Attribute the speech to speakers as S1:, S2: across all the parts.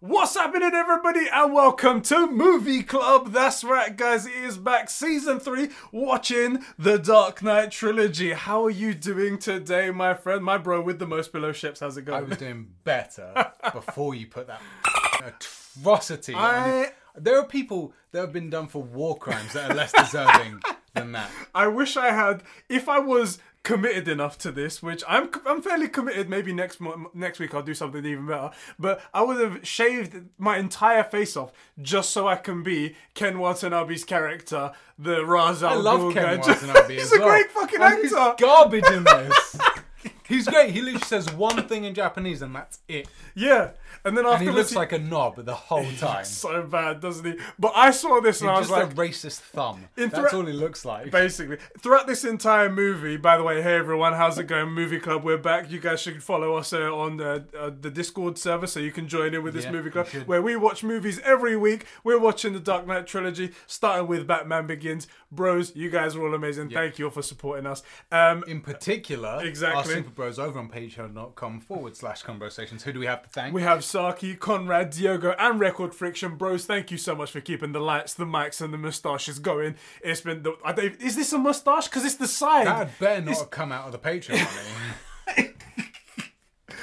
S1: What's happening, everybody, and welcome to Movie Club. That's right, guys, it is back, season three, watching the Dark Knight trilogy. How are you doing today, my friend, my bro with the most below ships? How's it
S2: I
S1: going?
S2: was doing better before you put that atrocity. on
S1: I-
S2: it. There are people that have been done for war crimes that are less deserving than that.
S1: I wish I had, if I was committed enough to this, which I'm I'm fairly committed. Maybe next mo- next week I'll do something even better. But I would have shaved my entire face off just so I can be Ken Watanabe's character, the Ra's al
S2: I love
S1: Ghul
S2: Oh, Ken
S1: guy.
S2: Watanabe
S1: He's
S2: as
S1: a
S2: well.
S1: great fucking
S2: And He's
S1: actor.
S2: garbage in this. He's great. He literally says one thing in Japanese and that's it.
S1: Yeah, and then afterwards
S2: And he looks
S1: he-
S2: like a knob the whole time.
S1: so bad, doesn't he? But I saw this and I was
S2: Just
S1: like,
S2: a racist thumb.
S1: In
S2: That's
S1: thre-
S2: all he looks like.
S1: basically throughout this entire movie by the way hey everyone how's it going movie club we're back you guys should follow us uh, on uh, uh, the discord server so you can join in with this
S2: Yeah,
S1: movie
S2: you
S1: club
S2: should.
S1: where we watch movies every week we're watching the dark knight trilogy starting with batman begins bros you guys are all amazing thank you all for supporting us um
S2: In particular, our
S1: Exactly.
S2: Super Bros over on patreon.com forward slash conversations. Who do we have to thank?
S1: we have Saki, Conrad, Diogo, and Record Friction, bros. Thank you so much for keeping the lights, the mics, and the moustaches going. It's been the. I don't, is this a moustache? Because it's the side.
S2: that had better not have come out of the Patreon money.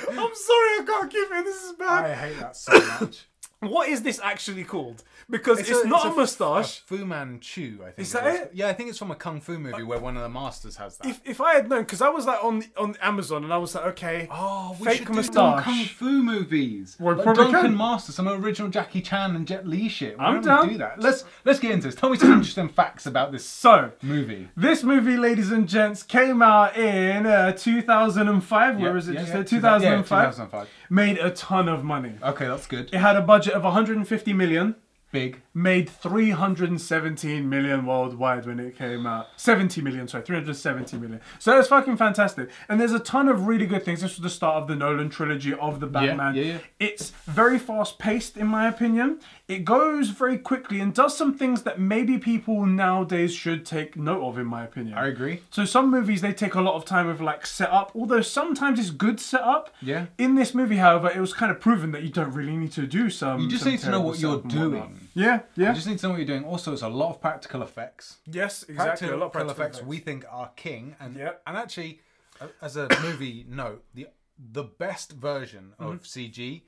S1: I'm sorry, I can't keep it. This is bad.
S2: I hate that so much.
S1: What is this actually called? Because it's, not a, moustache.
S2: Fu Manchu, I think. Is
S1: that it?
S2: Yeah, I think it's from a kung fu movie where one of the masters has that.
S1: If, if I had known, because I was like on on Amazon and I was like, okay,
S2: oh, we
S1: fake
S2: should do some
S1: moustache.
S2: kung fu movies.
S1: Well,
S2: like
S1: probably
S2: Drunken
S1: can.
S2: Master, some original Jackie Chan and Jet Li shit. Why
S1: I'm
S2: don't we
S1: down.
S2: Do that. Let's let's get into this. Tell me some interesting facts about this
S1: so
S2: movie.
S1: this movie, ladies and gents, came out in uh, 2005. Where is it?
S2: Yeah,
S1: Just
S2: yeah,
S1: uh,
S2: two thou-
S1: 2005.
S2: Yeah, 2005.
S1: Made a ton of money.
S2: Okay, that's good.
S1: It had a budget of 150 million.
S2: Big.
S1: Made 317 million worldwide when it came out. 70 million, sorry, 370 million. So that's fucking fantastic. And there's a ton of really good things. This was the start of the Nolan trilogy of the Batman.
S2: yeah, yeah.
S1: It's very fast paced, in my opinion. It goes very quickly and does some things that maybe people nowadays should take note of, in my opinion.
S2: I agree.
S1: So some movies they take a lot of time with like setup, although sometimes it's good setup.
S2: Yeah.
S1: In this movie, however, it was kind of proven that you don't really need to do some.
S2: You just
S1: some
S2: need to know
S1: terrible
S2: what you're
S1: setup and whatnot.
S2: doing.
S1: Yeah, yeah.
S2: You just need to know what you're doing. Also, it's a lot of practical effects.
S1: yes, exactly. A lot of practical effects.
S2: we think are king and
S1: Yep.
S2: and actually a- as a movie note the the best version of
S1: Mm-hmm.
S2: cg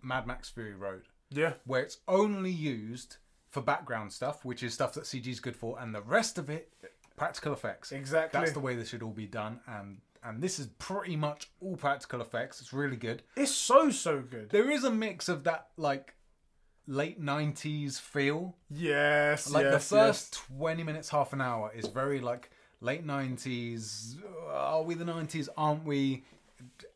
S2: mad max fury road
S1: Yeah.
S2: where it's only used for background stuff which is stuff that cg is good for and the rest of it practical effects
S1: Exactly.
S2: that's the way this should all be done and and this is pretty much all practical effects it's really good
S1: It's so so good.
S2: there is a mix of that like late 90s feel
S1: Yes.
S2: like
S1: yes,
S2: the first 20 minutes half an hour is very like late 90s uh, are we the 90s aren't we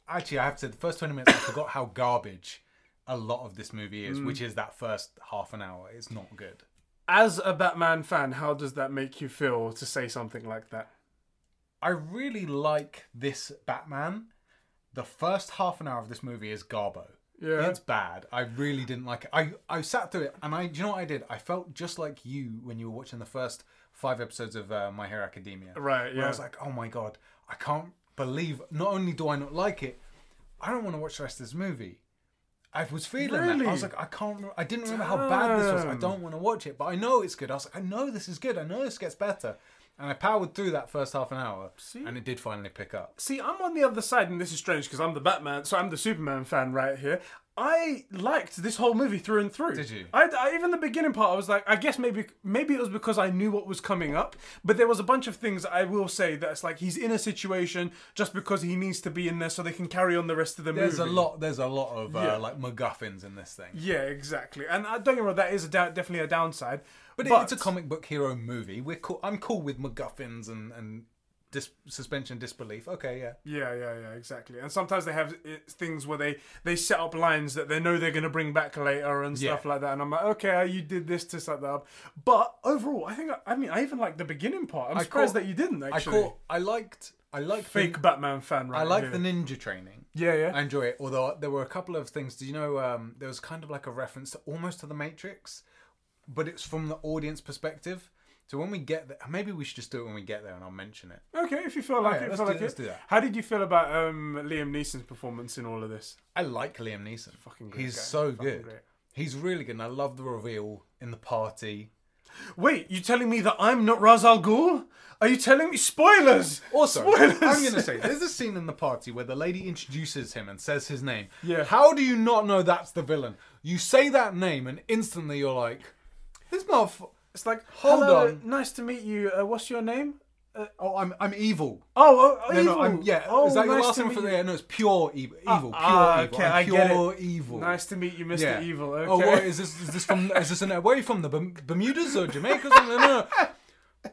S2: actually i have to say the first 20 minutes i forgot how garbage a lot of this movie
S1: Mm.
S2: is which is that first half an hour it's not good
S1: Yes. As a Batman fan, how does that make you feel to say something like that?
S2: i really like this batman the first half an hour of this movie is garbo
S1: Yeah.
S2: It's bad. I really didn't like it. I, I sat through it and I do you know what I did? I felt just like you when you were watching the first five episodes of uh, My Hero Academia.
S1: Right,
S2: Where
S1: yeah.
S2: I was like, oh my god, I can't believe. Not only do I not like it, I don't want to watch the rest of this movie. I was feeling that. I
S1: Really?
S2: was like, I can't. re- I didn't remember how bad this was. I
S1: Damn.
S2: don't want to watch it, but I know it's good. I was like, I know this is good. I know this gets better. And I powered through that first half an hour, and it did finally pick up.
S1: See, I'm on the other side, and this is strange because I'm the Batman, so I'm the Superman fan right here. I liked this whole movie through and through.
S2: Did you?
S1: I, I- even the beginning part, I was like, I guess maybe maybe it was because I knew what was coming up, but there was a bunch of things I will say that's like he's in a situation just because he needs to be in there so they can carry on the rest of the
S2: There's
S1: movie.
S2: a lot. There's a lot of uh,
S1: Yeah.
S2: like MacGuffins in this thing.
S1: Yeah, exactly. And I don't get me wrong, that is a down, definitely a downside.
S2: But, it- it's a comic book hero movie. We're cool. I'm cool with MacGuffins and and dis- suspension disbelief. Okay, yeah.
S1: Yeah, yeah, yeah, exactly. And sometimes they have uh, things where they they set up lines that they know they're going to bring back later and stuff
S2: Yeah.
S1: like that. And I'm like, okay, you did this to set that up. But overall, I think I, I mean I even like the beginning part. I'm surprised
S2: caught-
S1: that you didn't
S2: I
S1: actually.
S2: caught. I liked. I liked.
S1: Fake
S2: The,
S1: Batman fan, right?
S2: I
S1: here.
S2: like the ninja training.
S1: yeah, yeah.
S2: I enjoy it. Although there were a couple of things. Do you know? Um, there was kind of like a reference to almost to the Matrix, but it's from the audience perspective. So when we get there, maybe we should just do it when we get there, and I'll mention it.
S1: okay, if you feel like
S2: Oh, yeah,
S1: it,
S2: let's
S1: feel
S2: do-
S1: like
S2: let's
S1: it.
S2: do that.
S1: How did you feel about um, Liam Neeson's performance in all of this?
S2: I like Liam Neeson. Fucking
S1: great
S2: He's
S1: guy.
S2: so
S1: Fucking
S2: good.
S1: great.
S2: He's really good, and I love the reveal in the party.
S1: Wait, you telling me that I'm not Ra's al Ghul? Are you telling me spoilers?
S2: Also,
S1: spoilers.
S2: I'm going to say there's a scene in the party where the lady introduces him and says his name.
S1: Yeah.
S2: How do you not know that's the villain? You say that name, and instantly you're like, "This motherfucker."
S1: it's like
S2: Hold
S1: hello,
S2: on.
S1: Nice to meet you. Uh, what's your name?
S2: Oh, I'm I'm evil.
S1: Oh, oh
S2: No,
S1: evil.
S2: no, I'm, yeah.
S1: Oh,
S2: is that your
S1: nice
S2: last
S1: to
S2: name
S1: meet
S2: for the?
S1: you.
S2: Yeah, no, it's pure evil. Evil. pure
S1: ah,
S2: evil.
S1: okay,
S2: I'm
S1: I get
S2: pure
S1: it.
S2: evil.
S1: Nice to meet you, Mr.
S2: Yeah.
S1: Evil. Okay.
S2: Oh, what is this? Is this from? is this an? Where are you from? The Berm- Bermudas or Jamaica? No, no, no.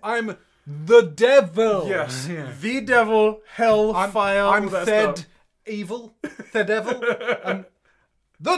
S2: I'm the devil.
S1: Yes,
S2: Yeah.
S1: the devil, hell,
S2: I'm,
S1: fire. all
S2: I'm
S1: that
S2: Thed
S1: stuff.
S2: evil. The devil. I'm the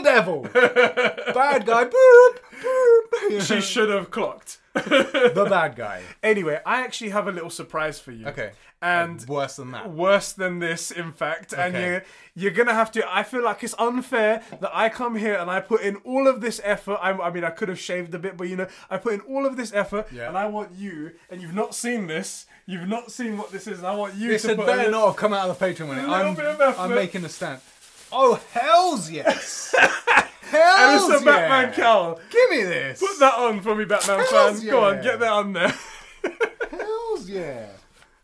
S2: devil. Bad guy. Boop, boop.
S1: She should have clocked.
S2: the bad guy.
S1: anyway, I actually have a little surprise for you.
S2: Okay.
S1: And
S2: Worse than that.
S1: worse than this, in fact. And
S2: Okay.
S1: you're, you're going to have to. I feel like it's unfair that I come here and I put in all of this effort. I, I mean, I could have shaved a bit, but you know, I put in all of this effort
S2: Yeah.
S1: and I want you, and you've not seen this, you've not seen what this is, and I want you
S2: It
S1: to
S2: said
S1: put
S2: better
S1: in-
S2: not have come out of the Patreon winning.
S1: little
S2: I'm,
S1: bit of effort.
S2: I'm making a stand. Oh, hells yes! hells
S1: And it's the
S2: yeah.
S1: Batman cowl.
S2: Give me this.
S1: Put that on for me, Batman
S2: Hells
S1: fans. Go on,
S2: yeah.
S1: get that on there.
S2: hells yeah.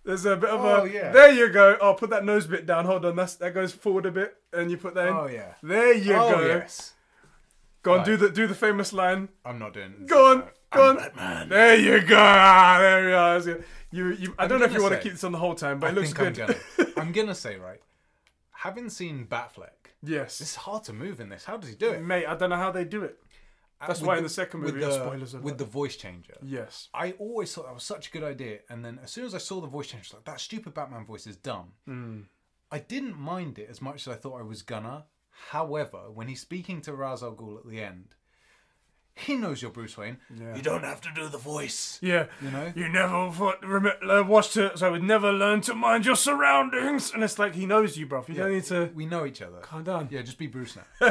S1: There's a bit of a.
S2: Oh, yeah.
S1: There you go. Oh, put that nose bit down. Hold on. That's, that goes forward a bit, and you put that in.
S2: Oh, yeah.
S1: There you
S2: oh,
S1: go.
S2: yes.
S1: Go on, do the do the famous line.
S2: I'm not doing this.
S1: Go on, go on. There you go. Ah, there we are. That's good. You, you. I don't know if you
S2: gonna
S1: want to
S2: say-
S1: keep this on the whole time, but
S2: I
S1: it looks
S2: think I'm
S1: good.
S2: gonna. I'm gonna say right. Having seen Batfleck, it's
S1: yes,
S2: hard to move in this. How does he do it?
S1: mate. I don't know how they do it. That's
S2: With
S1: why in the second movie,
S2: with the,
S1: spoilers.
S2: with the voice changer.
S1: yes,
S2: I always thought that was such a good idea, and then as soon as I saw the voice change, I was like that stupid Batman voice is dumb.
S1: Hmm.
S2: I didn't mind it as much as I thought I was gonna. However, when he's speaking to Ra's al Ghul at the end, he knows you're Bruce Wayne. You don't have to do the voice.
S1: yeah.
S2: You know?
S1: you never thought, rem- uh, watched it, so I would never learn to mind your surroundings. And it's like he knows you, bruv. You don't need to.
S2: We know each other.
S1: Calm down.
S2: Yeah, just be Bruce now.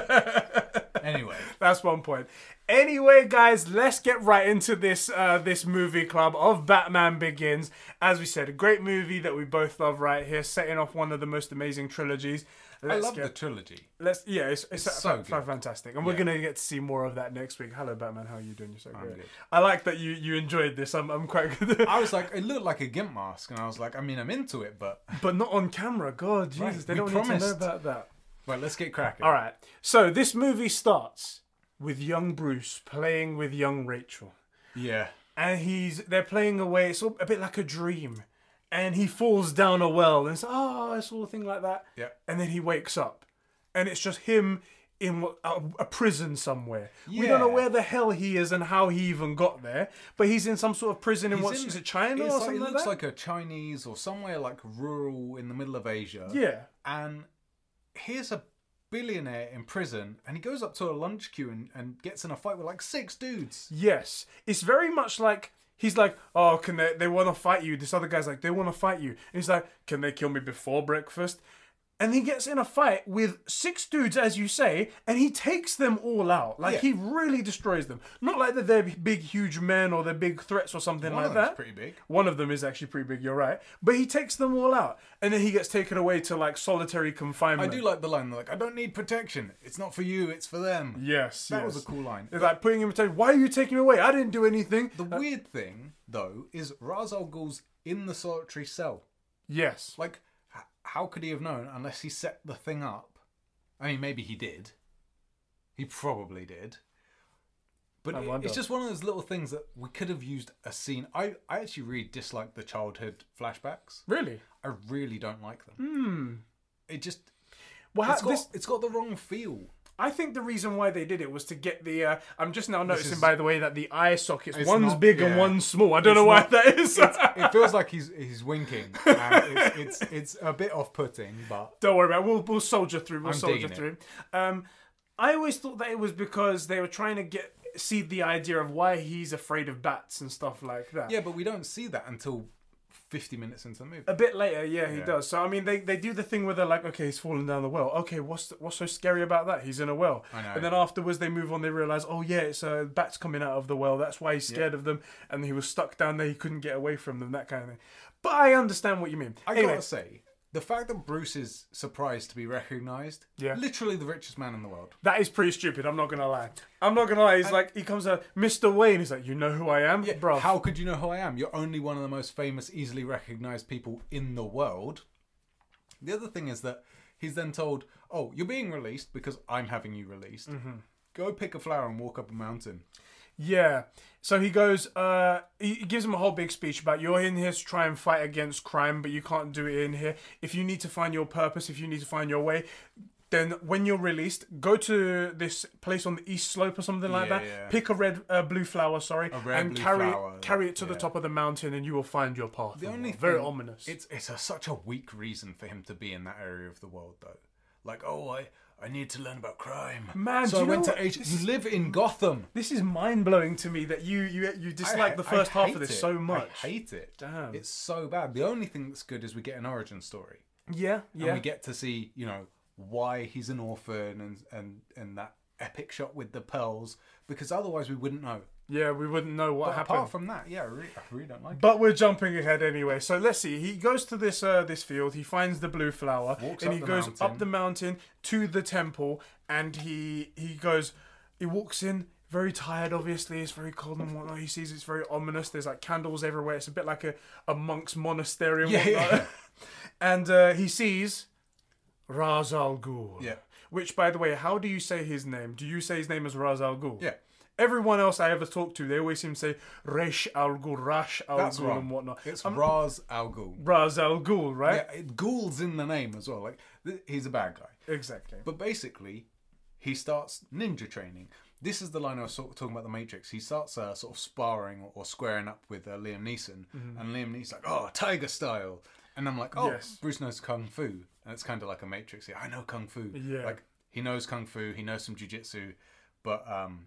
S2: anyway,
S1: That's one point. Anyway, guys, let's get right into this uh, this movie club of Batman Begins. As we said, a great movie that we both love right here, setting off one of the most amazing trilogies.
S2: I
S1: Let's
S2: love
S1: get,
S2: the trilogy.
S1: Let's yeah, it's, it's,
S2: so
S1: fa-
S2: good.
S1: fantastic, and we're gonna get to see more of that next week. Hello, Batman. How are you doing? You're so great.
S2: good.
S1: I like that you you enjoyed this. I'm I'm quite good,
S2: I was like, it looked like a gimp mask, and I was like, I mean, I'm into it, but
S1: but not on camera. God, Jesus, they
S2: we
S1: don't need to know
S2: promised.
S1: about that.
S2: right, let's get cracking.
S1: All right. So this movie starts with young Bruce playing with young Rachel.
S2: Yeah.
S1: and he's they're playing away. It's all, a bit like a dream, and he falls down a well, and it's oh, it's all a thing like that.
S2: Yeah.
S1: And then he wakes up, and it's just him in what- a, a prison somewhere. We don't know
S2: Yeah.
S1: where the hell he is and how he even got there, but he's in some sort of prison in what
S2: in-
S1: is it, China
S2: it's
S1: or
S2: like-
S1: something
S2: it
S1: like
S2: looks
S1: that?
S2: like a Chinese or somewhere like rural in the middle of Asia.
S1: yeah.
S2: And here's a billionaire in prison, and he goes up to a lunch queue and, and gets in a fight with like six dudes.
S1: Yes. It's very much like he's like, oh, can they? They want to fight you. This other guy's like, they want to fight you. And he's like, can they kill me before breakfast? And he gets in a fight with six dudes, as you say, and he takes them all out. Like
S2: Yeah.
S1: he really destroys them. Not like that they're big, huge men or they're big threats or something
S2: One
S1: like
S2: of
S1: that.
S2: them's pretty big.
S1: One of them is actually pretty big. You're right, but he takes them all out, and then he gets taken away to like solitary
S2: I
S1: confinement.
S2: do like the line, they're like, I don't need protection. It's not for you, it's for them.
S1: Yes,
S2: That
S1: yes.
S2: was a cool line.
S1: They're like putting him. in- Why are you taking him away? I didn't do anything.
S2: The weird thing, though, is Ra's al Ghul's in the solitary cell.
S1: yes.
S2: Like, h- how could he have known unless he set the thing up? I mean, maybe he did. He probably did. But
S1: I
S2: it-
S1: wonder.
S2: it's just one of those little things that we could have used a scene. I, I actually really dislike the childhood flashbacks.
S1: Really?
S2: I really don't like them. It just
S1: Well,
S2: Hmm. it's
S1: how,
S2: got,
S1: this,
S2: it's got the wrong feel.
S1: I think the reason why they did it was to get the. Uh, I'm just now noticing,
S2: is-
S1: by the way, that the eye sockets
S2: It's
S1: one's
S2: not-
S1: big and
S2: yeah.
S1: one's small. I don't
S2: It's
S1: know why
S2: not-
S1: that is.
S2: It feels like he's he's winking. And it's, it's it's a bit off putting, but
S1: don't worry about. it. We'll we'll soldier through. We'll
S2: I'm
S1: soldier
S2: digging it.
S1: through. Um, I always thought that it was because they were trying to get seed the idea of why he's afraid of bats and stuff like that.
S2: yeah. But we don't see that until fifty minutes into the movie.
S1: A bit later, yeah, he does. So I mean, they, they do the thing where they're like, okay, he's fallen down the well. Okay, what's what's so scary about that? He's in a well.
S2: I know.
S1: And then afterwards, they move on. They realize, oh yeah, it's uh, bats coming out of the well. That's why he's scared of them, and he was stuck down there. He couldn't get away from them. That kind of thing. But I understand what you mean.
S2: I
S1: anyway,
S2: gotta say, the fact that Bruce is surprised to be recognized,
S1: Yeah.
S2: literally the richest man in the world.
S1: That is pretty stupid. I'm not gonna lie. I'm not gonna lie. He's like, he comes out, Mr. Wayne. He's like, you know who I am,
S2: Yeah,
S1: bro.
S2: How could you know who I am? You're only one of the most famous, easily recognized people in the world. The other thing is that he's then told, "Oh, you're being released because I'm having you released.
S1: Mm-hmm.
S2: Go pick a flower and walk up a mountain."
S1: Yeah. So he goes, uh, he he gives him a whole big speech about you're in here to try and fight against crime, but you can't do it in here. If you need to find your purpose, if you need to find your way, then when you're released, go to this place on the east slope or something like
S2: Yeah,
S1: that.
S2: yeah.
S1: Pick a red, uh, blue flower, sorry,
S2: red
S1: and
S2: blue
S1: carry
S2: flower,
S1: it, carry it to the
S2: yeah.
S1: top of the mountain, and you will find your path. Oh,
S2: The only
S1: very
S2: thing-
S1: ominous.
S2: It's it's a, such a weak reason for him to be in that area of the world, though. Like, oh, I I need to learn about crime.
S1: Man, do
S2: so I
S1: you know
S2: went
S1: what?
S2: to Asia. You live in Gotham.
S1: this is mind blowing to me that you you you
S2: I
S1: dislike
S2: ha-
S1: the
S2: I
S1: first half
S2: hate
S1: of this
S2: it.
S1: so much.
S2: I hate it.
S1: Damn.
S2: It's so bad. The only thing that's good is we get an origin story.
S1: yeah, yeah.
S2: And we get to see, you know, why he's an orphan and and and that epic shot with the pearls because otherwise we wouldn't know.
S1: yeah, we wouldn't know what happened.
S2: Apart from that, yeah, I really, I really don't like it.
S1: But we're jumping ahead anyway. So let's see. He goes to this uh, this field. He finds the blue flower,
S2: Walks
S1: and
S2: up
S1: he
S2: the
S1: goes
S2: mountain.
S1: up the mountain to the temple, and he he goes. He walks in. Very tired, obviously. It's very cold and whatnot. He sees it's very ominous. There's like candles everywhere. It's a bit like a, a monk's monastery and
S2: Yeah,
S1: whatnot.
S2: yeah.
S1: and uh, he sees Raz Al Ghul.
S2: Yeah.
S1: Which, by the way, how do you say his name? Do you say his name as Raz Al Ghul?
S2: Yeah.
S1: Everyone else I ever talked to, they always seem to say Resh Al Ghul, Rash Al
S2: That's
S1: Ghul,
S2: wrong.
S1: and whatnot. Um,
S2: It's Raz Al Ghul.
S1: Raz Al Ghul, right?
S2: Yeah, it, Ghul's in the name as well. Like th- he's a bad guy.
S1: Exactly.
S2: But basically, he starts ninja training. This is the line I was sort of talking about the Matrix. He starts uh, sort of sparring or, or squaring up with uh, Liam Neeson, and Liam Neeson's like, "Oh, Tiger style," and I'm like, "Oh,
S1: Mm-hmm. Yes.
S2: Bruce knows kung fu," and it's kind of like a Matrix. Yeah, I know kung fu.
S1: Yeah.
S2: like he knows kung fu. He knows some jujitsu, but um,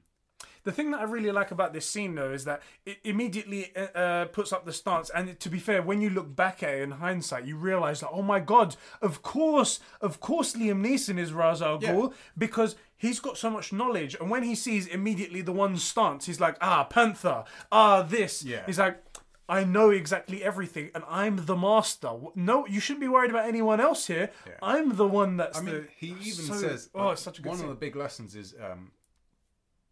S1: The thing that I really like about this scene, though, is that it immediately uh, uh, puts up the stance. And to be fair, when you look back at it in hindsight, you realize that, oh my God, of course, of course Liam Neeson is Raz Al Ghul because he's got so much knowledge. And when he sees immediately the one stance, he's like, ah, Panther, ah, this.
S2: Yeah.
S1: He's like, I know exactly everything, and I'm the master. W- No, you shouldn't be worried about anyone else here. I'm the one that's
S2: I mean,
S1: the.
S2: he even
S1: so-
S2: says,
S1: "Oh,
S2: like,
S1: it's such a good
S2: one
S1: scene."
S2: of the big lessons is um,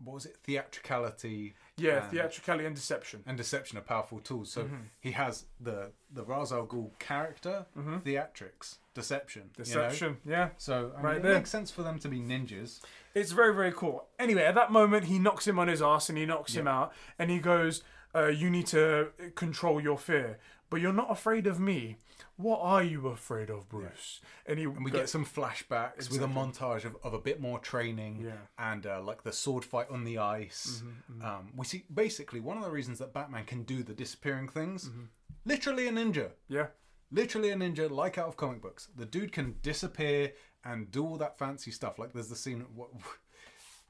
S2: what was it? Theatricality.
S1: Yeah,
S2: and-
S1: theatricality and deception.
S2: and deception are powerful tools.
S1: Mm-hmm.
S2: So he has the the Ra's al Ghul character, theatrics, deception, you know?
S1: Mm-hmm. Deception, yeah.
S2: So I mean,
S1: Right
S2: it
S1: there.
S2: makes sense for them to be ninjas.
S1: It's very, very cool. Anyway, at that moment, he knocks him on his ass and he knocks him out and he goes, uh, You need to control your fear, but you're not afraid of me. What are you afraid of, Bruce? And he
S2: We get some flashbacks with a montage of, of a bit more training
S1: Yeah. Mm-hmm,
S2: and uh, like the sword fight on the ice. Um, we see basically one of the reasons that Batman can do the disappearing things.
S1: Mm-hmm.
S2: Literally a ninja.
S1: Yeah.
S2: Literally a ninja, like out of comic books. The dude can disappear and do all that fancy stuff. Like there's the scene. What?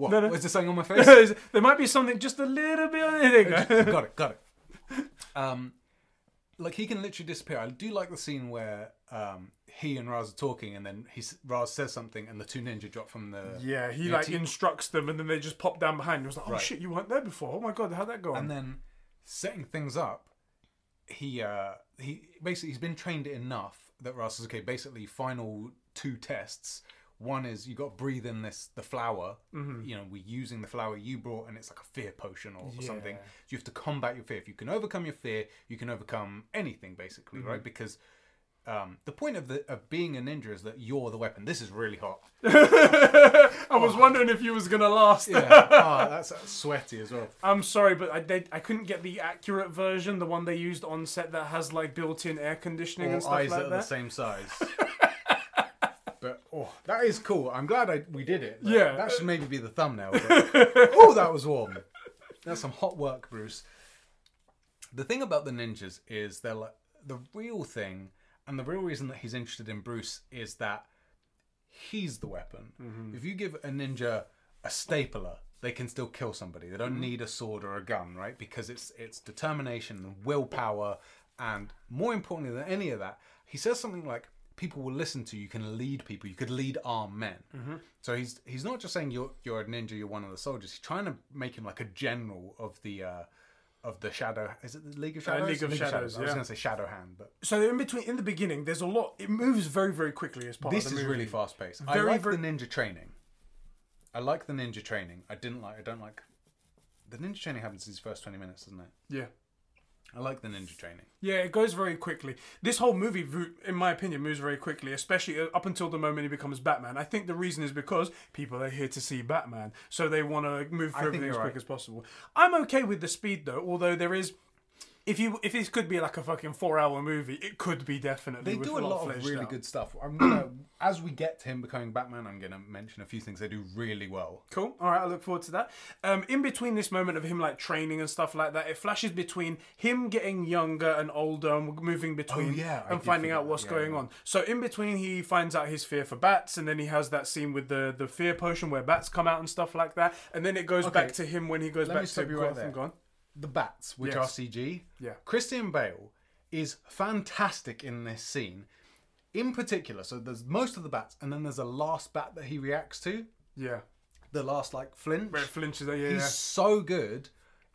S2: What?
S1: No, no.
S2: Where's the saying on my face?
S1: there might be something just a little bit. There you go.
S2: got it, got it. Um, like he can literally disappear. I do like the scene where um, he and Raz are talking, and then he s- Raz says something, and the two ninja drop from the
S1: Yeah, he like
S2: team-
S1: instructs them and then they just pop down behind. He was like, Oh
S2: Right.
S1: shit, you weren't there before. Oh my God, how'd that go? on?"
S2: and then setting things up. He uh, he basically he's been trained enough that Raz says, okay, basically final two tests. One is you got to breathe in this the flower. You know we're using the flower you brought, and it's like a fear potion or, or something.
S1: Yeah.
S2: So you have to combat your fear. If you can overcome your fear, you can overcome anything basically, right? Because um, the point of the of being a ninja is that you're the weapon. This is really hot.
S1: I was wondering if you was going to last.
S2: Yeah, Ah, that's, that's sweaty as well.
S1: I'm sorry, but I they, I couldn't get the accurate version, the one they used on set that has like built-in air conditioning
S2: All
S1: and stuff
S2: eyes
S1: like
S2: that are
S1: that.
S2: the same size. but oh, that is cool. I'm glad I, we did it. That-
S1: Yeah.
S2: that should maybe be the thumbnail. but- oh, that was warm. That's some hot work, Bruce. The thing about the ninjas is they're like the real thing, and the real reason that he's interested in Bruce is that he's the weapon.
S1: Mm-hmm.
S2: If you give a ninja a stapler, they can still kill somebody. They
S1: Mm-hmm.
S2: don't need a sword or a gun, right? Because it's it's determination and willpower, and more importantly than any of that, he says something like, "People will listen to you. You can lead people. You could lead armed men."
S1: Mm-hmm.
S2: So he's he's not just saying you're you're a ninja. You're one of the soldiers. He's trying to make him like a general of the. Uh, of the Shadow. Is it the League of Shadows?
S1: Uh, League of Shadows,
S2: I was
S1: yeah.
S2: going to say Shadow Hand, but
S1: So in between, in the beginning, there's a lot. It moves very, very quickly as part
S2: this
S1: of
S2: is
S1: the movie.
S2: really fast paced. I
S1: Very,
S2: like
S1: very-
S2: the ninja training. I like the ninja training. I didn't like. I don't like. The ninja training happens in these first twenty minutes, doesn't it?
S1: yeah,
S2: I like the ninja training.
S1: yeah. It goes very quickly. This whole movie, vo- in my opinion, moves very quickly, especially uh, up until the moment he becomes Batman. I think the reason is because people are here to see Batman, so they want to move through everything
S2: think
S1: as
S2: you're
S1: quick
S2: right.
S1: as possible. I'm okay with the speed though, although there is. If you if this could be like a fucking four hour movie, it could be definitely.
S2: They
S1: with
S2: do a lot of
S1: fleshed
S2: really
S1: out.
S2: good stuff. I'm gonna, as we get to him becoming Batman, I'm gonna mention a few things they do really well.
S1: Cool. All right, I look forward to that. Um, in between this moment of him like training and stuff like that, it flashes between him getting younger and older and moving between
S2: Oh, yeah, I
S1: and
S2: did
S1: finding out
S2: forget
S1: what's
S2: that, yeah,
S1: going
S2: yeah.
S1: on. So in between, he finds out his fear for bats, and then he has that scene with the the fear potion where bats come out and stuff like that. And then it goes back to him when he goes
S2: let me
S1: back to
S2: stop you right
S1: Gotham.
S2: there.
S1: Gone.
S2: The bats, which
S1: Yes.
S2: are CG.
S1: Yeah.
S2: Christian Bale is fantastic in this scene. In particular, so there's most of the bats, and then there's a last bat that he reacts to.
S1: Yeah,
S2: The last like flinch.
S1: where it flinches. Yeah, yeah.
S2: He's so good.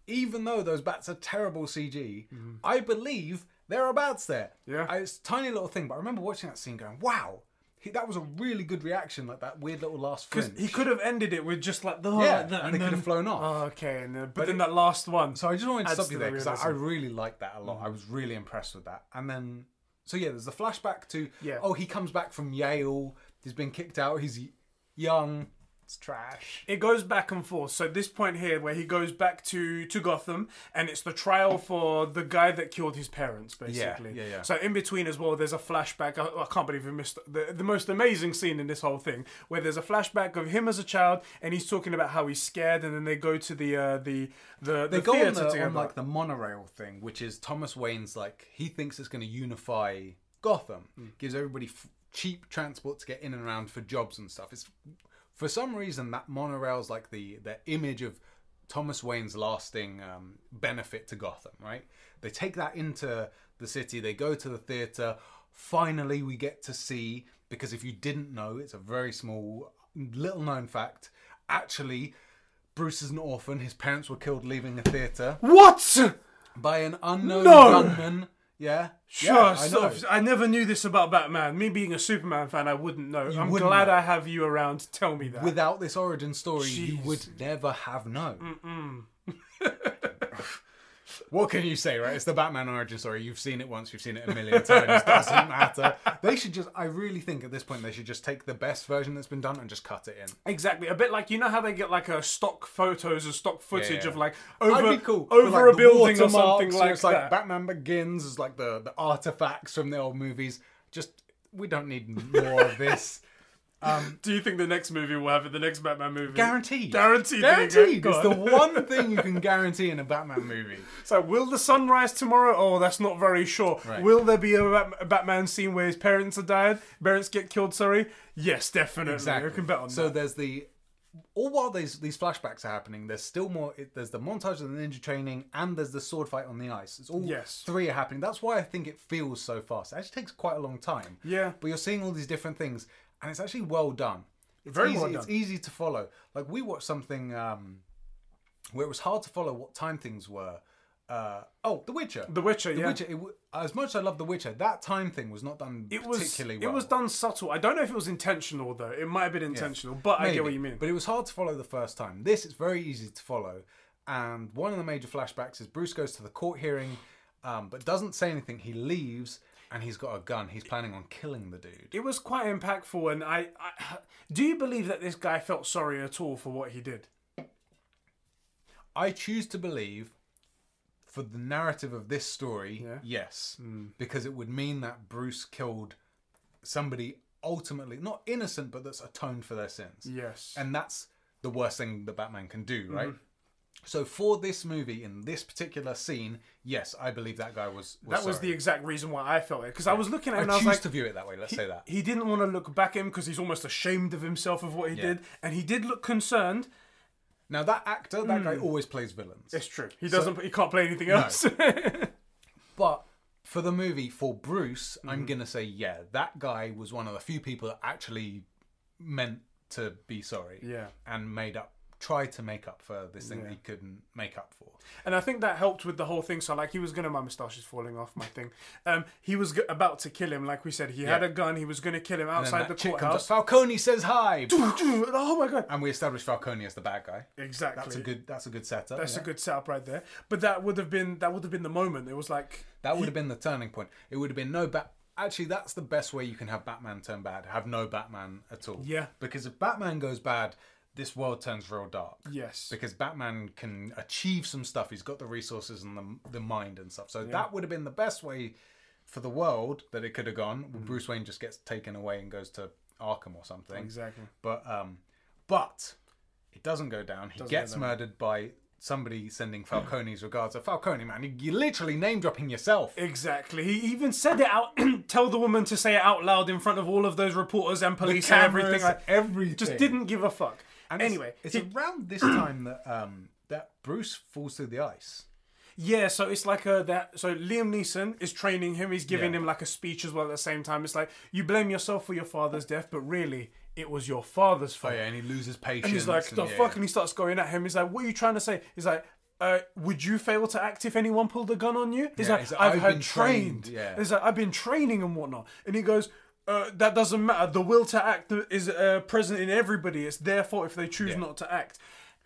S2: Even though those bats are terrible CG, I believe there are bats there.
S1: Mm-hmm. Yeah.
S2: I- it's a tiny little thing, but I remember watching that scene going, wow, he, that was a really good reaction, like that weird little last
S1: Because
S2: flinch.
S1: he could have ended it with just like the
S2: yeah,
S1: like that,
S2: and they could
S1: then-
S2: have flown off.
S1: Oh, okay, and then, but, then that last one.
S2: So I just wanted to
S1: Adds
S2: stop
S1: to
S2: you
S1: the
S2: there because I, I
S1: realism. Mm-hmm.
S2: really liked that a lot. I was really impressed with that. And then, so yeah, there's the flashback to
S1: Yeah.
S2: oh he comes back from Yale. He's been kicked out. He's y- young. It's trash.
S1: it goes back and forth. So this point here, where he goes back to to Gotham, and it's the trial for the guy that killed his parents, basically.
S2: yeah, yeah.
S1: So in between as well, there's a flashback. I, I can't believe we missed the, the most amazing scene in this whole thing, where there's a flashback of him as a child, and he's talking about how he's scared, and then they go to the uh, the the,
S2: They
S1: the
S2: go on,
S1: theater
S2: the,
S1: together.
S2: on like the monorail thing, which is Thomas Wayne's like he thinks it's going to unify Gotham.
S1: Hmm.
S2: Gives everybody f- cheap transport to get in and around for jobs and stuff. It's for some reason that monorail's like the the image of Thomas Wayne's lasting um, benefit to Gotham, right? They take that into the city, they go to the theatre. Finally, we get to see, because if you didn't know, it's a very small, little known fact. Actually, Bruce is an orphan. His parents were killed leaving a theatre
S1: what?
S2: by an unknown
S1: No!
S2: gunman. Yeah.
S1: Sure,
S2: Yeah, I
S1: so-
S2: know.
S1: I, never knew this about Batman. Me being a Superman fan, I wouldn't know. I'm
S2: wouldn't
S1: glad
S2: know.
S1: I have you around to tell me that.
S2: Without this origin story, you
S1: Jeez.
S2: would never have known. what can you say, right? It's the Batman origin story. You've seen it once, you've seen it a million times. Doesn't matter. They should just, I really think at this point, they should just take the best version that's been done and just cut it in.
S1: Exactly, a bit like you know how they get like a stock photos or stock footage
S2: yeah.
S1: of like over
S2: I'd be cool. with,
S1: over
S2: like,
S1: a
S2: the
S1: building or something
S2: watermarks, and
S1: like,
S2: it's like
S1: that.
S2: Batman Begins is like the the artifacts from the old movies. Just we don't need more of this.
S1: Do you think the next movie will have it? The next Batman movie,
S2: Guaranteed.
S1: guaranteed, there you go.
S2: Guaranteed.
S1: Go
S2: It's the
S1: on.
S2: one thing you can guarantee in a Batman movie.
S1: So will the sun rise tomorrow? Oh, that's not very sure.
S2: Right.
S1: Will there be a, Bat- a Batman scene where his parents are died, parents get killed? Sorry, yes, definitely.
S2: Exactly.
S1: You can bet on
S2: so
S1: that.
S2: there's the all while these these flashbacks are happening, there's still more. It, there's the montage of the ninja training, and there's the sword fight on the ice. It's all
S1: Yes.
S2: three are happening. That's why I think it feels so fast. It actually takes quite a long time.
S1: Yeah.
S2: but you're seeing all these different things, and it's actually well done. It's
S1: Very
S2: easy,
S1: well
S2: It's
S1: done.
S2: easy to follow. Like we watched something um, where it was hard to follow what time things were. Uh, oh, The Witcher.
S1: The Witcher,
S2: The
S1: yeah.
S2: Witcher. It, w- as much as I love The Witcher, that time thing was not done
S1: it was
S2: particularly
S1: it
S2: well.
S1: was done subtle. I don't know if it was intentional though. It might have been intentional, but I
S2: Maybe.
S1: get what you mean.
S2: But it was hard to follow the first time. This is very easy to follow. And one of the major flashbacks is Bruce goes to the court hearing, um, but doesn't say anything. He leaves, and he's got a gun. He's planning on killing the dude.
S1: it was quite impactful and I, I do you believe that this guy felt sorry at all for what he did
S2: I choose to believe, for the narrative of this story,
S1: Yeah.
S2: yes, because it would mean that Bruce killed somebody ultimately not innocent, but that's atoned for their sins.
S1: yes
S2: And that's the worst thing that Batman can do, right?
S1: Mm-hmm.
S2: So for this movie, in this particular scene, yes, I believe that guy was. was
S1: that was the
S2: sorry.
S1: exact reason why I felt it because I was looking at
S2: I
S1: him and I
S2: choose
S1: was like
S2: to view it that way. Let's say that.
S1: he didn't want to look back at him because he's almost ashamed of himself of what he did and he did look concerned
S2: Now that actor, that
S1: Mm.
S2: guy always plays villains.
S1: it's true he doesn't he can't play anything else
S2: But for the movie, for Bruce,
S1: Mm-hmm.
S2: I'm gonna say yeah, that guy was one of the few people that actually meant to be sorry.
S1: Yeah.
S2: And made up tried to make up for this thing that he couldn't make up for.
S1: And I think that helped with the whole thing. So like he was gonna my moustache is falling off my thing. Um, he was g- about to kill him. Like we said, he had a gun. He was gonna kill him
S2: And
S1: outside
S2: that
S1: the
S2: chick comes up,
S1: courthouse.
S2: Falcone says hi,
S1: oh my god!
S2: and we establish Falcone as the bad guy.
S1: Exactly.
S2: That's a good. That's a good setup.
S1: That's
S2: yeah.
S1: a good setup right there. But that would have been that would have been the moment. It was like
S2: That would have been the turning point. It would have been no bat. Actually, that's the best way you can have Batman turn bad. Have no Batman at all.
S1: Yeah.
S2: Because if Batman goes bad, this world turns real dark.
S1: yes,
S2: Because Batman can achieve some stuff. He's got the resources and the, the mind and stuff. So that would have been the best way for the world that it could have gone.
S1: Mm-hmm.
S2: Bruce Wayne just gets taken away and goes to Arkham or something.
S1: exactly.
S2: But um, but it doesn't go down. He gets murdered by somebody sending Falcone's regards. So Falcone, man, you- you're literally name dropping yourself.
S1: Exactly. He even said it out. tell the woman to say it out loud in front of all of those reporters and police and everything.
S2: Cameras,
S1: Like,
S2: everything.
S1: just didn't give a fuck.
S2: And it's-
S1: anyway,
S2: it's,
S1: he-
S2: around this time that um that Bruce falls through the ice.
S1: yeah. So it's like a that. So Liam Neeson is training him. He's giving
S2: Yeah.
S1: him like a speech as well. At the same time, it's like you blame yourself for your father's death, but really it was your father's fault.
S2: Oh yeah, and he loses patience.
S1: And he's like,
S2: and
S1: the
S2: yeah,
S1: fuck, and he starts going at him. He's like, what are you trying to say? He's like, uh, would you fail to act if anyone pulled a gun on you? He's
S2: Yeah,
S1: like,
S2: he's like,
S1: I've,
S2: "I've
S1: had
S2: been
S1: trained.
S2: trained, yeah.
S1: He's like, I've been training and whatnot. And he goes, uh, that doesn't matter. The will to act is uh, present in everybody. It's their fault if they choose not to act.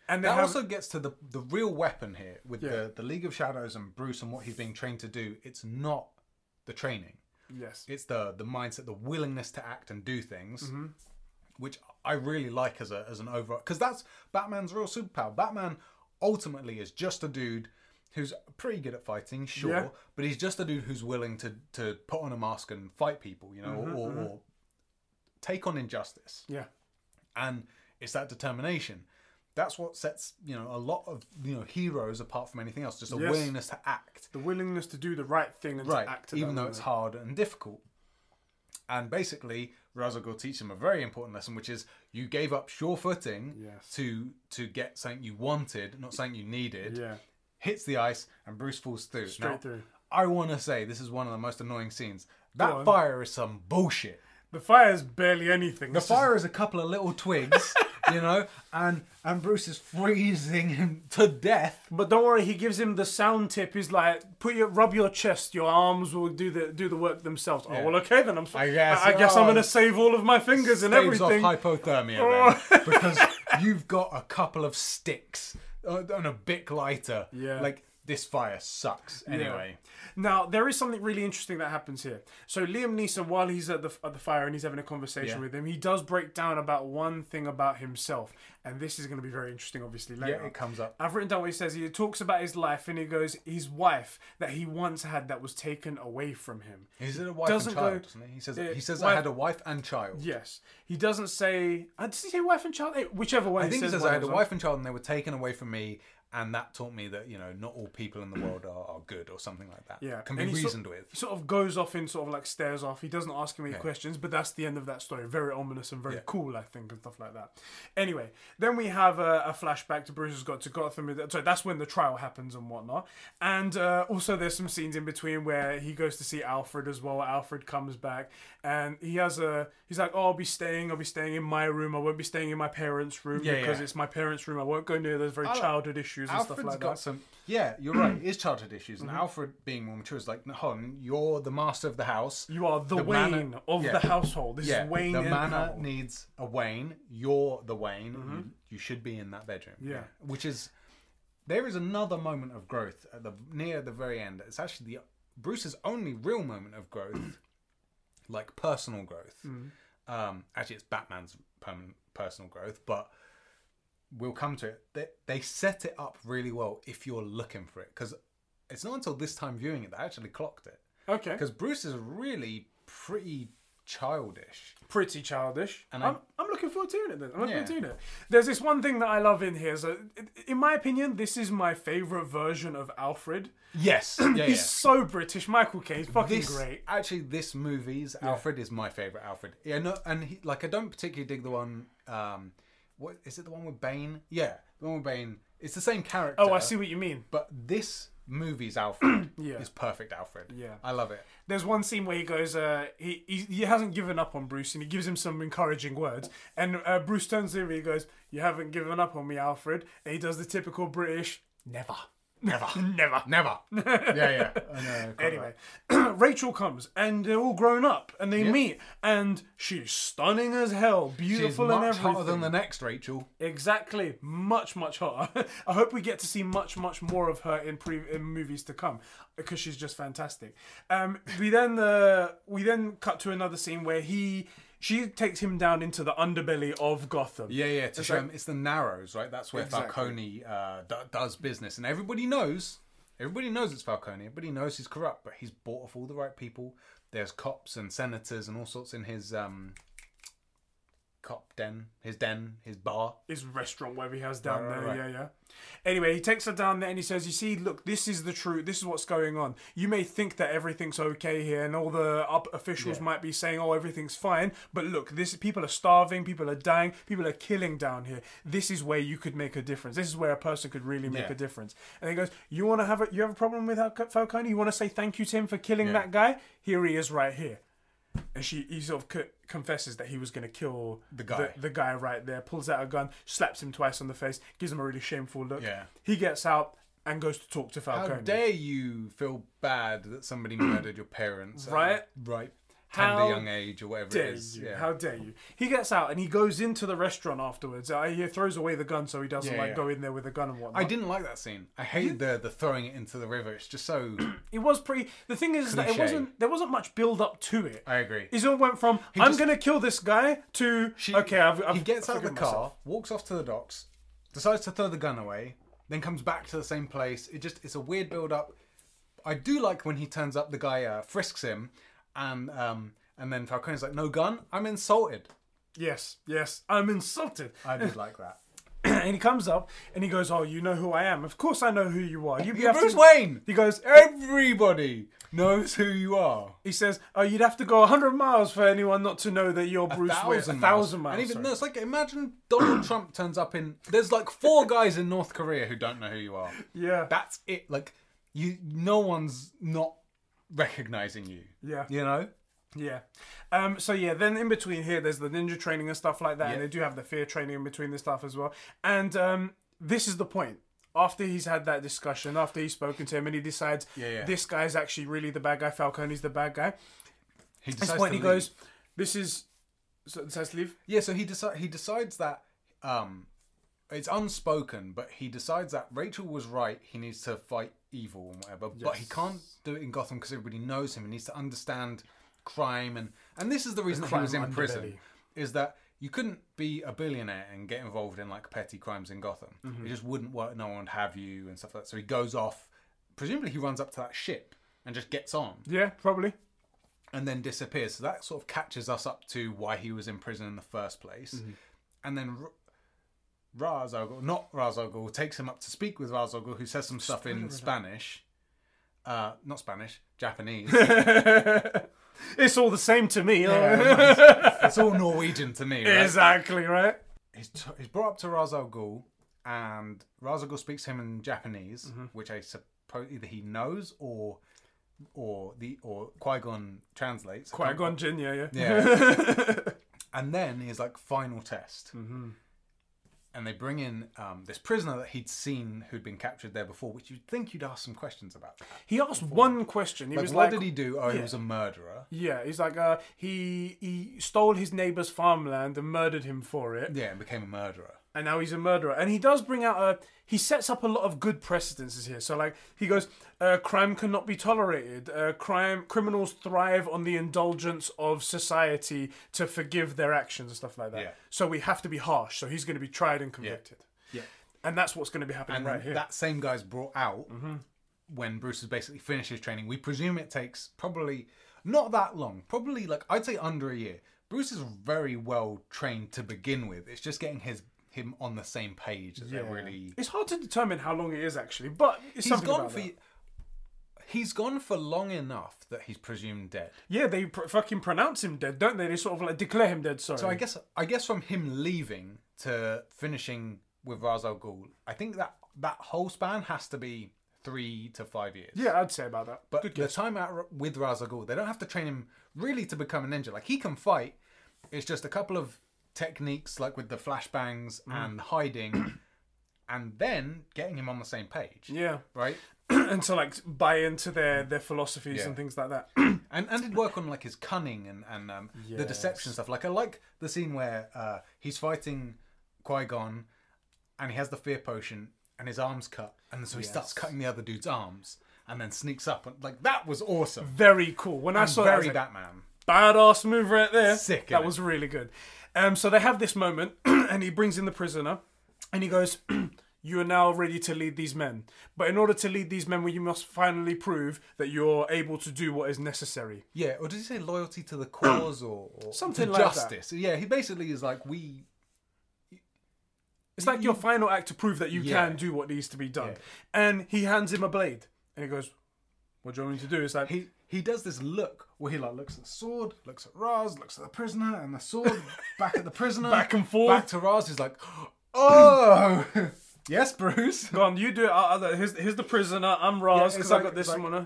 S1: And they
S2: That
S1: have,
S2: also gets to the the real weapon here with
S1: Yeah.
S2: the the League of Shadows and Bruce and what he's being trained to do. It's not the training.
S1: yes,
S2: It's the the mindset, the willingness to act and do things,
S1: Mm-hmm.
S2: which I really like as a as an overall because that's Batman's real superpower. Batman ultimately is just a dude who's pretty good at fighting, sure,
S1: Yeah.
S2: but he's just a dude who's willing to to put on a mask and fight people, you know,
S1: Mm-hmm,
S2: or, or take on injustice
S1: yeah,
S2: and it's that determination that's what sets you know a lot of you know heroes apart from anything else just a
S1: Yes.
S2: willingness to act
S1: the willingness to do the right thing and
S2: right
S1: to act. at
S2: even
S1: that
S2: though it's
S1: moment.
S2: hard and difficult and basically Razagul teaches him a very important lesson which is you gave up sure footing
S1: Yes.
S2: to to get something you wanted not something you needed
S1: yeah,
S2: hits the ice and Bruce falls through
S1: Straight
S2: Now,
S1: through.
S2: I want to say this is one of the most annoying scenes
S1: on.
S2: that fire is some bullshit
S1: the fire is barely anything.
S2: the fire is a couple of little twigs, you know, and and Bruce is freezing him to death.
S1: But don't worry, he gives him the sound tip. He's like, "Put your rub your chest. Your arms will do the do the work themselves." Oh well, okay then. I'm. So-
S2: I guess-
S1: I, I guess I'm
S2: oh,
S1: gonna save all of my fingers and
S2: Saves off
S1: everything. Oh.
S2: hypothermia then, because you've got a couple of sticks uh, and a bic lighter.
S1: Yeah.
S2: like this fire sucks. Anyway,
S1: Now there is something really interesting that happens here. So Liam Neeson, while he's at the at the fire and he's having a conversation
S2: Yeah.
S1: with him, he does break down about one thing about himself, and this is going to be very interesting, obviously
S2: yeah,
S1: later.
S2: it comes up.
S1: I've written down what he says. He talks about his life and he goes, his wife that he once had that was taken away from him.
S2: Is it a wife
S1: doesn't
S2: and child?
S1: go-
S2: doesn't he? He says
S1: uh,
S2: he says I
S1: wife-
S2: had a wife and child.
S1: Yes. He doesn't say. Uh, does he say wife and child? Eh, Whichever one.
S2: I think he says
S1: one
S2: I had a
S1: was on.
S2: wife and child, and they were taken away from me, and that taught me that you know not all people in the world are, are good or something like that.
S1: Yeah.
S2: can be
S1: And he sort-
S2: reasoned with.
S1: He sort of goes off in sort of like stares off. He doesn't ask him any questions, but that's the end of that story. Very ominous and very cool, I think, and stuff like that. Anyway, then we have a, a flashback to Bruce has got to Gotham. So that's when the trial happens and whatnot. And uh, also, there's some scenes in between where he goes to see Alfred as well. Alfred comes back and he has a. He's like, "Oh, I'll be staying. I'll be staying in my room. I won't be staying in my parents' room
S2: Yeah,
S1: because
S2: yeah.
S1: it's my parents' room. I won't go near those very childhood issues and
S2: Alfred's
S1: stuff like
S2: got
S1: that." Mm-hmm.
S2: some. Yeah, you're right. It is childhood issues, and Alfred, being more mature, is like, no, hold on, you're the master of the house.
S1: You are the,
S2: The
S1: Wayne
S2: manor-
S1: of
S2: yeah.
S1: the household. This
S2: yeah,
S1: is Wayne
S2: the
S1: and
S2: manor
S1: Howell.
S2: needs a Wayne. You're the Wayne. You, you should be in that bedroom.
S1: Mm-hmm. Yeah.
S2: which is there is another moment of growth at the near the very end. It's actually the Bruce's only real moment of growth, like personal growth.
S1: Mm-hmm.
S2: Um, actually, it's Batman's permanent personal growth, but we'll come to it. They, they set it up really well if you're looking for it, because it's not until this time viewing it that I actually clocked it.
S1: Okay.
S2: Because Bruce is really pretty childish.
S1: Pretty childish.
S2: And
S1: I'm,
S2: I-
S1: I'm looking forward to hearing it then. I'm looking
S2: Yeah.
S1: forward to hearing it. There's this one thing that I love in here. So, i- in my opinion, this is my favorite version of Alfred.
S2: Yes, yeah,
S1: He's
S2: yeah.
S1: so British. Michael Caine's fucking
S2: This-
S1: great.
S2: Actually, this movie's Alfred is my favorite Alfred. Yeah, no, and he, like I don't particularly dig the one. Um, what is it? The one with Bane? Yeah, the one with Bane. It's the same character.
S1: Oh, I see what you mean.
S2: But this movies Alfred
S1: Yeah.
S2: is perfect Alfred.
S1: Yeah.
S2: I love it.
S1: There's one scene where he goes, uh, he, he he hasn't given up on Bruce, and he gives him some encouraging words. And uh, Bruce turns to him, and he goes, "You haven't given up on me, Alfred." And he does the typical British, "Never, never, never."
S2: Never. yeah, yeah. I know, quite
S1: Anyway, Rachel comes, and they're all grown up, and they meet, and she's stunning as hell,
S2: right. She's
S1: beautiful
S2: much
S1: and everything.
S2: hotter than the next Rachel.
S1: Exactly, much much hotter. I hope we get to see much much more of her in pre in movies to come because she's just fantastic. Um, we then uh, we then cut to another scene where he she takes him down into the underbelly of Gotham.
S2: Yeah, yeah. To show
S1: like-
S2: him, it's the Narrows, right? That's where
S1: Exactly.
S2: Falcone uh, d- does business, and everybody knows. Everybody knows it's Falcone. Everybody knows he's corrupt, but he's bought off all the right people. There's cops and senators and all sorts in his um, cop den, his den, his bar.
S1: his restaurant where he has down
S2: Right,
S1: there.
S2: right,
S1: Yeah, yeah. Anyway, he takes her down there and he says, "You see, look, this is the truth. This is what's going on. You may think that everything's okay here, and all the up officials might be saying, oh, everything's fine, but look, this people are starving, people are dying, people are killing down here. This is where you could make a difference. This is where a person could really make
S2: Yeah.
S1: a difference." And he goes, "You want to have a you have a problem with Al- Falcone? You want to say thank you to him for killing that guy? Here he is, right here." and she he sort of co- confesses that he was going to kill the
S2: guy.
S1: The, guy right there pulls out a gun, slaps him twice on the face, gives him a really shameful look.
S2: Yeah.
S1: He gets out and goes to talk to
S2: How
S1: Falcone.
S2: dare you feel bad that somebody murdered your parents? at a
S1: Right.
S2: right.
S1: How
S2: Tender young age or whatever
S1: dare
S2: it is.
S1: you?
S2: Yeah.
S1: How dare you? He gets out and he goes into the restaurant afterwards. Uh, he throws away the gun so he doesn't
S2: Yeah,
S1: like
S2: yeah.
S1: go in there with a gun and whatnot.
S2: I didn't like that scene. I hate the the throwing it into the river. It's just so.
S1: it was pretty. The thing is that it
S2: Cliche.
S1: wasn't. There wasn't much build up to it.
S2: I agree.
S1: He sort of went from I'm
S2: just-
S1: going to kill this guy to
S2: She-
S1: okay. I've, I've
S2: he gets out of the
S1: forgiven
S2: car,
S1: myself."
S2: walks off to the docks, decides to throw the gun away, then comes back to the same place. It just it's a weird build up. I do like when he turns up, the guy uh, frisks him, and um, and then Falcone's like, "No gun, I'm insulted."
S1: Yes, yes. I'm insulted.
S2: I did like that.
S1: and he comes up and he goes, "Oh, you know who I am? Of course I know who you are. You, you have
S2: Bruce
S1: to."
S2: Wayne.
S1: He goes,
S2: Everybody knows who you are.
S1: he says, "Oh, you'd have to go hundred miles for anyone not to know that you're Bruce Wayne. A thousand miles.
S2: And even
S1: sorry.
S2: no, it's like imagine Donald Trump turns up in. There's like four guys in North Korea who don't know who you are.
S1: yeah,
S2: that's it. Like you, no one's not recognizing you.
S1: Yeah.
S2: you know.
S1: yeah. Um, so yeah, then in between here, there's the ninja training and stuff like that, and they do have the fear training in between this stuff as well. And um, this is the point." After he's had that discussion, after he's spoken to him, and he decides
S2: yeah.
S1: this guy's actually really the bad guy, Falcone's the bad guy.
S2: He decides
S1: At this point,
S2: to
S1: he
S2: leave.
S1: goes, "This is." So, decides to leave.
S2: Yeah, so he decide he decides that um, it's unspoken, but he decides that Rachel was right. He needs to fight evil and whatever, but he can't do it in Gotham because everybody knows him. He needs to understand crime and and this is the reason that he was
S1: crime
S2: in prison
S1: underbelly.
S2: is that you couldn't be a billionaire and get involved in like petty crimes in Gotham. It just wouldn't work. No one would have you and stuff like that. So he goes off. Presumably, he runs up to that ship and just gets on
S1: Yeah, probably.
S2: and then disappears. So that sort of catches us up to why he was in prison in the first place. And then R- Ra's al Ghul, not Ra's al Ghul, takes him up to speak with Ra's al Ghul, who says some stuff in Spanish. Uh, not Spanish, Japanese.
S1: It's all the same to me.
S2: it's all Norwegian to me. Right?
S1: exactly, right?
S2: He's, t- he's brought up to Ra's al Ghul, and Ra's al Ghul speaks to him in Japanese, which I suppose either he knows or or the or Qui Gon translates. I can't
S1: Qui Gon Jinn, yeah, yeah.
S2: Yeah. Mm-hmm. and then he's like, final test. And they bring in um, this prisoner that he'd seen who'd been captured there before, which you'd think you'd ask some questions about.
S1: He asked one question. He
S2: Like,
S1: was
S2: what
S1: like,
S2: did he do? Oh, he was a murderer.
S1: yeah, he's like, uh, he he stole his neighbor's farmland and murdered him for it,
S2: Yeah, and became a murderer.
S1: and now he's a murderer. And he does bring out a he sets up a lot of good precedences here. So like he goes, uh, crime cannot be tolerated. Uh, crime criminals thrive on the indulgence of society to forgive their actions and stuff like that.
S2: Yeah.
S1: So we have to be harsh. So he's going to be tried and convicted.
S2: Yeah.
S1: And that's what's going to be happening
S2: And
S1: right here.
S2: that same guy's brought out when Bruce has basically finished his training. We presume it takes probably not that long, probably like I'd say under a year. Bruce is very well trained to begin with. It's just getting his him on the same page that they're really
S1: It's hard to determine how long it is actually, but it's
S2: he's
S1: something
S2: gone
S1: about
S2: for
S1: that.
S2: he's gone for long enough that he's presumed dead.
S1: Yeah, they pr- fucking pronounce him dead, don't they? They sort of like declare him dead. Sorry.
S2: So I guess I guess from him leaving to finishing with Ra's al Ghul, I think that that whole span has to be three to five years.
S1: Yeah, I'd say about that.
S2: But the time out r- with Ra's al Ghul, they don't have to train him really to become a ninja. Like he can fight. It's just a couple of techniques, like with the flashbangs
S1: Mm.
S2: and hiding, and then getting him on the same page.
S1: Yeah,
S2: Right.
S1: and to like buy into their their philosophies and things like that.
S2: And and did work on like his cunning and and um, the deception stuff. Like I like the scene where uh, he's fighting Qui Gon, and he has the fear potion, and his arms cut, and so he starts cutting the other dude's arms, and then sneaks up, and like that was awesome.
S1: very cool. When I saw that, I was
S2: Very
S1: like,
S2: Batman.
S1: badass move right there.
S2: Sick,
S1: That
S2: innit?
S1: was really good. Um, so they have this moment, and he brings in the prisoner, and he goes, "You are now ready to lead these men. But in order to lead these men, well, you must finally prove that you're able to do what is necessary."
S2: Yeah, or did he say loyalty to the cause or, or
S1: Something
S2: to
S1: like that.
S2: justice? Yeah, he basically is like we.
S1: It's like your final act to prove that you
S2: Yeah.
S1: can do what needs to be done. And he hands him a blade, and he goes, "What do you want me to do?" It's like
S2: He, he does this look where he like looks at the sword, looks at Raz, looks at the prisoner, and the sword back at the prisoner,
S1: Back and forth.
S2: back to Raz. He's like, oh, yes, Bruce.
S1: Go on, you do it. I'll, I'll- here's, here's the prisoner. I'm Raz
S2: Yeah,
S1: because
S2: it's
S1: I
S2: like-
S1: got this
S2: it's like-
S1: one. uh.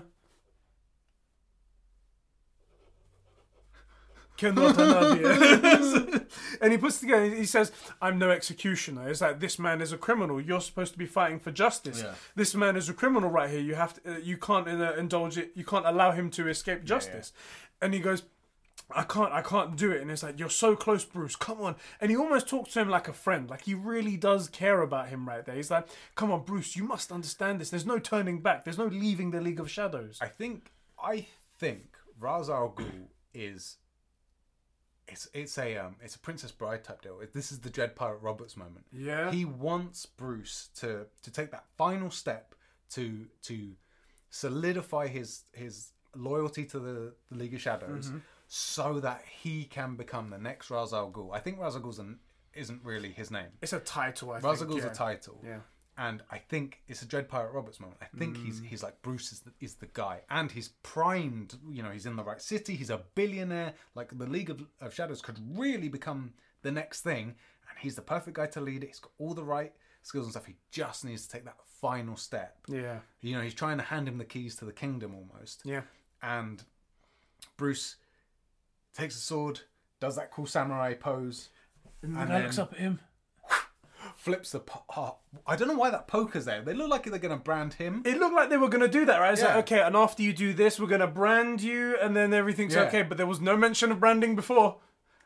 S1: Cannot another. and he puts together. He says, "I'm no executioner." It's like this man is a criminal. You're supposed to be fighting for justice.
S2: Yeah.
S1: This man is a criminal right here. You have to. Uh, you can't uh, indulge it. You can't allow him to escape justice. And he goes, I can't, I can't do it. And it's like, you're so close, Bruce. Come on. And he almost talks to him like a friend. Like he really does care about him right there. He's like, come on, Bruce, you must understand this. There's no turning back. There's no leaving the League of Shadows.
S2: I think I think Raz Al Ghul is. It's it's a um it's a Princess Bride type deal. This is the Dread Pirate Roberts moment.
S1: Yeah.
S2: he wants Bruce to to take that final step to to solidify his his loyalty to the, the League of Shadows, so that he can become the next Ra's al Ghul. I think Ra's al Ghul's an, isn't really his name.
S1: It's a title, I
S2: Ra's al
S1: think.
S2: Ghul's
S1: yeah.
S2: a title.
S1: Yeah.
S2: And I think it's a Dread Pirate Roberts moment. I think he's
S1: Mm.
S2: he's like Bruce is the, is the guy, and he's primed. You know, he's in the right city. He's a billionaire. Like the League of, of Shadows could really become the next thing, and he's the perfect guy to lead it. He's got all the right skills and stuff. He just needs to take that final step.
S1: Yeah.
S2: You know, he's trying to hand him the keys to the kingdom almost.
S1: Yeah.
S2: And Bruce takes a sword, does that cool samurai pose,
S1: And, I
S2: And then-
S1: looks up at him.
S2: flips the. Po- oh, I don't know why that poker's there. They look like they're going to brand him.
S1: It looked like they were going to do that, right? It's
S2: Yeah.
S1: like, okay, and after you do this, we're going to brand you, and then everything's
S2: Yeah.
S1: okay. But there was no mention of branding before.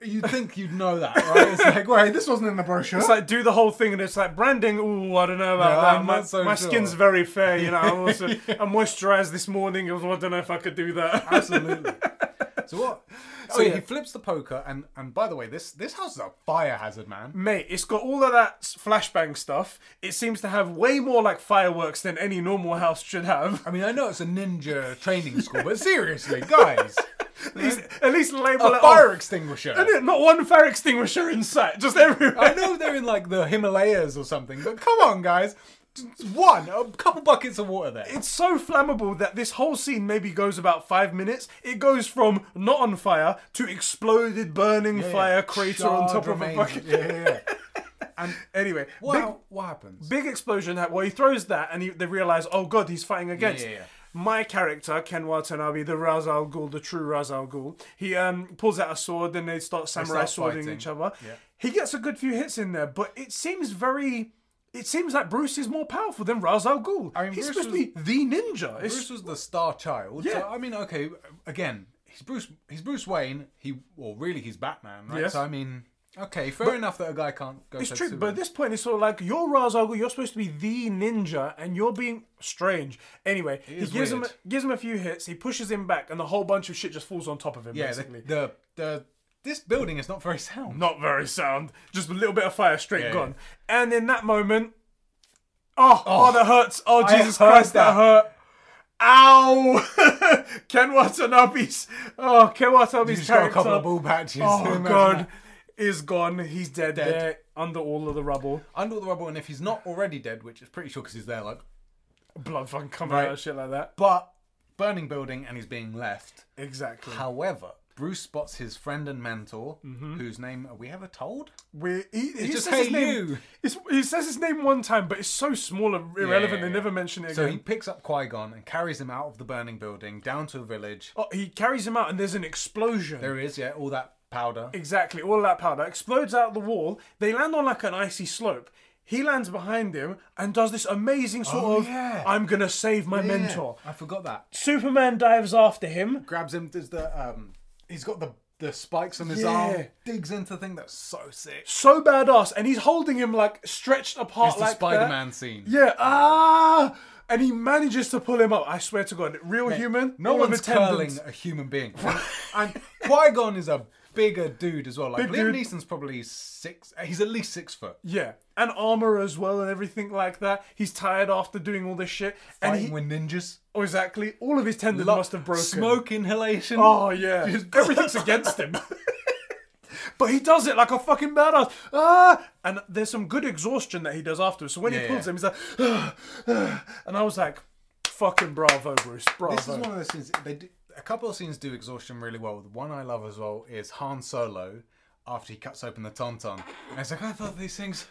S2: You'd think you'd know that, right? It's like, wait, this wasn't in the brochure.
S1: It's like do the whole thing, and it's like branding. Ooh, I don't know about
S2: No,
S1: that.
S2: I'm
S1: my
S2: not so
S1: my
S2: sure.
S1: skin's very fair, you know. I'm also I moisturized this morning. I was- I don't know if I could do that.
S2: Absolutely. so what? So
S1: Oh, yeah.
S2: he flips the poker, and and by the way, this this house is a fire hazard, man.
S1: Mate, it's got all of that s- flashbang stuff. It seems to have way more like fireworks than any normal house should have.
S2: I mean, I know it's a ninja training school, but seriously, guys,
S1: At least, at least label
S2: a
S1: it
S2: fire
S1: off.
S2: extinguisher.
S1: Not one fire extinguisher in sight, just everywhere.
S2: I know they're in like the Himalayas or something, but come on, guys, Just one, a couple buckets of water there.
S1: It's so flammable that this whole scene maybe goes about five minutes. It goes from not on fire to exploded, burning fire crater on top of a
S2: Charred
S1: bucket.
S2: remains. Yeah, yeah, yeah. And
S1: Anyway,
S2: what,
S1: big-
S2: what happens?
S1: big explosion. ha- Well, he throws that, and he, they realize, oh god, he's fighting against.
S2: Yeah, yeah, yeah.
S1: My character, Ken Watanabe, the Ra's al Ghul, the true Ra's al Ghul, he um, pulls out a sword, then they start samurai
S2: start
S1: swording
S2: fighting.
S1: each other.
S2: Yeah.
S1: He gets a good few hits in there, but it seems very. It seems like Bruce is more powerful than Ra's al Ghul.
S2: mean,
S1: he's
S2: Bruce
S1: supposed to be the ninja. It's-
S2: Bruce was the star child.
S1: Yeah.
S2: So, I mean, okay, again, he's Bruce. He's Bruce Wayne. He, well, really, he's Batman, right?
S1: Yes.
S2: So I mean, okay, fair enough that a guy can't go.
S1: It's true, but at this point, it's sort of like you're Ra's al Ghul. You're supposed to be the ninja, and you're being strange. Anyway, he
S2: is
S1: gives him
S2: weird.
S1: gives him a few hits. He pushes him back, and a whole bunch of shit just falls on top of him.
S2: yeah, the,
S1: basically,
S2: the the this building is not very sound.
S1: not very sound. Just a little bit of fire straight
S2: Yeah,
S1: gone. And in that moment, oh, oh, that hurts. Oh, Jesus
S2: heard
S1: Christ, that,
S2: that.
S1: hurt. Ow! Ken Watanabe's oh, Ken Watanabe's
S2: He's got a
S1: character.
S2: couple of ball patches.
S1: oh
S2: Imagine
S1: God,
S2: that.
S1: is gone. He's dead, there under all of the rubble.
S2: Under all the rubble, and if he's not already dead, which is pretty sure because he's there, like,
S1: Blood fucking coming
S2: Right.
S1: out of shit like that.
S2: but burning building, and he's being left.
S1: Exactly.
S2: However, Bruce spots his friend and mentor,
S1: Mm-hmm.
S2: whose name are we ever told?
S1: We he, he
S2: just,
S1: says his
S2: "Hey,
S1: name.
S2: you."
S1: It's, he says his name one time, but it's so small and irrelevant.
S2: yeah,
S1: They
S2: yeah.
S1: never mention it again.
S2: So he picks up Qui Gon and carries him out of the burning building down to a village.
S1: Oh, he carries him out, and there's an explosion.
S2: There is, yeah, all that powder.
S1: Exactly, all that powder explodes out the wall. They land on like an icy slope. He lands behind him and does this amazing sort
S2: Oh,
S1: of
S2: yeah.
S1: I'm gonna save my mentor.
S2: Yeah, I forgot that.
S1: Superman dives after him.
S2: grabs him. There's the um, he's got the the spikes on his
S1: Yeah.
S2: arm. Digs into the thing. That's so sick.
S1: So badass, and he's holding him like stretched apart
S2: It's the
S1: like that.
S2: Spider-Man scene.
S1: Yeah, ah, and he manages to pull him up. I swear to God, real human.
S2: No
S1: all of
S2: one's
S1: the tendons.
S2: curling a human being. and Qui Gon is a bigger dude as well. Like
S1: Big
S2: Liam
S1: dude.
S2: Neeson's probably six. He's at least six foot.
S1: Yeah, and armor as well, and everything like that. He's tired after doing all this shit, and
S2: Fighting
S1: he
S2: with ninjas.
S1: oh, exactly all of his tendons
S2: Lo-
S1: must have broken.
S2: Smoke inhalation.
S1: Oh yeah, everything's against him. But he does it like a fucking badass. Ah! And there's some good exhaustion that he does afterwards. So when he
S2: Yeah,
S1: pulls
S2: yeah.
S1: him, he's like, "Ah, ah," and I was like, fucking bravo, Bruce. Bravo.
S2: This is one of those scenes. They do, a couple of scenes do exhaustion really well. The one I love as well is Han Solo after he cuts open the tauntaun. And it's like I thought these things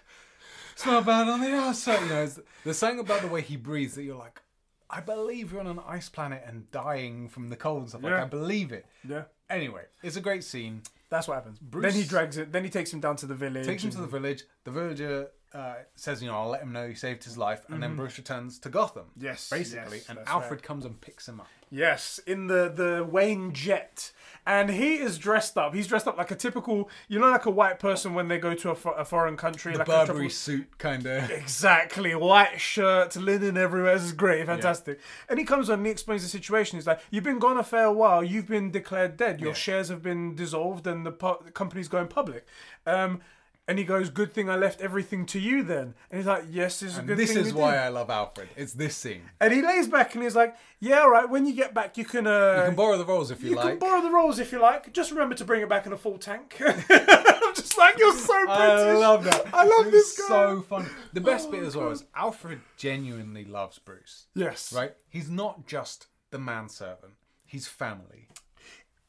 S2: smell bad on the outside. You know, it's- there's something about the way he breathes that you're like, I believe you're on an ice planet and dying from the cold and stuff. Like
S1: Yeah.
S2: I believe it.
S1: yeah,
S2: Anyway, it's a great scene.
S1: that's what happens.
S2: Bruce-
S1: Then he drags it. Then he takes him down to the village.
S2: Takes him to
S1: and-
S2: the village. The villager uh, says, "You know, I'll let him know he saved his life." And then Bruce returns to Gotham.
S1: Mm-hmm. Yes,
S2: basically.
S1: yes,
S2: and
S1: that's
S2: Alfred comes and picks him up.
S1: Yes, in the the Wayne jet, and he is dressed up. He's dressed up like a typical, you know, like a white person when they go to a, fo- a foreign country, like a
S2: Burberry
S1: typical-
S2: suit, kind of.
S1: Exactly, white shirt, linen everywhere. This is great, fantastic. And he comes on and he explains the situation. He's like, "You've been gone a fair while. You've been declared dead. Your
S2: Yeah.
S1: shares have been dissolved, and the, pu- the company's going public." Um, and he goes, "Good thing I left everything to you then." And he's like, "Yes, this is a good
S2: this
S1: thing."
S2: is
S1: you
S2: why
S1: did."
S2: I love Alfred. It's this scene.
S1: And he lays back and he's like, "Yeah, all right. When you get back, you can uh,
S2: You can borrow the rolls if you,
S1: You
S2: like.
S1: can borrow the rolls if you like. Just remember to bring it back in a full tank. I'm just like you're so British.
S2: I love that.
S1: I love
S2: It's
S1: this guy.
S2: So fun. The best
S1: Oh
S2: bit
S1: my
S2: as well
S1: God.
S2: is Alfred genuinely loves Bruce.
S1: yes,
S2: Right? He's not just the manservant. He's family.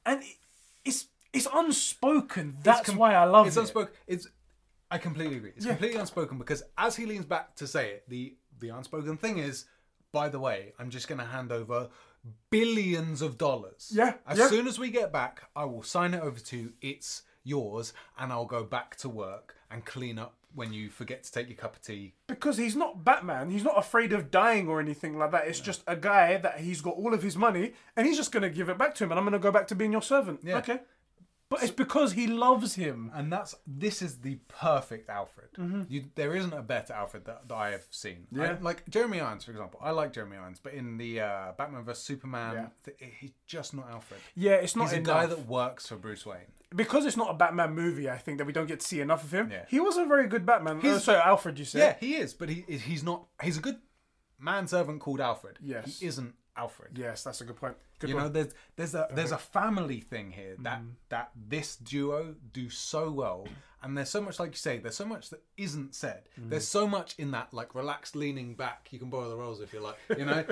S1: And it- it's it's unspoken. That's
S2: com-
S1: why I love
S2: It's
S1: it.
S2: unspoken. It's. I completely agree. It's completely unspoken because as he leans back to say it, the the unspoken thing is, by the way, I'm just going to hand over billions of dollars.
S1: Yeah,
S2: As
S1: yeah.
S2: soon as we get back, I will sign it over to you. It's yours, and I'll go back to work and clean up when you forget to take your cup of tea.
S1: because he's not Batman. He's not afraid of dying or anything like that. It's just a guy that he's got all of his money and he's just gonna give it back to him. And I'm gonna go back to being your servant.
S2: Yeah.
S1: Okay. But it's because he loves him.
S2: And that's this is the perfect Alfred. You, there isn't a better Alfred that, that I have seen. I-
S1: Mm-hmm. Yeah.
S2: like Jeremy Irons, for example. I like Jeremy Irons, but in the uh, Batman vs Superman, th- he's just not Alfred.
S1: Yeah, it's not
S2: He's a
S1: enough.
S2: guy that works for Bruce Wayne.
S1: because it's not a Batman movie. I think that we don't get to see enough of him.
S2: Yeah.
S1: He was a very good Batman. Oh, so Alfred, you said.
S2: Yeah, he is, but he he's not. He's a good manservant called Alfred.
S1: Yes.
S2: he isn't Alfred.
S1: Yes, that's a good point. Good Mm.
S2: You
S1: point.
S2: know, there's there's a there's a family thing here that that this duo do so well, and there's so much like you say, there's so much that isn't said.
S1: Mm.
S2: There's so much in that like relaxed leaning back. You can borrow the rolls if you like, you know,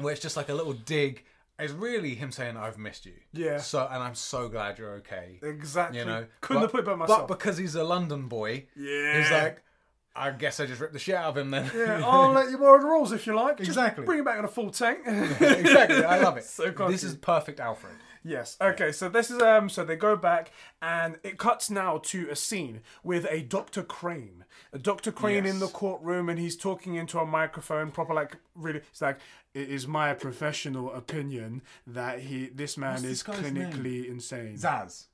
S2: where it's just like a little dig. It's really him saying, "I've missed you."
S1: Yeah.
S2: So, and I'm so glad you're okay.
S1: Exactly.
S2: You know,
S1: couldn't
S2: but,
S1: have put it by
S2: But
S1: myself.
S2: because he's a London boy,
S1: Yeah.
S2: he's like, I guess I just ripped the shit out of him then.
S1: Yeah, I'll let you borrow the rules if you like. Just
S2: Exactly.
S1: bring it back in a full tank.
S2: exactly. I love it.
S1: So
S2: this
S1: cocky.
S2: is perfect, Alfred.
S1: yes. Okay. So this is um. So they go back, and it cuts now to a scene with a Doctor Crane, a Doctor Crane in
S2: Yes.
S1: the courtroom, and he's talking into a microphone, proper like really. It's like it is my professional opinion that he this man
S2: this
S1: is
S2: guy's
S1: clinically insane.
S2: Zaz.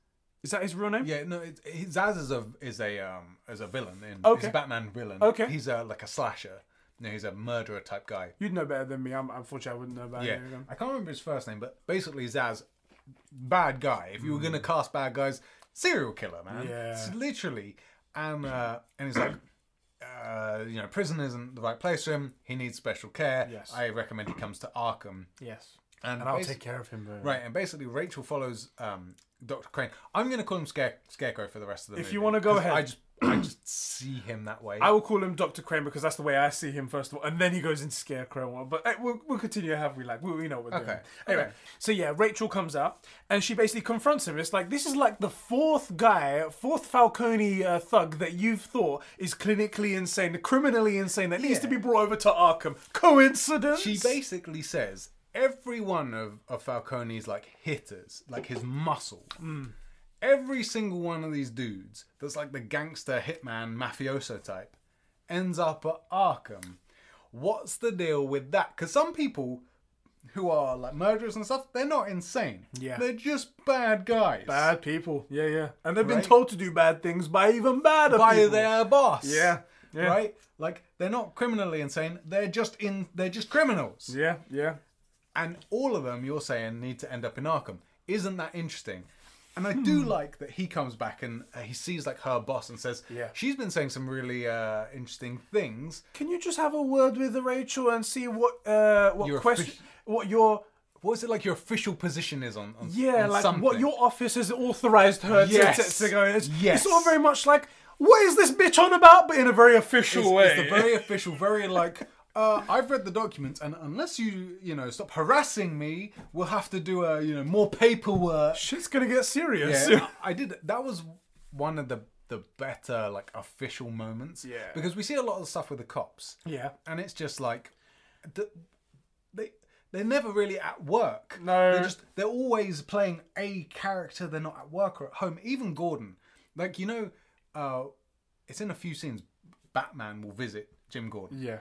S1: is that his real name?
S2: Yeah, no, it, he, Zaz is a is a um is a villain in he's
S1: Okay.
S2: a Batman villain.
S1: Okay.
S2: he's a like a slasher. No, he's a murderer type guy.
S1: You'd know better than me. I'm unfortunately I wouldn't know about
S2: Yeah,
S1: any of them.
S2: I can't remember his first name, but basically Zaz, bad guy. If you were gonna cast bad guys, serial killer, man.
S1: Mm. Yeah.
S2: It's literally, and uh, and he's like, uh, you know, prison isn't the right place for him. He needs special care.
S1: Yes.
S2: I recommend he comes to Arkham.
S1: Yes.
S2: And,
S1: And I'll
S2: basi-
S1: take care of him. Though.
S2: Right, and basically Rachel follows um, Doctor Crane. I'm going to call him Scare- Scarecrow for the rest of the movie.
S1: you wanna go
S2: 'cause
S1: ahead.
S2: I just I just see him that way.
S1: I will call him Doctor Crane because that's the way I see him first of all, and then he goes into Scarecrow. But eh, we'll, we'll continue. Have we like we, we know what we're doing?
S2: Okay,
S1: Anyway, so yeah, Rachel comes out and she basically confronts him. It's like this is like the fourth guy, fourth Falcone uh, thug that you've thought is clinically insane, criminally insane that needs to be brought over to Arkham. Coincidence?
S2: She basically says every one of, of Falcone's like hitters, like his muscle,
S1: Hmm.
S2: every single one of these dudes that's like the gangster hitman mafioso type ends up at Arkham. What's the deal with that? Because some people who are like murderers and stuff, they're not insane.
S1: Yeah.
S2: They're just bad guys.
S1: bad people. Yeah, yeah, and they've
S2: Right.
S1: been told to do bad things by even badder
S2: by
S1: people.
S2: their boss.
S1: Yeah, yeah.
S2: Right? Like they're not criminally insane. They're just in they're just criminals.
S1: yeah, yeah.
S2: and all of them you're saying need to end up in Arkham. Isn't that interesting? And I
S1: Hmm.
S2: do like that he comes back and uh, he sees like her boss and says,
S1: Yeah.
S2: she's been saying some really uh, interesting things."
S1: Can you just have a word with Rachel and see what uh what
S2: Your
S1: question
S2: offici-
S1: what your
S2: What is it like? Your official position is on, on
S1: yeah like
S2: on
S1: what
S2: something.
S1: your office has authorized her to-
S2: Yes.
S1: to, to go in. It's,
S2: Yes.
S1: it's all very much like what is this bitch on about, but in a very official
S2: It's-
S1: way.
S2: It's the very official, very like. Uh, I've read the documents, and unless you, you know, stop harassing me, we'll have to do a, you know, more paperwork.
S1: Shit's gonna get serious.
S2: Yeah, I I did. That was one of the the better like official moments.
S1: Yeah.
S2: because we see a lot of stuff with the cops.
S1: Yeah.
S2: and it's just like th- they they're never really at work.
S1: No.
S2: they're just they're always playing a character. They're not at work or at home. Even Gordon, like you know, uh, it's in a few scenes. Batman will visit Jim Gordon.
S1: Yeah.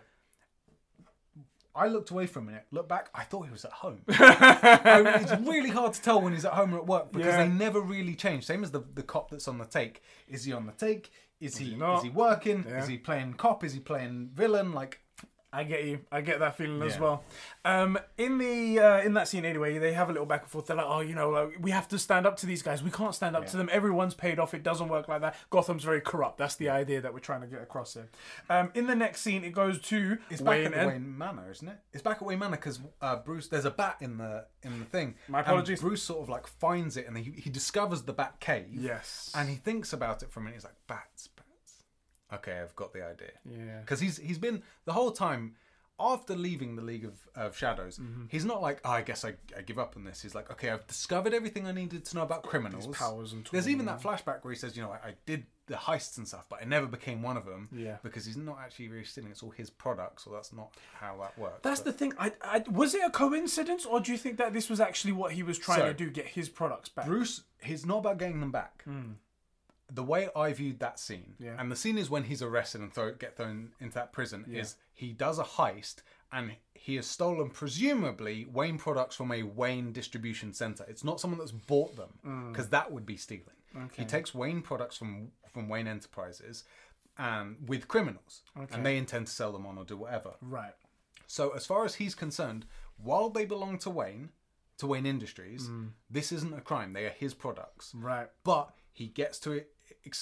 S2: I looked away for a minute, looked back. I thought he was at home. I mean, it's really hard to tell when he's at home or at work because
S1: Yeah.
S2: they never really change. Same as the, the cop that's on the take. Is he on the take? Is he,
S1: not?
S2: is he working?
S1: Yeah.
S2: Is he playing cop? Is he playing villain? Like
S1: I get you. I get that feeling as
S2: Yeah.
S1: well. Um, in the uh, in that scene anyway, they have a little back and forth. They're like, "Oh, you know, like, we have to stand up to these guys. We can't stand up to them. Everyone's paid off. It doesn't work like that. Gotham's very corrupt. That's the idea that we're trying to get across here." Um, in the next scene, it goes to
S2: it's back
S1: Wayne
S2: at the
S1: and
S2: Wayne Manor, isn't it? It's back at Wayne Manor because uh, Bruce. There's a bat in the in the thing.
S1: My
S2: and
S1: apologies.
S2: Bruce sort of like finds it and he, he discovers the bat cave.
S1: yes,
S2: And he thinks about it for a minute. He's like, bats, bats. Okay, I've got the idea.
S1: Yeah.
S2: Because he's he's been the whole time after leaving the League of, of Shadows.
S1: Mm-hmm.
S2: He's not like, oh, I guess I, I give up on this. He's like, okay, I've discovered everything I needed to know about criminals.
S1: powers and
S2: There's even that flashback where he says, you know, I, I did the heists and stuff, but I never became one of them.
S1: Yeah.
S2: Because he's not actually really stealing. It's all his products, so that's not how that works.
S1: that's the thing. I, I was it a coincidence, or do you think that this was actually what he was trying
S2: So-
S1: to do? Get his products back. Hmm.
S2: Bruce, he's not about getting them back. The way I viewed that scene,
S1: Yeah.
S2: and the scene is when he's arrested and throw, get thrown into that prison, is he does a heist and he has stolen presumably Wayne products from a Wayne distribution center. It's not someone that's bought
S1: Hmm.
S2: them because that would be stealing. He takes Wayne products from from Wayne Enterprises. And with criminals, and they intend to sell them on or do whatever.
S1: right.
S2: So as far as he's concerned, while they belong to Wayne, to Wayne Industries,
S1: Mm.
S2: this isn't a crime. They are his products.
S1: Right.
S2: But he gets to e-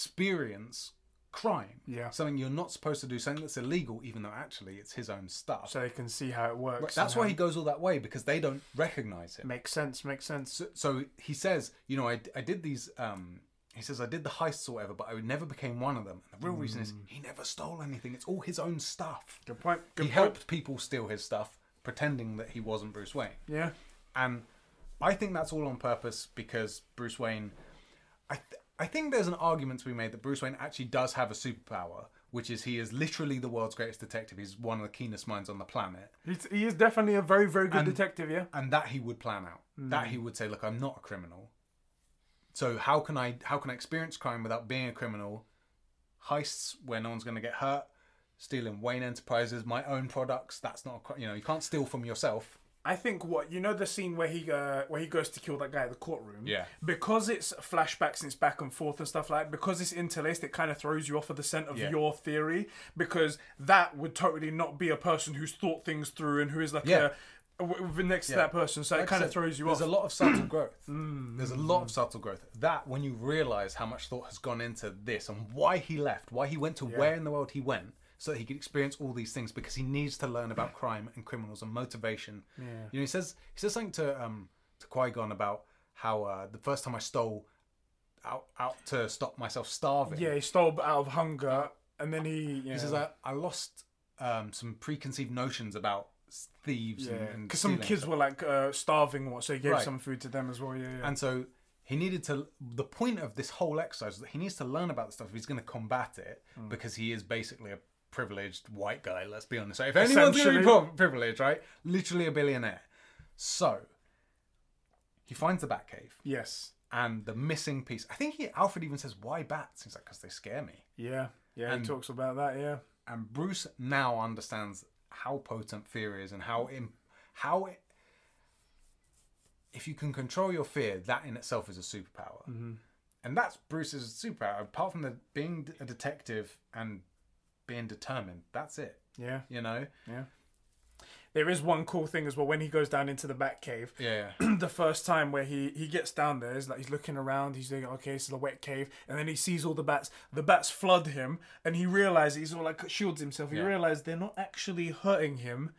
S2: experience crime.
S1: Yeah.
S2: Something you're not supposed to do, something that's illegal, even though actually it's his own stuff.
S1: So they can see how it works.
S2: that's
S1: and
S2: why he goes all that way because they don't recognize him
S1: how- makes sense. Makes sense.
S2: so he says, you know, I, I did these. Um, he says I did the heists or whatever, but I never became one of them. And the real reason
S1: Mm.
S2: is he never stole anything. It's all his own stuff.
S1: Good point. Good
S2: he
S1: point.
S2: helped people steal his stuff, pretending that he wasn't Bruce Wayne.
S1: Yeah.
S2: And I think that's all on purpose because Bruce Wayne. I th- I think there's an argument to be made that Bruce Wayne actually does have a superpower, which is he is literally the world's greatest detective. He's one of the keenest minds on the planet.
S1: He's, he is definitely a very, very good detective, yeah.
S2: and that he would plan out that
S1: Mm.
S2: he would say look i'm not a criminal so how can i how can i experience crime without being a criminal heists where no one's going to get hurt stealing wayne enterprises my own products that's not a, cri- you know you can't steal from yourself
S1: I think what you know the scene where he uh, where he goes to kill that guy at the courtroom.
S2: Yeah.
S1: Because it's flashbacks, and it's back and forth and stuff like. Because it's interlaced, it kind of throws you off of the scent of
S2: Yeah.
S1: your theory. Because that would totally not be a person who's thought things through and who is like
S2: Yeah.
S1: a, w- w- next to that person. So it kind of
S2: So
S1: throws you
S2: there's
S1: off. Mm.
S2: a lot of subtle growth there's a lot of subtle growth that when you realize how much thought has gone into this and why he left why he went to where in the world he went so that he could experience all these things because he needs to learn about crime and criminals and motivation you know he says he says something to um to qui-gon about how uh, the first time i stole out out to stop myself starving.
S1: Yeah, he stole out of hunger, and then he. Yeah.
S2: He says I, I lost um, some preconceived notions about thieves and-
S1: Yeah,
S2: and
S1: because some
S2: stealing.
S1: kids were like uh, starving, what so he gave
S2: Right.
S1: some food to them as well. Yeah, yeah.
S2: And so he needed to. The point of this whole exercise is that he needs to learn about the stuff. if He's going to combat it because he is basically a privileged white guy. Let's be honest. So if anyone's going to be
S1: Essentially.
S2: pro- privileged, right? Literally a billionaire. So he finds the bat cave
S1: yes,
S2: and the missing piece. I think he Alfred even says, "Why bats?" He's like, "Because they scare me."
S1: yeah, yeah. he talks about that. Yeah,
S2: and Bruce now understands how potent fear is and how im- how it, if you can control your fear, that in itself is a superpower. And that's Bruce's superpower. Apart from the being d- a detective and being determined, that's it.
S1: yeah,
S2: You know.
S1: yeah. There is one cool thing as well when he goes down into the Batcave. cave.
S2: Yeah.
S1: the first time where he he gets down there is like he's looking around he's doing okay it's the wet cave and then he sees all the bats the bats flood him and he realizes he's all like shields himself he
S2: Yeah.
S1: realizes they're not actually hurting him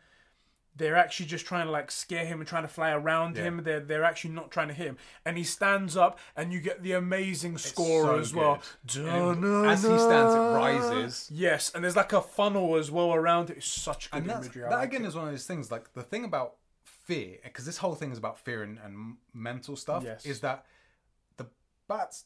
S1: they're actually just trying to like scare him and trying to fly around him they're they're actually not trying to hit him and he stands up and you get the amazing score
S2: so
S1: as well
S2: And it- as he stands, it rises.
S1: yes and there's like a funnel as well around it it's such good
S2: And that's,
S1: imagery I
S2: that
S1: like
S2: again
S1: it.
S2: is one of those things. Like the thing about fear, because this whole thing is about fear and, and mental stuff,
S1: Yes.
S2: is that the bats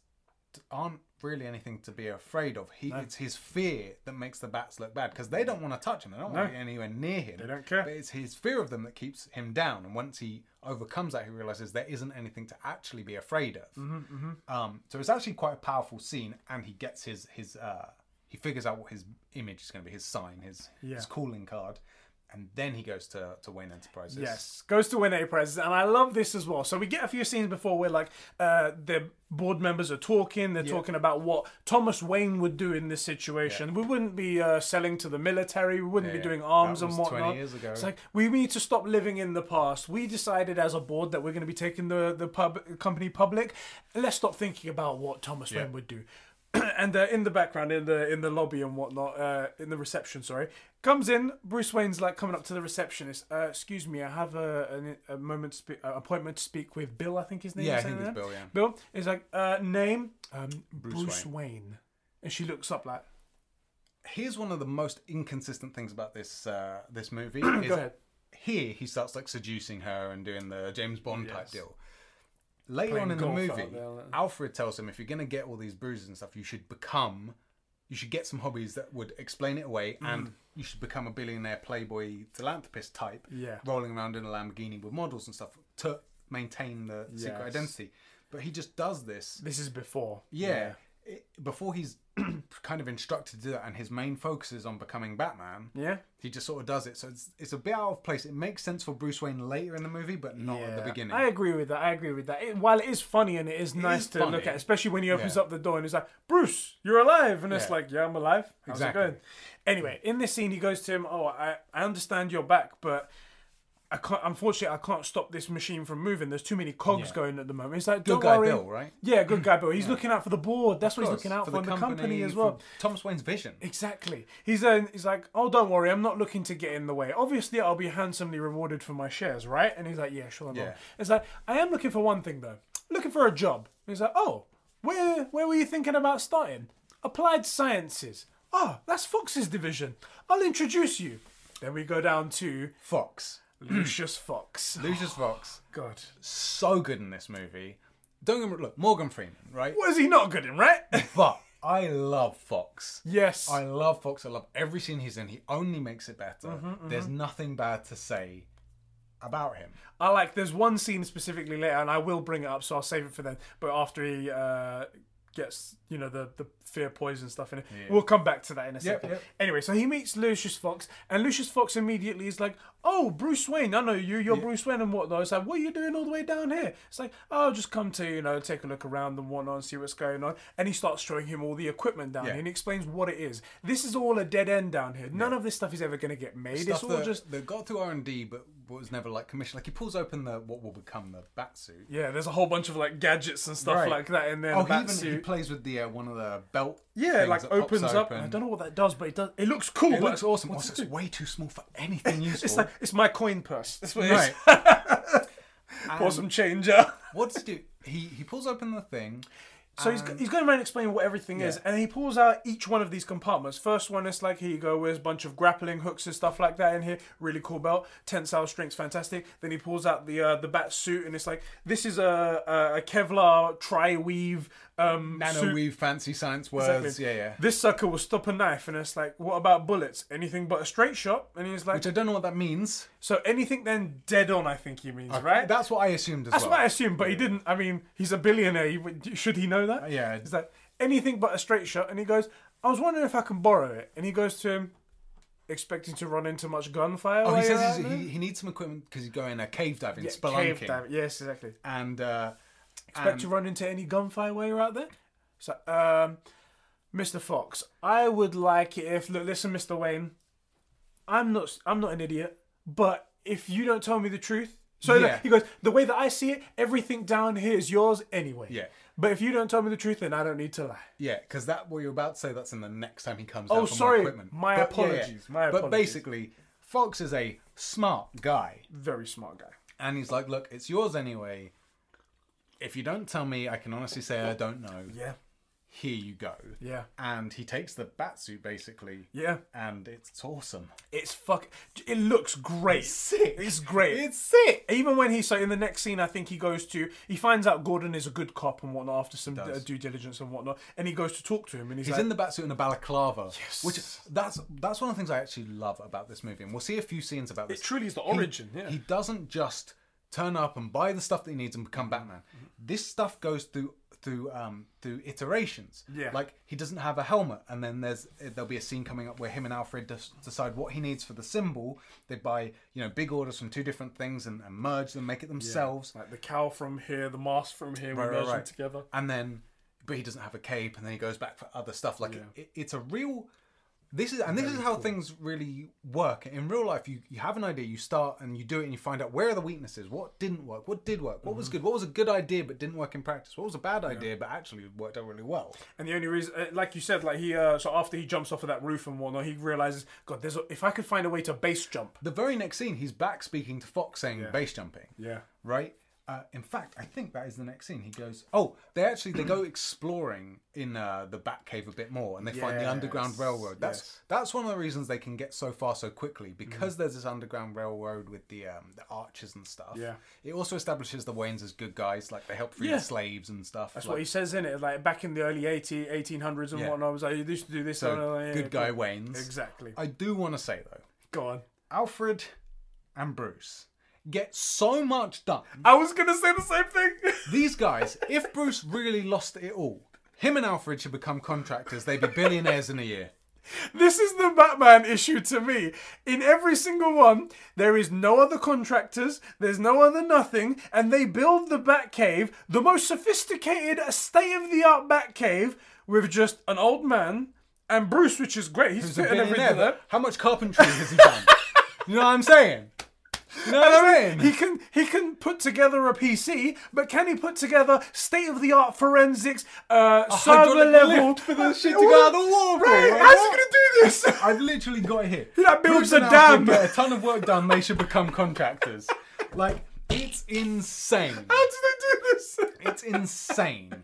S2: t- aren't really anything to be afraid of. He, It's his fear that makes the bats look bad because they don't want to touch him. They don't want to be anywhere near him. They
S1: don't care.
S2: But it's his fear of them that keeps him down. And once he overcomes that, he realizes there isn't anything to actually be afraid of.
S1: Mm-hmm,
S2: Um, so it's actually quite a powerful scene, and he gets his his uh, he figures out what his image is going to be, his sign, his his calling card, and then he goes to to Wayne Enterprises.
S1: Yes, goes to win a prizes, and I love this as well. So we get a few scenes before where like uh, the board members are talking. They're talking about what Thomas Wayne would do in this situation. We wouldn't be uh, selling to the military. We wouldn't
S2: Yeah,
S1: be doing
S2: that
S1: arms and
S2: was
S1: whatnot.
S2: 20 years ago.
S1: It's like we need to stop living in the past. We decided as a board that we're going to be taking the the pub company public. Let's stop thinking about what Thomas Wayne would do. and uh, in the background, in the in the lobby and whatnot, uh, in the reception, sorry, comes in. Bruce Wayne's like coming up to the receptionist. Uh, Excuse me, I have a an, a moment spe- uh, appointment to speak with Bill. I think his name.
S2: Yeah, I
S1: is
S2: think
S1: isn't
S2: it's
S1: it?
S2: Bill, yeah.
S1: Bill is like uh, name um, Bruce, Wayne.
S2: Wayne.
S1: and she looks up like
S2: Here's one of the most inconsistent things about this uh, this movie. is
S1: go ahead.
S2: Here he starts like seducing her and doing the James Bond type deal. Later
S1: Playing
S2: on in the
S1: golf
S2: movie,
S1: out there.
S2: Alfred tells him if you're going to get all these bruises and stuff, you should become, you should get some hobbies that would explain it away,
S1: Mm.
S2: and you should become a billionaire playboy philanthropist type,
S1: Yeah.
S2: rolling around in a Lamborghini with models and stuff to maintain the secret
S1: Yes.
S2: identity. But he just does this
S1: This is before.
S2: yeah. It, before he's kind of instructed to do that, and his main focus is on becoming Batman.
S1: Yeah.
S2: He just sort of does it, so it's it's a bit out of place. It makes sense for Bruce Wayne later in the movie, but not at the
S1: Yeah,
S2: beginning.
S1: I agree with that. I agree with that. It, while it is funny and it is nice
S2: is
S1: to look
S2: funny.
S1: at, especially when he opens
S2: Yeah.
S1: up the door and he's like, "Bruce, you're alive," and it's
S2: Yeah.
S1: like, "Yeah, I'm alive." How's
S2: Exactly.
S1: it going? Anyway, in this scene, he goes to him. Oh, I, I understand you're back, but I can't. Unfortunately, I can't stop this machine from moving. There's too many cogs going at the moment. It's like,
S2: Good
S1: don't
S2: guy
S1: worry.
S2: Bill, right?
S1: Yeah, good guy Bill. He's looking out for the board. That's what he's
S2: Of course,
S1: looking out for, and the company, as
S2: for
S1: well.
S2: Thomas Wayne's vision.
S1: Exactly. He's then he's like, oh, don't worry, I'm not looking to get in the way. Obviously, I'll be handsomely rewarded for my shares, right? And he's like, yeah, sure. I'm
S2: Yeah.
S1: It's like I am looking for one thing though, looking for a job. And he's like, oh, where where were you thinking about starting? Applied sciences. Oh, that's Fox's division. I'll introduce you. Then we go down to
S2: Fox,
S1: Lucius Fox.
S2: Lucius Fox,
S1: God,
S2: so good in this movie. Don't get me- look, Morgan Freeman, right?
S1: what is he not good in, right?
S2: But I love Fox.
S1: yes.
S2: I love Fox. I love every scene he's in. He only makes it better.
S1: Mm-hmm,
S2: There's nothing bad to say about him.
S1: I like. There's one scene specifically later, and I will bring it up, so I'll save it for then. But after he uh, gets, you know, the the fear poison stuff in it, we'll come back to that in a second.
S2: yep.
S1: Anyway, so he meets Lucius Fox, and Lucius Fox immediately is like, "Oh, Bruce Wayne, I know you. You're Bruce Wayne and whatnot." It's like, "What are you doing all the way down here?" It's like, "Oh, "I'll just come to you know take a look around and whatnot and see what's going on." And he starts showing him all the equipment down here, and he explains what it is. This is all a dead end down here. None of this stuff is ever going to get made.
S2: Stuff
S1: it's all
S2: that,
S1: just
S2: that got through R and D, but was never like commissioned. Like he pulls open the what will become the bat suit.
S1: Yeah, there's a whole bunch of like gadgets and stuff
S2: Right.
S1: like that in there.
S2: Oh,
S1: Oh,
S2: he even he plays with the uh, one of the belt.
S1: yeah,
S2: things
S1: it, like
S2: that pops
S1: opens up.
S2: open.
S1: I don't know what that does, but it does. It looks cool.
S2: It
S1: but
S2: looks awesome. Oh,
S1: What's
S2: Also,
S1: it
S2: it's
S1: do?
S2: way too small for anything useful.
S1: It's like it's my coin purse. That's what
S2: right.
S1: it is. Or some change.
S2: what does he do? He he pulls open the thing.
S1: So he's, he's going around explaining what everything is, and he pulls out each one of these compartments. First one is like, here you go, there's a bunch of grappling hooks and stuff like that in here. Really cool belt, tensile strength's fantastic. Then he pulls out the uh, the bat suit, and it's like, this is a a, a Kevlar tri weave um,
S2: Nano
S1: suit.
S2: weave fancy science words.
S1: Exactly.
S2: Yeah, yeah.
S1: This sucker will stop a knife, and it's like, what about bullets? Anything but a straight shot. And he's like,
S2: Which I don't know what that means.
S1: so anything then dead on, I think he means, right?
S2: That's what I assumed as
S1: That's
S2: well.
S1: what I assumed, but he didn't. I mean, he's a billionaire. he would- Should he know that?
S2: Uh, yeah.
S1: He's like, anything but a straight shot. And he goes, I was wondering if I can borrow it. And he goes to him, expecting to run into much gunfire.
S2: Oh,
S1: while
S2: he
S1: you're
S2: says
S1: out
S2: he's,
S1: there?
S2: he, he needs some equipment because he's going uh, cave diving,
S1: Cave
S2: spelunking,
S1: dive- Yes, exactly.
S2: and uh,
S1: Expect to run into any gunfire while you're out there? It's like, um, Mr. Fox, I would like it if look, listen, Mr. Wayne, I'm not I'm not an idiot, but if you don't tell me the truth, so
S2: Yeah.
S1: he goes, the way that I see it, everything down here is yours anyway.
S2: Yeah.
S1: But if you don't tell me the truth, then I don't need to lie.
S2: Yeah, because that what you're about to say that's in the next time he comes.
S1: Oh,
S2: down for
S1: sorry.
S2: More equipment.
S1: My
S2: But yeah, yeah.
S1: apologies. My
S2: But
S1: apologies.
S2: basically, Fox is a smart guy,
S1: Very smart guy.
S2: and he's like, "Look, it's yours anyway. If you don't tell me, I can honestly say I don't know.
S1: Yeah.
S2: Here you go."
S1: Yeah.
S2: And he takes the batsuit basically,
S1: Yeah.
S2: and it's awesome.
S1: It's fuck. It looks great. It's
S2: sick.
S1: It's great.
S2: It's sick.
S1: Even when he so in the next scene, I think he goes to he finds out Gordon is a good cop and whatnot after some uh, due diligence and whatnot, and he goes to talk to him and he's,
S2: He's
S1: like,
S2: in the batsuit and a balaclava, yes. which that's that's one of the things I actually love about this movie, and we'll see a few scenes about this.
S1: truly is the origin. yeah,
S2: He doesn't just turn up and buy the stuff that he needs and become
S1: Mm-hmm.
S2: Batman. This stuff goes through through um through iterations.
S1: Yeah.
S2: Like he doesn't have a helmet, and then there's there'll be a scene coming up where him and Alfred des- decide what he needs for the symbol. They buy you know big orders from two different things and, and merge them, make it themselves.
S1: like the cow from here, the mask from here, we
S2: Right,
S1: merge
S2: right,
S1: them
S2: right.
S1: together.
S2: And then, but he doesn't have a cape, and then he goes back for other stuff. Like it, it- it's a real. This is and this is how things really work in real life. You you have an idea, you start and you do it, and you find out where are the weaknesses, what didn't work, what did work, what
S1: Mm-hmm.
S2: was good, what was a good idea but didn't work in practice, what was a bad idea but actually worked out really well.
S1: And the only reason, uh, like you said, like he uh, so after he jumps off of that roof and whatnot, he realizes, God, there's a, if I could find a way to base jump.
S2: The very next scene, he's back speaking to Fox saying base jumping.
S1: Yeah,
S2: right? Uh, in fact, I think that is the next scene. He goes, "Oh, they actually they go exploring in uh, the Batcave a bit more, and they find the
S1: Yes,
S2: underground
S1: Mm-hmm.
S2: railroad. That's that's one of the reasons they can get so far so quickly because there's this underground railroad with the um, the archers and stuff.
S1: Yeah.
S2: it also establishes the Waynes as good guys, like they help free
S1: Yeah.
S2: the slaves and stuff.
S1: that's what he says in it. Like back in the early 80, 1800s and
S2: Yeah.
S1: whatnot, I was like, you used to do this. and, uh, yeah,
S2: good guy
S1: cool.
S2: Waynes.
S1: Exactly.
S2: I do want to say though,
S1: Go on.
S2: Alfred and Bruce get so much done.
S1: I was gonna say the same thing.
S2: These guys, if Bruce really lost it all, him and Alfred should become contractors. They'd be billionaires in a year.
S1: This is the Batman issue to me. In every single one, there is no other contractors, there's no other nothing, and they build the Batcave, the most sophisticated, state of the art Batcave, with just an old man and Bruce, which is great. He's
S2: He's a
S1: fit and
S2: billionaire.
S1: everything.
S2: but
S1: There.
S2: How much carpentry has he done? you know what I'm saying? You know what I'm
S1: He
S2: saying?
S1: can he can put together a PC, but can he put together state of the art forensics, uh, server
S2: hydraulic
S1: level
S2: lift for the shit to go out the wall, bro.
S1: Right?
S2: Like,
S1: How's he
S2: what?
S1: gonna do this?
S2: I've literally got it here.
S1: That builds
S2: Bruce and
S1: a
S2: Alfred
S1: dam.
S2: Get a ton of work done. They should become contractors. Like it's insane.
S1: How do they do this?
S2: It's insane.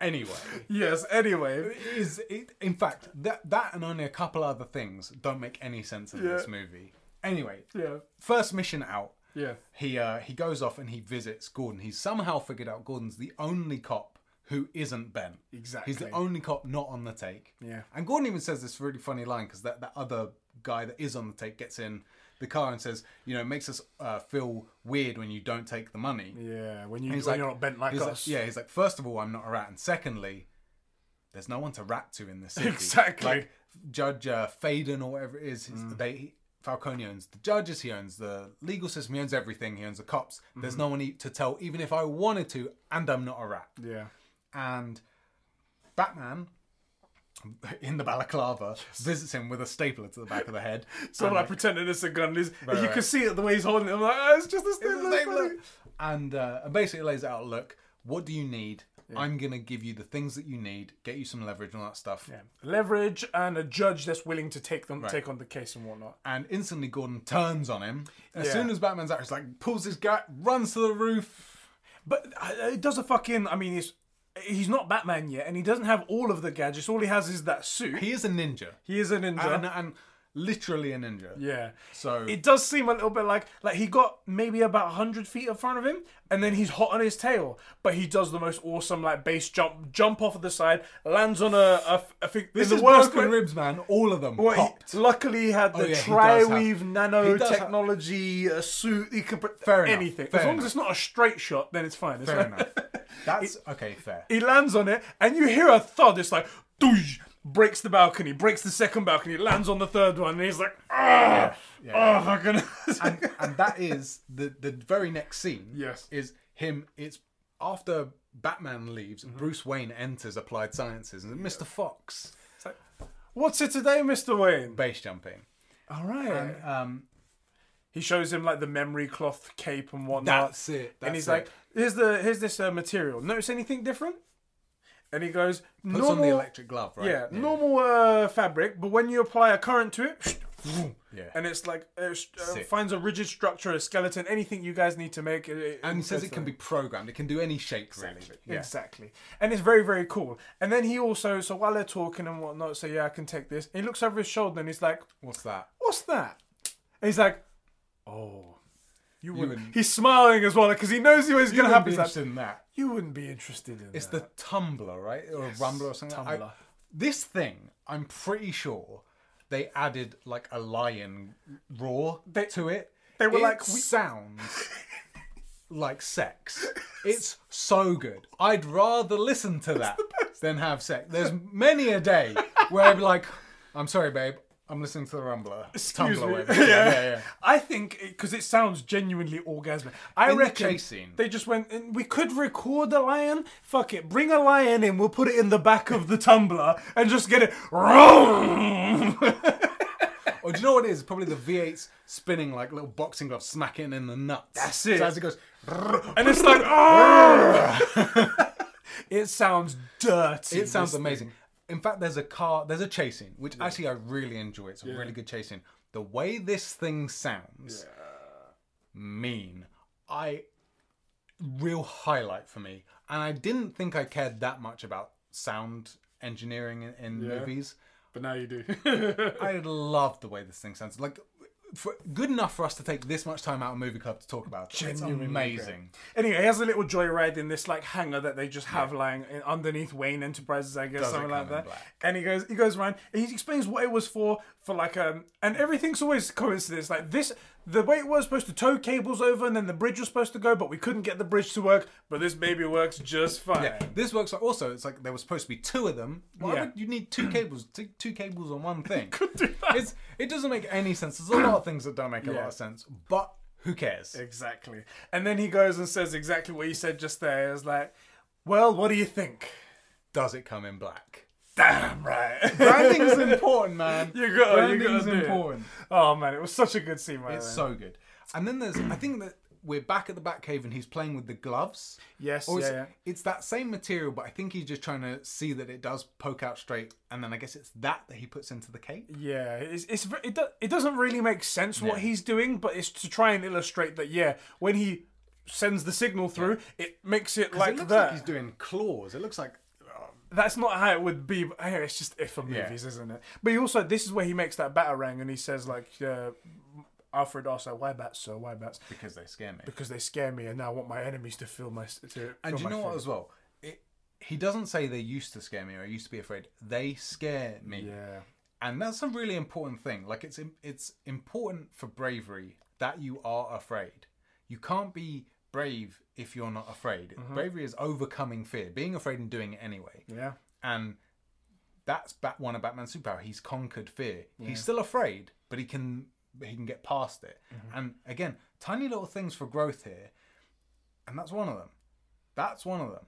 S2: Anyway.
S1: yes. Anyway.
S2: It is it, in fact that that and only a couple other things don't make any sense in this
S1: Yeah.
S2: movie. Anyway,
S1: Yeah.
S2: first mission out.
S1: Yeah.
S2: He uh, he goes off and he visits Gordon. He's somehow figured out Gordon's the only cop who isn't Ben. He's
S1: Exactly.
S2: the only cop not on the take.
S1: Yeah.
S2: And Gordon even says this really funny line because that, that other guy that is on the take gets in the car and says, you know, it makes us uh, feel weird when you don't take the money.
S1: Yeah, when you when
S2: He's like,
S1: you're not bent like
S2: he's
S1: us.
S2: yeah, he's like, first of all, I'm not a rat, and secondly, there's no one to rat to in this city.
S1: Exactly. Mm.
S2: Like Judge uh, Faden or whatever it is, he's- they Falcone owns the judges, he owns the legal system, he owns everything, he owns the cops.
S1: Mm-hmm.
S2: There's no one e- to tell, even if I wanted to, and I'm not a rat.
S1: yeah,
S2: And Batman. In the balaclava, visits him with a stapler to the back of the head.
S1: So like pretending it's a gun. Liz, you
S2: right.
S1: can see it the way he's holding it. I'm like, oh, it's just this thing. like-
S2: Like, look. And, uh, and basically lays out, look, what do you need? I'm gonna give you the things that you need, get you some leverage and all that stuff.
S1: Yeah. Leverage and a judge that's willing to take them, take on the case and whatnot.
S2: And instantly Gordon turns on him. As
S1: Yeah.
S2: soon as Batman's out, he's like pulls his guy, runs to the roof.
S1: But uh, it does a fucking. I mean, it's he's not Batman yet, and he doesn't have all of the gadgets. All he has is that suit. He,
S2: He is a ninja,
S1: is a ninja.
S2: and, and literally a ninja.
S1: yeah.
S2: So
S1: It does seem a little bit like like he got maybe about hundred feet in front of him, and then he's hot on his tail. But he does the most awesome like base jump, jump off of the side, lands on a. a, a thing-
S2: this
S1: in
S2: is
S1: the worst
S2: broken
S1: way-
S2: ribs, man. All of them
S1: Well, he-
S2: popped. Oh,
S1: luckily, he had the
S2: yeah, he does have-
S1: tri-weave
S2: he does have-
S1: nanotechnology uh, suit. He could put
S2: Fair enough,
S1: anything.
S2: fair
S1: as long
S2: enough.
S1: as it's not a straight shot, then it's fine. It's
S2: Fair
S1: fine.
S2: enough. That's okay. Fair.
S1: he lands on it, and you hear a thud. It's like, doosh, breaks the balcony, breaks the second balcony, lands on the third one, and he's like, ah,
S2: yeah.
S1: oh my goodness.
S2: and, and that is the the very next scene.
S1: Yes.
S2: is him. It's after Batman leaves.
S1: Mm-hmm.
S2: Bruce Wayne enters Applied Sciences, and Mr. Fox
S1: It's like, What's it today, Mister Wayne?
S2: base jumping.
S1: All right.
S2: Um,
S1: He shows him like the memory cloth cape and whatnot.
S2: that's it. That's
S1: and he's
S2: it.
S1: like, "Here's the here's this uh, material. Notice anything different?" And he goes,
S2: puts
S1: "Normal,
S2: on the electric glove, right?
S1: yeah, normal uh, fabric, but when you apply a current to it,
S2: Yeah.
S1: and it's like uh, st- uh,
S2: Sick.
S1: finds a rigid structure, a skeleton, anything you guys need to make." It, it-
S2: and he
S1: it
S2: says
S1: goes
S2: it can
S1: through.
S2: be programmed. It can do any shape, really. Yeah.
S1: Exactly. And it's very, very cool. And then he also, so while they're talking and whatnot, so yeah, I can take this. he looks over his shoulder and he's like,
S2: What's that?
S1: what's that? And he's like, oh, you wouldn't.
S2: wouldn't-
S1: He's smiling as well because he knows what's going to happen. He's like,
S2: interested in that.
S1: you wouldn't be interested in
S2: It's
S1: that.
S2: the tumbler, right? Or a rumbler or something. I-
S1: Tumblr.
S2: this thing, I'm pretty sure they added like a lion roar
S1: They-
S2: to it.
S1: they were
S2: It
S1: like, we-
S2: sounds like sex. It's so good. I'd rather listen to that than have sex. There's many a day where I'm like, I'm sorry, babe. I'm listening to the rumbler.
S1: Excuse
S2: Tumbler,
S1: me.
S2: whatever.
S1: Yeah.
S2: yeah, yeah.
S1: I think because it, sounds genuinely orgasmic. I
S2: In the
S1: reckon
S2: chase scene.
S1: they just went. "And We could record a lion. Fuck it, bring a lion in. We'll put it in the back of the tumbler and just get it.
S2: Or do you know what it is? Probably the V8s spinning like little boxing gloves, smacking in the nuts.
S1: That's it.
S2: So as it goes,
S1: and it's like, "Arrgh!" it sounds dirty.
S2: it sounds amazing. In fact, there's a car, there's a chase scene, which actually I really enjoy. It's a really good chase scene. The way this thing sounds, mean. I real highlight for me, and I didn't think I cared that much about sound engineering in, in movies.
S1: But now you do.
S2: I love the way this thing sounds. Like, for, good enough for us to take this much time out of movie club to talk about. it. It's
S1: Genuinely
S2: amazing.
S1: anyway, he has a little joyride in this like hangar that they just have lying in, underneath Wayne Enterprises, I guess, something
S2: come
S1: like
S2: in
S1: that.
S2: black?
S1: And he goes, he goes around, and he explains what it was for, for like um, and everything's always coincidence. Like this, the way it was supposed to tow cables over, and then the bridge was supposed to go, but we couldn't get the bridge to work. But this baby works just fine.
S2: Yeah, this works. Like, also, it's like there was supposed to be two of them. Why
S1: Yeah.
S2: would you need two cables? Two, two cables on one thing. It's, it doesn't make any sense. There's a lot of things that don't make a lot
S1: Yeah.
S2: of sense. But who cares?
S1: Exactly. And then he goes and says exactly what you said just there. It's like, well, what do you think?
S2: Does it come in black?
S1: Damn right.
S2: Branding's important, man.
S1: You gotta- you
S2: Branding's
S1: gotta do it.
S2: important.
S1: oh man, it was such a good scene. Right
S2: It's
S1: there.
S2: so good. And then there's, I think that we're back at the Batcave and he's playing with the gloves.
S1: Yes,
S2: Or
S1: yeah,
S2: it's,
S1: yeah.
S2: it's that same material, but I think he's just trying to see that it does poke out straight. And then I guess it's that that he puts into the cape.
S1: Yeah, it's, it's ver- it, do, it doesn't really make sense what
S2: No.
S1: he's doing, but it's to try and illustrate that yeah, when he sends the signal through, it makes it like
S2: it looks
S1: that.
S2: like he's doing claws. It looks like oh,
S1: That's not how it would be. But, hey, it's just if for movies, isn't it? But he also this is where he makes that batarang and he says like uh, Alfred also, why bats, sir? Why bats?
S2: because they scare me.
S1: Because they scare me, and now I want my enemies to feel my to feel
S2: And do you
S1: my
S2: know what
S1: fear."
S2: as well? It, he doesn't say they used to scare me or I used to be afraid. They scare me,
S1: Yeah.
S2: and that's a really important thing. Like it's im- it's important for bravery that you are afraid. You can't be brave if you're not afraid.
S1: Mm-hmm.
S2: Bravery is overcoming fear, being afraid and doing it anyway.
S1: Yeah.
S2: And that's Bat- one of Batman's superpower. He's conquered fear. He's still afraid, but he can he can get past it.
S1: Mm-hmm.
S2: And again, tiny little things for growth here, and that's one of them. That's one of them.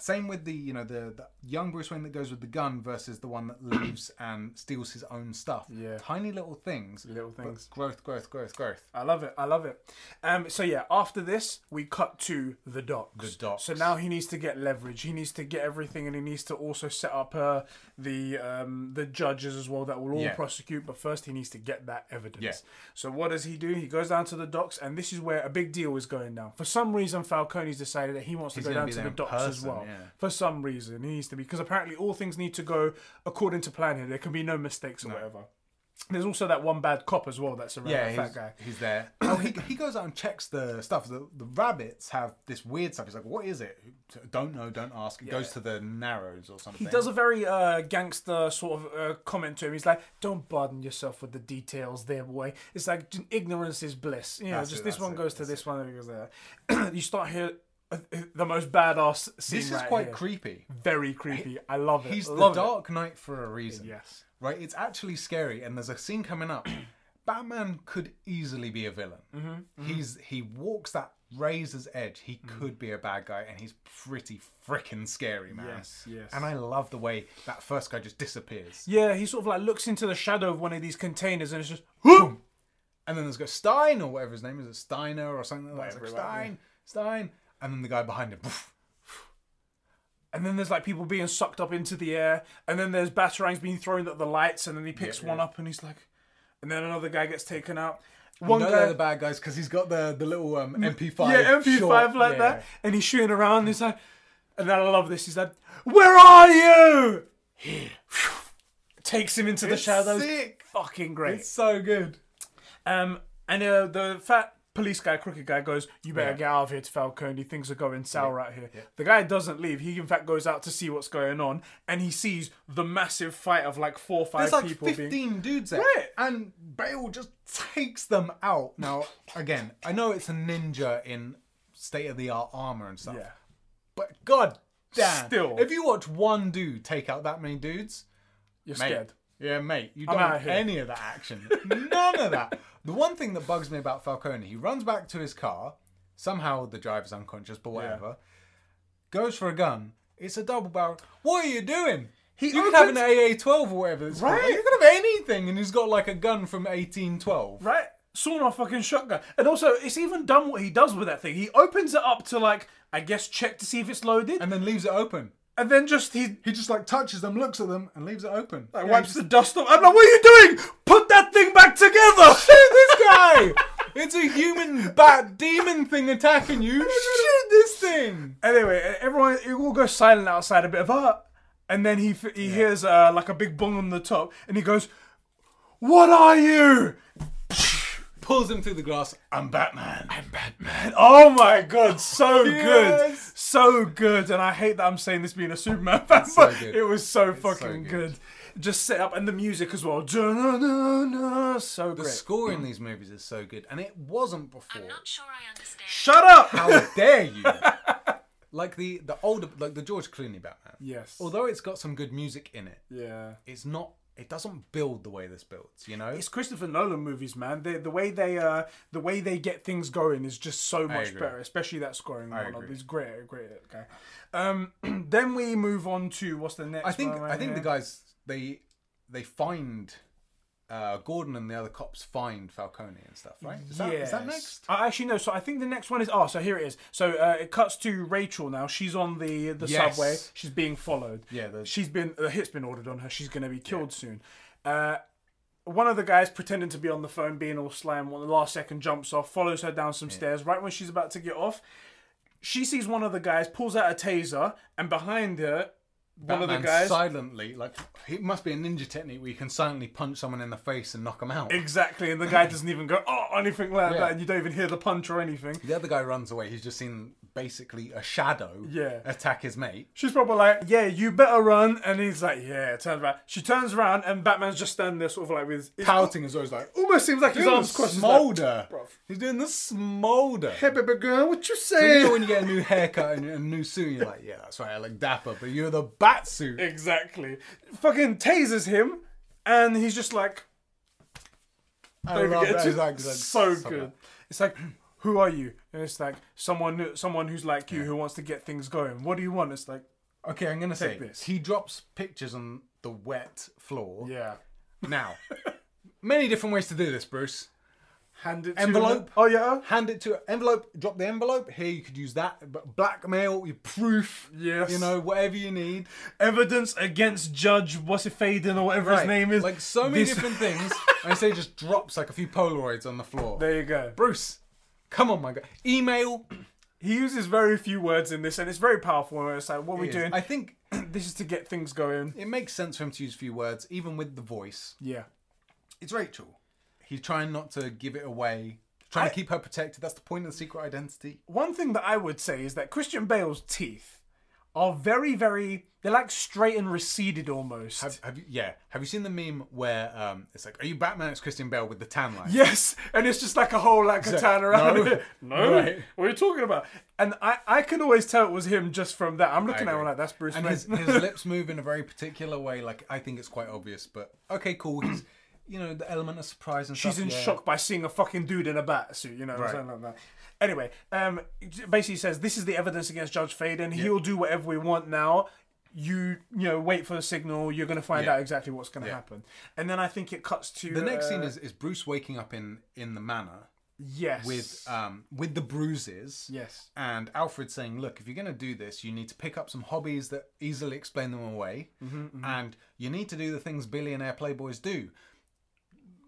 S2: Same with the you know the, the young Bruce Wayne that goes with the gun versus the one that leaves and steals his own stuff.
S1: Yeah.
S2: tiny little things.
S1: Little
S2: but
S1: things.
S2: Growth, growth, growth, growth.
S1: I love it. I love it. Um, so yeah, after this, we cut to the docks.
S2: The docks.
S1: So now he needs to get leverage. He needs to get everything, and he needs to also set up uh, the um, the judges as well that will all
S2: Yeah.
S1: prosecute. But first, he needs to get that evidence.
S2: Yeah.
S1: So what does he do? He goes down to the docks, and this is where a big deal is going down. For some reason, Falcone's decided that he wants to go
S2: gonna
S1: down
S2: be
S1: to
S2: there
S1: the
S2: in
S1: docks as
S2: person,
S1: well.
S2: yeah.
S1: for some reason. It needs to be because apparently all things need to go according to plan here. There can be no mistakes or whatever. There's also that one bad cop as well. That's around
S2: Yeah,
S1: that
S2: he's,
S1: fat guy.
S2: he's there. Oh, he, he goes out and checks the stuff. The, the rabbits have this weird stuff. He's like, "What is it? Don't know. Don't ask." It goes to the narrows or something.
S1: He does a very uh, gangster sort of uh, comment to him. He's like, "Don't burden yourself with the details, there, boy." It's like j- ignorance is bliss. You know,
S2: That's
S1: just
S2: it,
S1: this
S2: that's
S1: one
S2: it,
S1: goes to
S2: that's
S1: this one and it goes there. you start here uh, uh, the most badass scene.
S2: This is
S1: right
S2: quite
S1: here.
S2: creepy.
S1: very creepy. I love it.
S2: He's
S1: love
S2: the
S1: it.
S2: Dark Knight for a reason.
S1: Yes.
S2: Right? It's actually scary, and there's a scene coming up. Batman could easily be a villain.
S1: Mm-hmm,
S2: He's he walks that razor's edge. He
S1: Mm-hmm.
S2: could be a bad guy, and he's pretty freaking scary, man.
S1: Yes, yes.
S2: And I love the way that first guy just disappears.
S1: Yeah, he sort of like looks into the shadow of one of these containers and it's just
S2: Boom. And then there's go Stein or whatever his name is, it's Steiner or something like that. It's like,
S1: Whatever, right,
S2: Stein, Stein, and then the guy behind him. poof.
S1: and then there's like people being sucked up into the air and then there's batarangs being thrown at the lights and then he picks one up and he's like and then another guy gets taken out. One
S2: You know
S1: guy Mm.
S2: they're the bad guys because he's got the the little um, MP5.
S1: Yeah, MP5
S2: short-
S1: like
S2: yeah.
S1: that and he's shooting around and he's like and then I love this, he's like, Where are you? Here. Takes him into the
S2: It's
S1: shadows.
S2: sick.
S1: Fucking great.
S2: It's so good.
S1: Um, and uh, the fat police guy, crooked guy, goes, "You better
S2: Yeah.
S1: get out of here, to Falcone. Things are going sour out here." The guy doesn't leave. He in fact goes out to see what's going on, and he sees the massive fight of like four or five
S2: There's like
S1: people being.
S2: 15 dudes there,
S1: Right.
S2: and Bale just takes them out. Now, again, I know it's a ninja in state of the art armor and stuff,
S1: Yeah.
S2: but god damn,
S1: Still.
S2: if you watch one dude take out that many dudes,
S1: You're
S2: Mate.
S1: scared.
S2: Yeah, mate, you
S1: outta
S2: don't
S1: here.
S2: any of that action. None of that. The one thing that bugs me about Falcone, he runs back to his car. Somehow the driver's unconscious, but whatever. Goes for a gun. It's a double barrel. What are you doing? you can have an
S1: opens-
S2: AA-12 or whatever. It's called.
S1: Right.
S2: You can have anything, and he's got like a gun from 1812.
S1: Right? Sawn off fucking shotgun. And also, it's even dumb what he does with that thing. He opens it up to like, I guess, check to see if it's loaded, and,
S2: And then leaves it open.
S1: then just he.
S2: He just like touches them, looks at them, and leaves it open.
S1: Like,
S2: Yeah,
S1: wipes
S2: he's
S1: the dust off. I'm like, what are you doing? Put that thing back together! Shoot
S2: this guy! it's a human bat demon thing attacking you. Shoot this thing!
S1: Anyway, e-, everyone it all goes silent outside a bit of art, and then he f- he hears uh, like a big bong on the top, and he goes, "What are you?"
S2: pulls him through the glass. I'm Batman. I'm Batman.
S1: Oh my god, so good,
S2: Yes.
S1: so good, and I hate that I'm saying this being a Superman fan,
S2: so
S1: but
S2: good.
S1: it was so fucking
S2: good.
S1: good. Just set up and the music as well. Da-na-na-na, So
S2: The
S1: great.
S2: score in these movies is so good, and it wasn't before.
S3: I'm not sure I understand.
S1: Shut up.
S2: How dare you? Like the the older, like the George Clooney Batman.
S1: Yes.
S2: Although it's got some good music in it,
S1: yeah.
S2: it's not. It doesn't build the way this builds. You know.
S1: It's Christopher Nolan movies, man. They, the way they uh, the way they get things going is just so much
S2: agree.
S1: better, especially that scoring one.
S2: agree.
S1: It's great, great. Okay. Um, then we move on to what's the next?
S2: I think
S1: one right
S2: I think the
S1: here?
S2: guys they they find uh, Gordon and the other cops find Falcone and stuff. Right? Is that, is that
S1: Yes.
S2: next?
S1: I actually no. So I think the next one is oh, so here it is. So uh, it cuts to Rachel now. She's on the the
S2: Yes.
S1: subway. She's being followed.
S2: Yeah, the-
S1: she's been a hit's been ordered on her. She's going to be killed soon. Uh, one of the guys pretending to be on the phone, being all slime. One the last second jumps off, follows her down some stairs. Right when she's about to get off, she sees one of the guys pulls out a taser, and behind her, one of
S2: Batman
S1: the guys.
S2: silently, like it must be a ninja technique where you can silently punch someone in the face and knock them out.
S1: Exactly, and the guy doesn't even go oh or anything like
S2: Yeah.
S1: that, and you don't even hear the punch or anything.
S2: The other guy runs away. He's just seen basically a shadow
S1: Yeah.
S2: attack his mate.
S1: She's probably like, "Yeah, you better run," and he's like, "Yeah." Turns around. She turns around, and Batman's just standing there, sort of like with it
S2: Pouting as always, like
S1: almost seems like his
S2: "Doing the
S1: arms crossed. He's like,
S2: smolder.
S1: "Bruv."
S2: He's doing the smolder.
S1: Hey, baby girl, what you
S2: You know
S1: saying?
S2: when you get a new haircut and a new suit, you're like, yeah, that's right, I look dapper, but you're the bat suit.
S1: exactly. Fucking tasers him, and he's just like,
S2: I
S1: "Don't
S2: love
S1: forget
S2: that.
S1: to-"
S2: It's like- it's like-
S1: so
S2: so
S1: good. It's like, "Hmm, "Who are you?" And it's like, "Someone, someone who's like you, who wants to get things going. What do you want?" It's like,
S2: Okay, I'm gonna say
S1: this.
S2: he drops pictures on the wet floor.
S1: "Yeah."
S2: Now, many different ways to do this, Bruce.
S1: Hand it To
S2: Envelope.
S1: him. oh yeah.
S2: hand it to envelope drop the envelope here you could use that but blackmail your proof
S1: Yes.
S2: you know whatever you need
S1: Evidence against Judge what's it Faden or whatever his
S2: Right,
S1: name is.
S2: like so many
S1: This-
S2: different things i say just drops like a few polaroids on the floor
S1: There you go.
S2: bruce come on my guy email
S1: He uses very few words in this, and it's very powerful. And it's like, what are we
S2: It is.
S1: doing?
S2: I think
S1: this is to get things going.
S2: it makes sense for him to use few words, even with the voice.
S1: Yeah.
S2: It's Rachel. He's trying not to give it away,
S1: I-
S2: trying
S1: Oh.
S2: to keep her protected. That's the point of the secret identity.
S1: One thing that I would say is that Christian Bale's teeth are very, very. They're like straight and receded almost.
S2: Have, have you? Yeah. Have you seen the meme where um, it's like, "Are you Batman?" It's Christian Bale with the tan line.
S1: Yes, and it's just like a whole like katana around
S2: no.
S1: it. No,
S2: Right.
S1: what are you talking about? And I, I could always tell it was him just from that. I'm looking at him
S2: agree.
S1: like that's Bruce
S2: and
S1: Wayne.
S2: his, his lips move in a very particular way. Like I think it's quite obvious, but okay, cool. He's you know the element of surprise and
S1: She's
S2: stuff,
S1: in
S2: yeah.
S1: shock by seeing a fucking dude in a bat suit, you know,
S2: Right.
S1: something like that. Anyway, um, j- basically says this is the evidence against Judge Faden. He'll do whatever we want now. You, you know, wait for the signal. You're going to find
S2: Yeah.
S1: out exactly what's going to happen. And then I think it cuts to
S2: The next
S1: uh,
S2: scene is, is Bruce waking up in in the manor
S1: yes,
S2: with um with the bruises.
S1: yes,
S2: And Alfred saying, "Look, if you're going to do this, you need to pick up some hobbies that easily explain them away,
S1: Mm-hmm,
S2: and you need to do the things billionaire playboys do: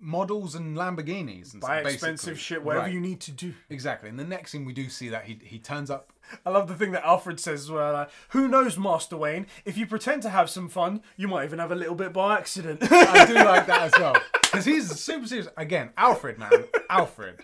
S2: models and Lamborghinis, and
S1: buy
S2: stuff,
S1: expensive
S2: basically.
S1: shit, whatever
S2: Right.
S1: you need to do.
S2: Exactly. And the next scene we do see that he he turns up
S1: I love the thing that Alfred says as well. Like, Who knows, Master Wayne? If you pretend to have some fun, you might even have a little bit by accident.
S2: I do like that as well. Because he's super serious. Again, Alfred, man. Alfred.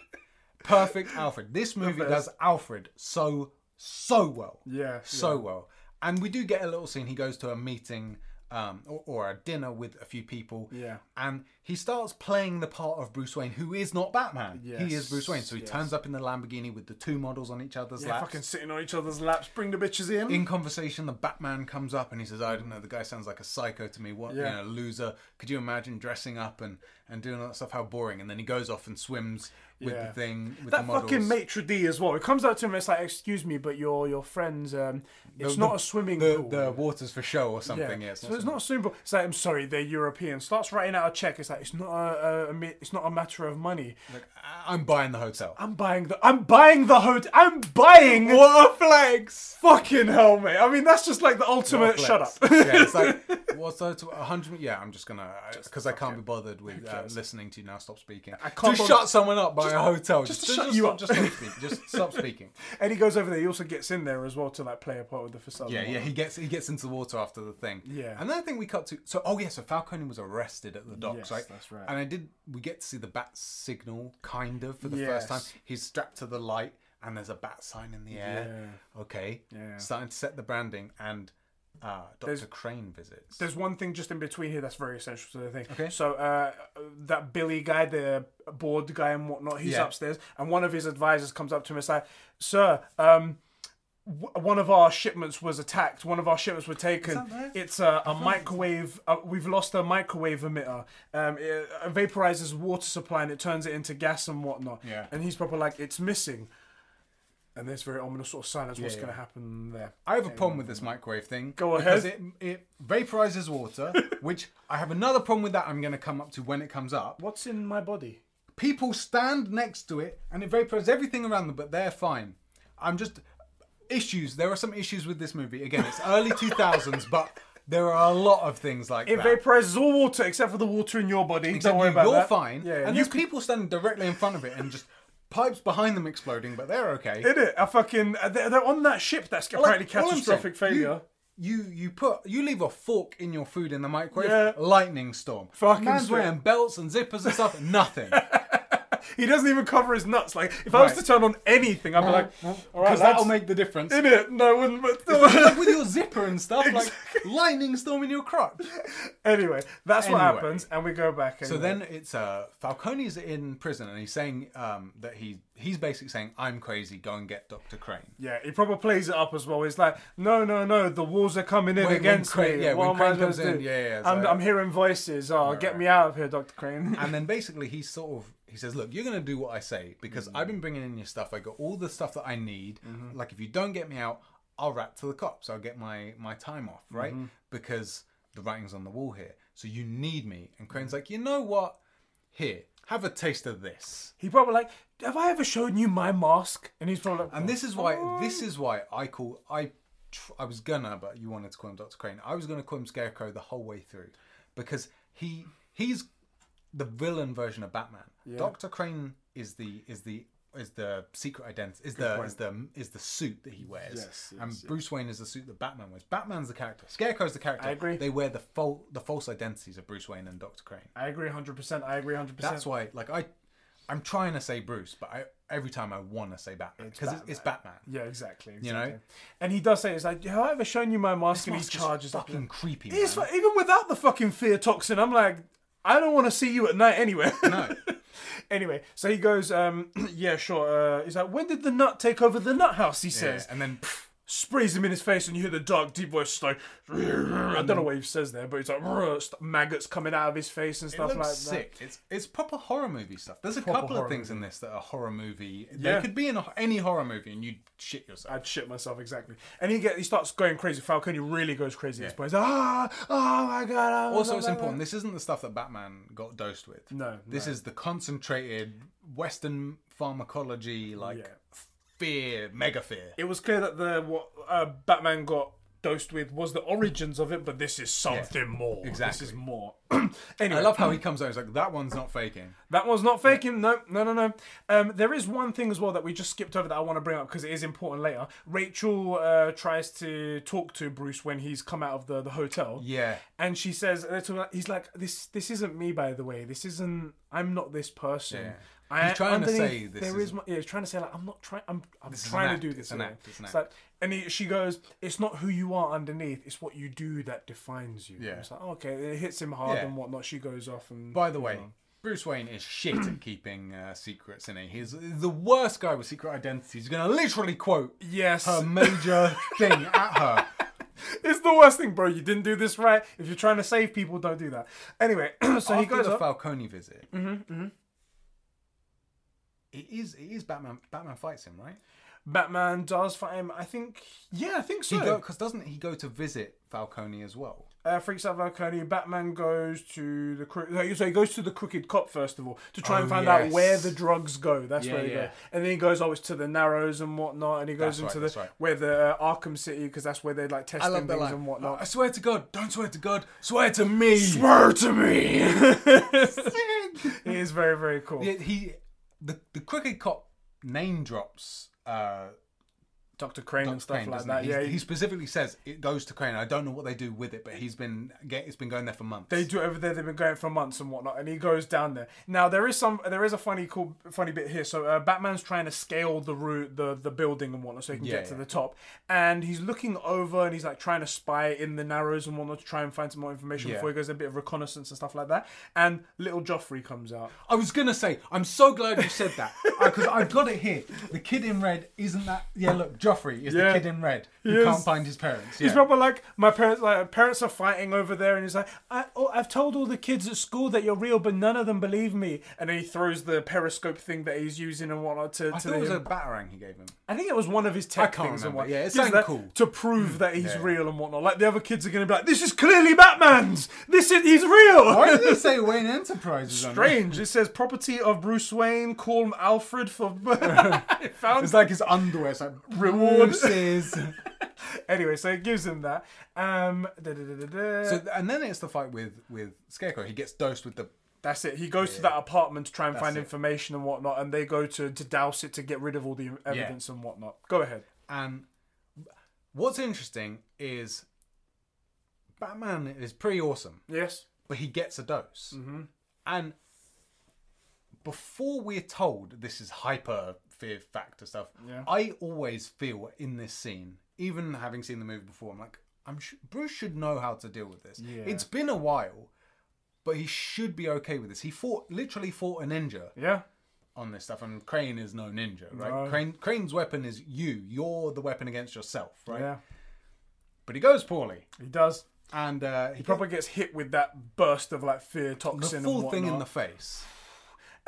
S2: Perfect Alfred. This movie does Alfred so, so well.
S1: yeah,
S2: So well. And we do get a little scene. He goes to a meeting um, or, or a dinner with a few people.
S1: Yeah.
S2: And he starts playing the part of Bruce Wayne, who is not Batman. He is
S1: Yes,
S2: Bruce Wayne. So he
S1: yes.
S2: turns up in the Lamborghini with the two models on each other's
S1: yeah.
S2: laps.
S1: fucking sitting on each other's laps. Bring the bitches in.
S2: In conversation, the Batman comes up and he says, "I don't know. The guy sounds like a psycho to me. What,
S1: Yeah.
S2: you know, loser? Could you imagine dressing up and and doing all that stuff? How boring!" And then he goes off and swims with
S1: Yeah.
S2: the thing with the
S1: that
S2: models.
S1: fucking maitre d as well. It comes out to him. It's like, excuse me, but your your friends. Um, it's
S2: the-
S1: not a swimming
S2: the,
S1: pool.
S2: the waters for show or something. Yeah,
S1: so it's not a swimming pool. It's like I'm sorry, they're European. Starts writing out a check. It's like it's not a, a, a mi- it's not a matter of money.
S2: I- I'm buying the hotel.
S1: I'm buying the I'm buying the hotel. I'm buying
S2: What a flex!
S1: fucking hell, mate. I mean that's just like the ultimate.
S2: Flex.
S1: Shut up.
S2: yeah, it's like what's that? A hundred? Yeah, I'm just gonna because I can't be bothered with uh, listening to you now. Stop speaking. I
S1: can't
S2: just
S1: bother-
S2: shut someone up by a hotel.
S1: just to shut you up.
S2: Just stop speaking. Just stop speaking.
S1: And he goes over there. He also gets in there as well to like play a part with the facade.
S2: Yeah, yeah, he gets he gets into the water after the thing.
S1: Yeah.
S2: and then I think we cut to so oh yeah, so Falcone was arrested at the docks,
S1: Yes,
S2: right?
S1: that's right.
S2: And I did we get to see the bat signal kind of for the
S1: Yes.
S2: first time. He's strapped to the light, and there's a bat sign in the air. Okay,
S1: Yeah.
S2: starting to set the branding, and uh, Doctor Crane visits.
S1: There's one thing just in between here that's very essential to the thing.
S2: Okay.
S1: So uh, that Billy guy, the board guy and whatnot, he's
S2: Yeah.
S1: upstairs, and one of his advisors comes up to him and is like, "Sir, um, w- one of our shipments was attacked. One of our shipments were taken.
S2: that there?
S1: It's a, a microwave. Uh, we've lost a microwave emitter. Um, it uh, vaporizes water supply and it turns it into gas and whatnot.
S2: Yeah.
S1: And he's proper like, it's missing." And there's very ominous sort of silence. What's
S2: yeah.
S1: going to happen there?
S2: I have a problem with this microwave thing.
S1: Go
S2: Because it, it vaporizes water, which I have another problem with that I'm going to come up to when it comes up.
S1: What's in my body?
S2: people stand next to it and it vaporizes everything around them, but they're fine. I'm just issues. There are some issues with this movie. Again, it's early 2000s, but there are a lot of things like
S1: It
S2: that.
S1: vaporizes all water except for the water in your body. Don't
S2: And
S1: worry
S2: you-
S1: about
S2: You're
S1: that.
S2: fine.
S1: Yeah, yeah.
S2: and
S1: you
S2: there's people standing directly in front of it and just pipes behind them exploding, but they're okay.
S1: did it. I fucking uh, they're, they're on that ship that's apparently
S2: All I'm saying,
S1: catastrophic failure.
S2: You, you you put you leave a fork in your food in the microwave.
S1: Yeah.
S2: Lightning storm.
S1: Fucking
S2: Man's
S1: straight.
S2: wearing belts and zippers and stuff. Nothing.
S1: He doesn't even cover his nuts. Like if I was
S2: Right. Uh,
S1: to turn on anything, I'd be like, all right,
S2: Because that'll
S1: lads,
S2: make the difference.
S1: in it. No, it wouldn't. But
S2: like with your zipper and stuff, like lightning storm in your crotch.
S1: anyway, that's what
S2: Anyway.
S1: happens, and we go back. Anyway.
S2: So then it's uh, Falcone's in prison, and he's saying um, that he he's basically saying, "I'm crazy. Go and get Doctor Crane."
S1: Yeah, he probably plays it up as well. He's like, no, no, no, the walls are coming in
S2: When- when
S1: against
S2: Crane-
S1: me.
S2: yeah,
S1: what am
S2: when
S1: I
S2: Crane
S1: supposed
S2: comes
S1: to
S2: in,
S1: do?
S2: yeah, yeah, it's
S1: I'm,
S2: like-
S1: I'm hearing voices. Oh, get me out of here, Doctor Crane.
S2: And then basically he sort of he says, "Look, you're going to do what I say because I've been bringing in your stuff. I got all the stuff that I need. Like if you don't get me out, I'll rat to the cops. I'll get my my time off, right? Because the writing's on the wall here. So you need me." And Crane's like, "You know what? Here, have a taste of this."
S1: He probably like, have I ever shown you my mask? And he's probably like,
S2: And this is why this
S1: Oh.
S2: is why I call I tr- I was gonna, but you wanted to call him Doctor Crane. I was gonna call him Scarecrow the whole way through because he he's the villain version of Batman. Doctor Crane is the is the is the secret identity is the
S1: point.
S2: is the is the suit that he wears.
S1: Yes, yes,
S2: and
S1: yes.
S2: Bruce Wayne is the suit that Batman wears. Batman's the character. Scarecrow's the character.
S1: I agree.
S2: They wear the false the false identities of Bruce Wayne and Doctor Crane.
S1: I agree 100%. I agree 100%.
S2: That's why, like I, I'm trying to say Bruce, but I every time I want to say Batman because it's, it's Batman.
S1: yeah, exactly, exactly.
S2: You know?
S1: and he does say, "It's like, have I ever shown you my mask?" and he
S2: Mask is
S1: charges up.
S2: fucking creepy.
S1: It's
S2: man.
S1: fu- even without the fucking fear toxin, I'm like, I don't want to see you at night anyway.
S2: no.
S1: anyway, so he goes, um, yeah, sure. Uh, he's like, when did the nut take over the nut house? He
S2: Yeah,
S1: says,
S2: and then
S1: sprays him in his face, and you hear the dark, deep voice just like, I don't know what he says there, but it's like "Rrr," maggots coming out of his face and stuff
S2: it looks
S1: like that.
S2: sick. It's it's proper horror movie stuff. There's a couple
S1: horror
S2: of things in this that are horror movie.
S1: Yeah.
S2: They could be in a, any horror movie and you'd shit yourself.
S1: I'd shit myself exactly. And he get he starts going crazy. Falcone really goes crazy at this point. He's like, ah, oh my god. oh,
S2: also,
S1: blah,
S2: it's
S1: blah,
S2: important. This isn't the stuff that Batman got dosed with.
S1: No,
S2: this is the concentrated Western pharmacology, like
S1: Yeah.
S2: fear, mega fear.
S1: blah." It was clear that the what uh, Batman got dosed with was the origins of it, but this is something more.
S2: Exactly.
S1: This is more.
S2: I
S1: anyway,
S2: love how he comes out. He's like, that one's not faking.
S1: that one's not faking. No, no, no, no. Um, there is one thing as well that we just skipped over that I want to bring up because it is important later. Rachel uh, tries to talk to Bruce when he's come out of the the hotel.
S2: Yeah.
S1: and she says and it's all like- he's like this this isn't me by the way this isn't i'm not this person
S2: Yeah.
S1: I,
S2: He's trying to say
S1: underneath
S2: this
S1: there is
S2: isn't-
S1: my, yeah he's trying to say like i'm not trying i'm i'm
S2: is an
S1: trying
S2: act,
S1: to do this
S2: it's
S1: in
S2: an
S1: a way.
S2: act, it's an
S1: like and he, she goes it's not who you are underneath it's what you do that defines you
S2: Yeah.
S1: it's like "Oh, okay it hits him hard
S2: Yeah.
S1: and whatnot she goes off and
S2: By the way, Bruce Wayne is shit at keeping uh, secrets in it. He's the worst guy with secret identities. He's going to literally quote
S1: yes
S2: a major thing at her.
S1: it's the worst thing bro you didn't do this right if you're trying to save people don't do that anyway so he
S2: After
S1: goes Mm-hmm,
S2: the
S1: off
S2: Falcone visit. It is it is Batman. Batman fights him, right?
S1: batman does fight him i think yeah i think so
S2: He go because doesn't he go to visit Falcone as well?
S1: uh, freaks out Falcone. Batman goes to the cro- no, so he goes to the crooked cop first of all to try and
S2: Oh,
S1: find out
S2: yes.
S1: where the drugs go. That's
S2: Yeah,
S1: where he
S2: yeah.
S1: goes, and then he goes always to the Narrows and whatnot, and he goes
S2: That's right,
S1: into
S2: that's
S1: the
S2: right.
S1: where the uh, Arkham City because that's where they like testing things and whatnot.
S2: I swear to God, don't swear to God, swear to me.
S1: Swear to me. it is very very cool.
S2: Yeah, he the the crooked cop name drops. Uh,
S1: Doctor Crane and stuff
S2: Crane,
S1: like
S2: doesn't
S1: that.
S2: he?
S1: Yeah,
S2: he, he specifically says it goes to Crane. I don't know what they do with it, but he's been get, it's been going there for months.
S1: they do it over there. They've been going for months and whatnot, and he goes down there. Now there is some, there is a funny, cool, funny bit here. So uh, Batman's trying to scale the route, the the building and whatnot, so he can
S2: Yeah,
S1: get to
S2: yeah.
S1: the top. And he's looking over, and he's like trying to spy in the narrows and whatnot to try and find some more information
S2: Yeah.
S1: before he goes a bit of reconnaissance and stuff like that. And little Joffrey comes out.
S2: I was gonna say, I'm so glad you said that because I've got it here. The kid in red isn't that? Yeah, look, Joffrey is
S1: Yeah.
S2: the kid in red who
S1: He is.
S2: can't find his parents.
S1: He's
S2: yeah.
S1: probably like my parents. Like parents are fighting over there, and he's like, I, oh, "I've told all the kids at school that you're real, but none of them believe me." And then he throws the periscope thing that he's using and whatnot to.
S2: I
S1: to
S2: thought it was
S1: him.
S2: a batarang he gave him.
S1: I think it was one of his tech
S2: I can't
S1: things and what.
S2: remember. Yeah, it
S1: Gives
S2: sounded
S1: that
S2: cool.
S1: to prove that he's
S2: yeah.
S1: real and whatnot. Like the other kids are going to be like, "This is clearly Batman's. This is he's real."
S2: Why did he say Wayne Enterprises? on it?
S1: Strange. It says property of Bruce Wayne. Call him Alfred for found.
S2: It's like his underwear. It's like
S1: Reward.
S2: Bruce's.
S1: Anyway, so it gives him that. Um, da, da, da, da, da.
S2: so, and then it's the fight with with Scarecrow. He gets dosed with the
S1: that's it. He goes to that apartment to try and find
S2: it.
S1: information and whatnot, and they go to to douse it to get rid of all the evidence and whatnot. Go ahead.
S2: And what's interesting is Batman is pretty awesome,
S1: Yes.
S2: but he gets a dose.
S1: Mm-hmm.
S2: And before we're told this is hyper fear factor stuff,
S1: Yeah.
S2: I always feel in this scene, even having seen the movie before, I'm like, I'm sh- Bruce should know how to deal with this.
S1: Yeah.
S2: It's been a while, but he should be okay with this. He fought literally fought a ninja
S1: Yeah.
S2: on this stuff, and Crane is no ninja, right?
S1: No.
S2: Crane Crane's weapon is you. You're the weapon against yourself, right?
S1: Yeah.
S2: But he goes poorly,
S1: He does.
S2: and uh, he
S1: He probably gets hit with that burst of like fear
S2: the
S1: toxin and
S2: full
S1: whatnot.
S2: thing in the face.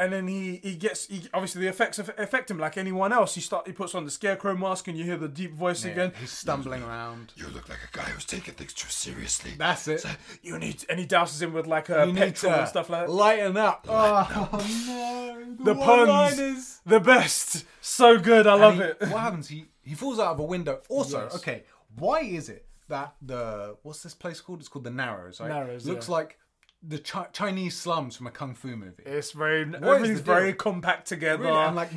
S1: and then he he gets he, obviously the effects aff- affect him like anyone else. He start he puts on the scarecrow mask and you hear the deep voice again.
S2: he's stumbling around.
S3: You look like a guy who's taking things too seriously.
S2: That's it.
S1: You need and he douses him with like a
S2: You need
S1: petrol
S2: to
S1: and uh, stuff like that.
S2: lighten up. Oh no,
S1: The puns, the best, so good. I love it.
S2: what happens? He he falls out of a window. Also,
S1: Yes.
S2: okay, why is it that the what's this place called? It's called the Narrows. Right?
S1: Narrows,
S2: Looks
S1: yeah.
S2: like the chi- Chinese slums from a kung fu movie.
S1: It's very
S2: the
S1: everything's very
S2: deal?
S1: compact together.
S2: Really, and like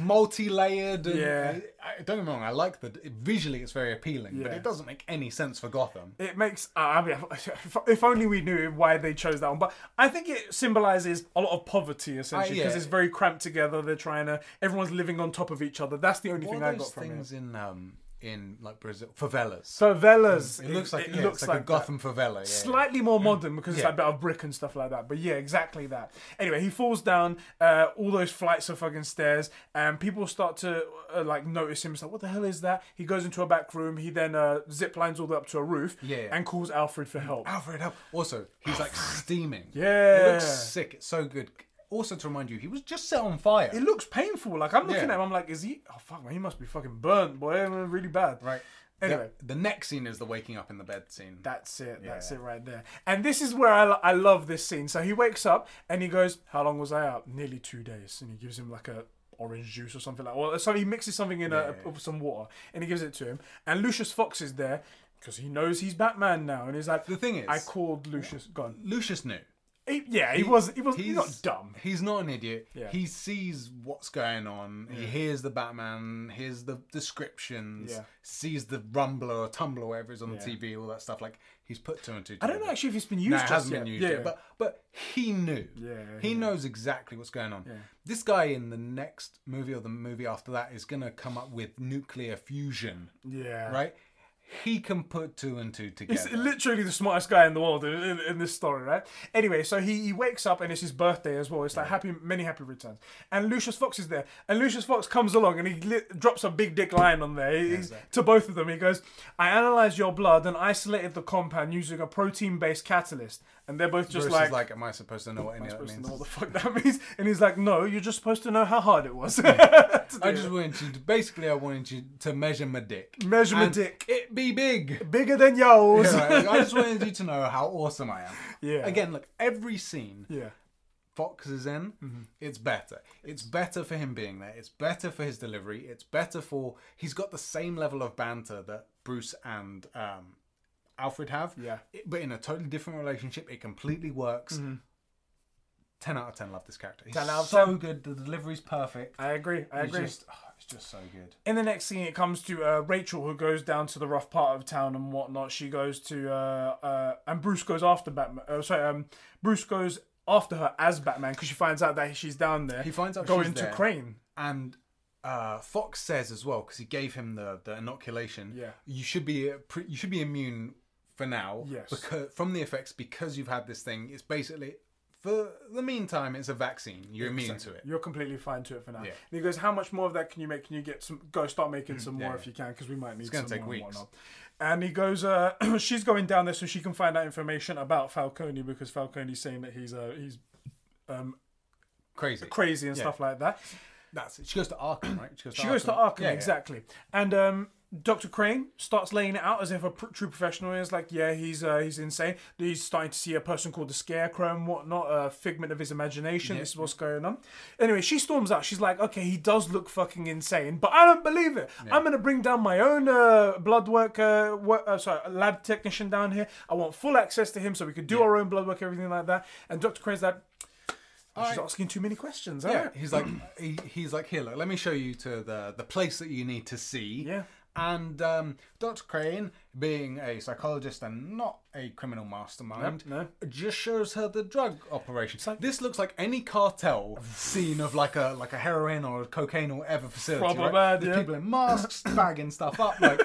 S2: multi-layered. And
S1: Yeah.
S2: I, I- don't get me wrong. I like the visually, it's very appealing, but
S1: Yeah.
S2: it doesn't make any sense for Gotham.
S1: it makes uh, I mean, if, if only we knew why they chose that one. But I think it symbolizes a lot of poverty essentially
S2: Uh, yeah.
S1: because it's very cramped together. They're trying to everyone's living on top of each other. That's the only
S2: What
S1: thing
S2: are
S1: I
S2: those
S1: got from it.
S2: things in um in like Brazil favelas?
S1: Favelas.
S2: It looks like
S1: it,
S2: yeah, it's
S1: looks
S2: like,
S1: like,
S2: a
S1: that.
S2: Gotham favela. Yeah, Mm.
S1: Slightly more modern because it's
S2: Yeah.
S1: like a bit of brick and stuff like that. But yeah, exactly that. Anyway, he falls down uh, all those flights of fucking stairs, and people start to uh, like notice him. It's like, what the hell is that? He goes into a back room. He then uh, zip lines all the way up to a roof,
S2: Yeah, yeah.
S1: and calls Alfred for help.
S2: Alfred help. Also, he's like steaming.
S1: Yeah.
S2: It looks sick. It's so good. Also to remind you, he was just set on fire.
S1: it looks painful. Like I'm looking
S2: Yeah.
S1: at him, I'm like, is he? Oh fuck, man, he must be fucking burnt, boy, eh, really bad.
S2: right.
S1: Anyway.
S2: The, the next scene is the waking up in the bed scene.
S1: That's it. That's
S2: Yeah.
S1: it right there. And this is where I, lo- I love this scene. So he wakes up and he goes, "How long was I out? Nearly two days." And he gives him like a orange juice or something like. Well, so he mixes something in a,
S2: Yeah.
S1: with some water and he gives it to him. And Lucius Fox is there because he knows he's Batman now, and he's like,
S2: the thing is,
S1: "I called Lucius." Gone.
S2: Lucius knew.
S1: He, yeah, he, was. He was. He's,
S2: he's-
S1: not dumb.
S2: He's not an idiot.
S1: Yeah.
S2: He sees what's going on. He hears the Batman, hears the descriptions,
S1: Yeah.
S2: sees the rumbler or tumbler, whatever is on
S1: Yeah.
S2: the TV, all that stuff. Like he's put two and two.
S1: I don't know actually if it's been used.
S2: No, it
S1: just
S2: hasn't
S1: yet.
S2: been used
S1: Yeah,
S2: yet, but but he knew.
S1: Yeah,
S2: he
S1: yeah.
S2: knows exactly what's going on. This guy in the next movie or the movie after that is gonna come up with nuclear fusion,
S1: yeah,
S2: right? He can put two and two
S1: He's
S2: together.
S1: literally the smartest guy in the world in, in, in this story, right? Anyway, so he, he wakes up and it's his birthday as well. It's like happy, many happy returns. And Lucius Fox is there, and Lucius Fox comes along and he li- drops a big dick line on there He's- to both of them. He goes, "I analyzed your blood and isolated the compound using a protein-based catalyst," and they're both just
S2: Versus
S1: like.
S2: like, am I supposed to know what any of that
S1: supposed to
S2: means?
S1: know what the fuck that means, and he's like, "No, you're just supposed to know how hard it was."
S2: I just wanted you to, basically I wanted you to measure my dick.
S1: Measure my
S2: And
S1: dick.
S2: It be big.
S1: bigger than yours.
S2: Right, like, I just wanted you to know how awesome I am.
S1: Yeah.
S2: Again, look, every scene
S1: yeah.
S2: Fox is in,
S1: Mm-hmm.
S2: it's better. It's better for him being there. It's better for his delivery. It's better for he's got the same level of banter that Bruce and um, Alfred have.
S1: Yeah.
S2: It- but in a totally different relationship, it completely works. Ten out of ten, love this character. He's
S1: 10 out of
S2: so
S1: 10.
S2: good. The delivery's perfect.
S1: I agree. I
S2: He's
S1: agree.
S2: just, oh, it's just so good.
S1: in the next scene, it comes to uh, Rachel, who goes down to the rough part of town and whatnot. She goes to, uh, uh, and Bruce goes after Batman. Uh, sorry, um, Bruce goes after her as Batman because she finds out that she's down there.
S2: He finds out
S1: going
S2: she's
S1: to
S2: there.
S1: Crane.
S2: And uh, Fox says as well because he gave him the, the inoculation.
S1: Yeah.
S2: you should be uh, pre- you should be immune for now.
S1: Yes.
S2: becau- from the effects because you've had this thing. It's basically for the meantime, it's a vaccine. You're immune to it.
S1: You're completely fine to it for now.
S2: Yeah. Mm,
S1: And he goes, "How much more of that can you make? Can you get some? Go start making some more
S2: yeah.
S1: if you can, because we might need. It's
S2: gonna
S1: some
S2: take
S1: more and
S2: weeks.
S1: whatnot." And he goes, uh, "She's going down there so she can find out information about Falcone because Falcone's saying that he's uh, he's um,
S2: Crazy.
S1: crazy and stuff like that."
S2: That's it. She goes to Arkham, right? She goes to
S1: She goes to
S2: Arkham.
S1: Arkham,
S2: Yeah, yeah.
S1: exactly. And um, Dr. Crane starts laying it out as if a pr- true professional is like, yeah, he's uh, he's insane. He's starting to see a person called the Scarecrow and whatnot, a figment of his imagination. This is what's going on. Anyway, she storms out. She's like, okay, he does look fucking insane, but I don't believe it. I'm going to bring down my own uh, blood work, uh, wo- uh, sorry, lab technician down here. I want full access to him so we can do our own blood work, everything like that. And Dr. Crane's like, she's asking too many questions.
S2: Yeah,
S1: Yeah.
S2: he's like he, he's like here. Look, let me show you to the the place that you need to see.
S1: Yeah.
S2: And um, Dr. Crane, being a psychologist and not a criminal mastermind,
S1: Nope,
S2: just shows her the drug operation. this looks like any cartel scene of like a like a heroin or a cocaine or whatever facility.
S1: Proper
S2: right?
S1: bad,
S2: There's
S1: yeah.
S2: people in masks bagging stuff up. Like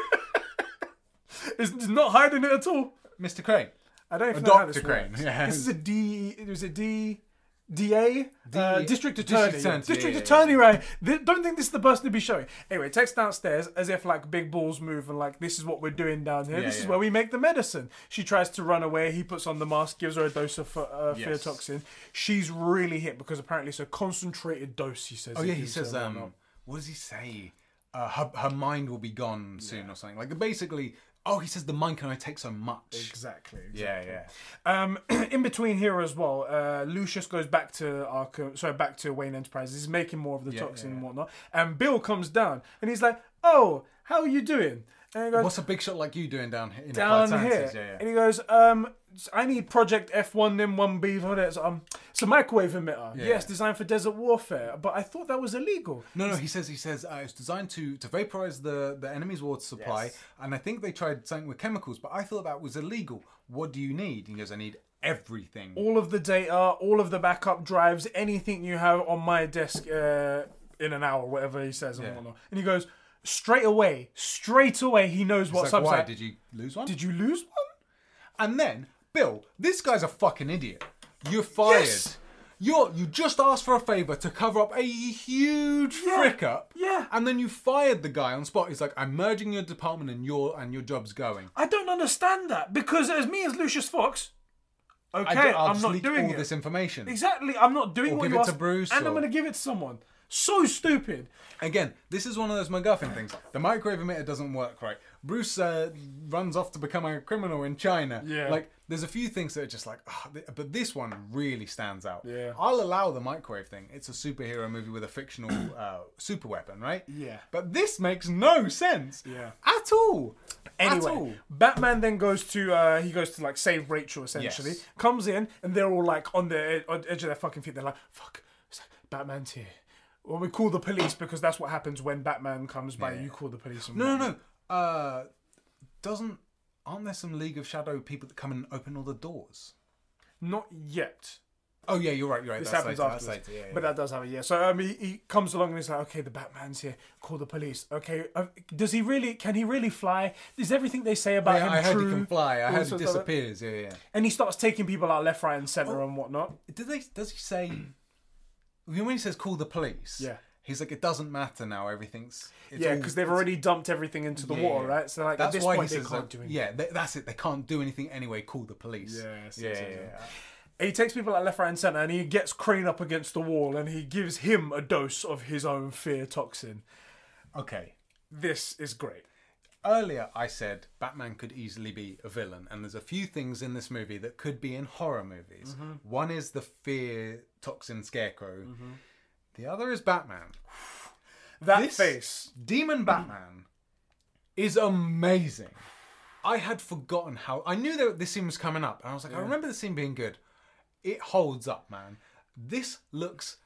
S1: It's it's not hiding it at all.
S2: Mr. Crane,
S1: I don't even know
S2: Dr.
S1: how this
S2: Crane,
S1: works.
S2: yeah.
S1: This is a D. It was a D. DA, uh, district
S2: District
S1: attorney,
S2: attorney,
S1: district
S2: yeah, yeah,
S1: attorney, right? They don't think this is the person to be showing. Anyway, takes downstairs as if like big balls move and like this is what we're doing down here. this is
S2: yeah.
S1: where we make the medicine. She tries to run away. He puts on the mask, gives her a dose of uh, fear
S2: Yes.
S1: toxin. She's really hit because apparently it's a concentrated dose. He says.
S2: Oh yeah, he says. Um, what does he say? Uh, her, her mind will be gone soon, or something. Like basically, oh, he says the mind can only take so much.
S1: exactly. exactly.
S2: Yeah, yeah.
S1: Um, in between here as well, uh, Lucius goes back to Arkham, sorry, back to Wayne Enterprises. He's making more of the toxin and whatnot. And Bill comes down and he's like, "Oh, how are you doing?" And he goes,
S2: What's a big shot like you doing down here? In
S1: "Down
S2: Applied
S1: here."
S2: Sciences? Yeah,
S1: And he goes, um, I need Project F1 then 1B for that. So, um, it's a microwave emitter. Yes, designed for desert warfare, but I thought that was illegal.
S2: No, no, he says he says uh, it's designed to to vaporize the the enemy's water supply,
S1: Yes.
S2: and I think they tried something with chemicals, but I thought that was illegal. What do you need? And he goes, I need everything.
S1: All of the data, all of the backup drives, anything you have on my desk uh, in an hour, whatever he says and whatnot. And he goes straight away, straight away. He knows what's
S2: It's like, why
S1: upside.
S2: did you lose one?
S1: Did you lose one?
S2: And then, Bill, this guy's a fucking idiot. You're fired.
S1: Yes.
S2: You're you just asked for a favour to cover up a huge frick up.
S1: yeah.
S2: And then you fired the guy on spot. He's like, I'm merging your department and your and your job's going.
S1: I don't understand that because as me as Lucius Fox, okay,
S2: I don't, I'll
S1: I'm
S2: just
S1: not
S2: leak
S1: doing
S2: all
S1: it.
S2: this information.
S1: Exactly, I'm not doing what
S2: give
S1: you
S2: it to
S1: asked-
S2: Bruce
S1: and I'm
S2: or-
S1: going to give it to someone. So stupid.
S2: Again, this is one of those MacGuffin things. The microwave emitter doesn't work right. Bruce uh, runs off to become a criminal in China.
S1: Yeah.
S2: Like, there's a few things that are just like, ah, th- but this one really stands out.
S1: Yeah.
S2: I'll allow the microwave thing. It's a superhero movie with a fictional uh, super weapon, right?
S1: Yeah.
S2: But this makes no sense.
S1: Yeah.
S2: At all. At all.
S1: Anyway, Batman then goes to uh, he goes to like save Rachel essentially.
S2: Yes.
S1: Comes in and they're all like on the on the edge of their fucking feet. They're like, "Fuck, it's like, Batman's here." Well, we call the police because that's what happens when Batman comes by. You call the police. and
S2: No,
S1: whatnot.
S2: no, no. Uh, doesn't. Aren't there some League of Shadow people that come and open all the doors?
S1: not yet.
S2: Oh, yeah, you're right, you're right.
S1: This
S2: That's
S1: happens
S2: later,
S1: afterwards.
S2: That's later. Yeah, yeah,
S1: But that does happen, yeah. So um, he, he comes along and he's like, okay, the Batman's here. Call the police. Okay, uh, does he really? Can he really fly? Is everything they say about
S2: Yeah,
S1: him
S2: I heard
S1: true?
S2: he can fly. I
S1: All
S2: heard
S1: this
S2: he
S1: sort of stuff.
S2: disappears. Yeah, yeah.
S1: And he starts taking people out left, right, and center
S2: Oh.
S1: and whatnot.
S2: Did they? Does he say? you know, When he says call the police,
S1: Yeah.
S2: he's like it doesn't matter now. Everything's it's
S1: Yeah,
S2: all-
S1: because they've already dumped everything into the
S2: yeah,
S1: water,
S2: yeah.
S1: right? So like
S2: That's
S1: at this
S2: why
S1: point
S2: he
S1: they
S2: says
S1: can't
S2: like,
S1: do anything.
S2: yeah. They, that's it. They can't do anything anyway. Call the police.
S1: Yes,
S2: yeah,
S1: yes,
S2: yeah,
S1: yes,
S2: yeah.
S1: He takes people out left, right, and center, and he gets Crane up against the wall, and he gives him a dose of his own fear toxin.
S2: Okay.
S1: This is great.
S2: Earlier, I said Batman could easily be a villain, and there's a few things in this movie that could be in horror movies.
S1: Mm-hmm.
S2: One is the fear toxin scarecrow. The other is Batman.
S1: That
S2: This-
S1: face.
S2: Demon Batman is amazing. I had forgotten how I knew that this scene was coming up, and I was like, I remember the scene being good. It holds up, man. This looks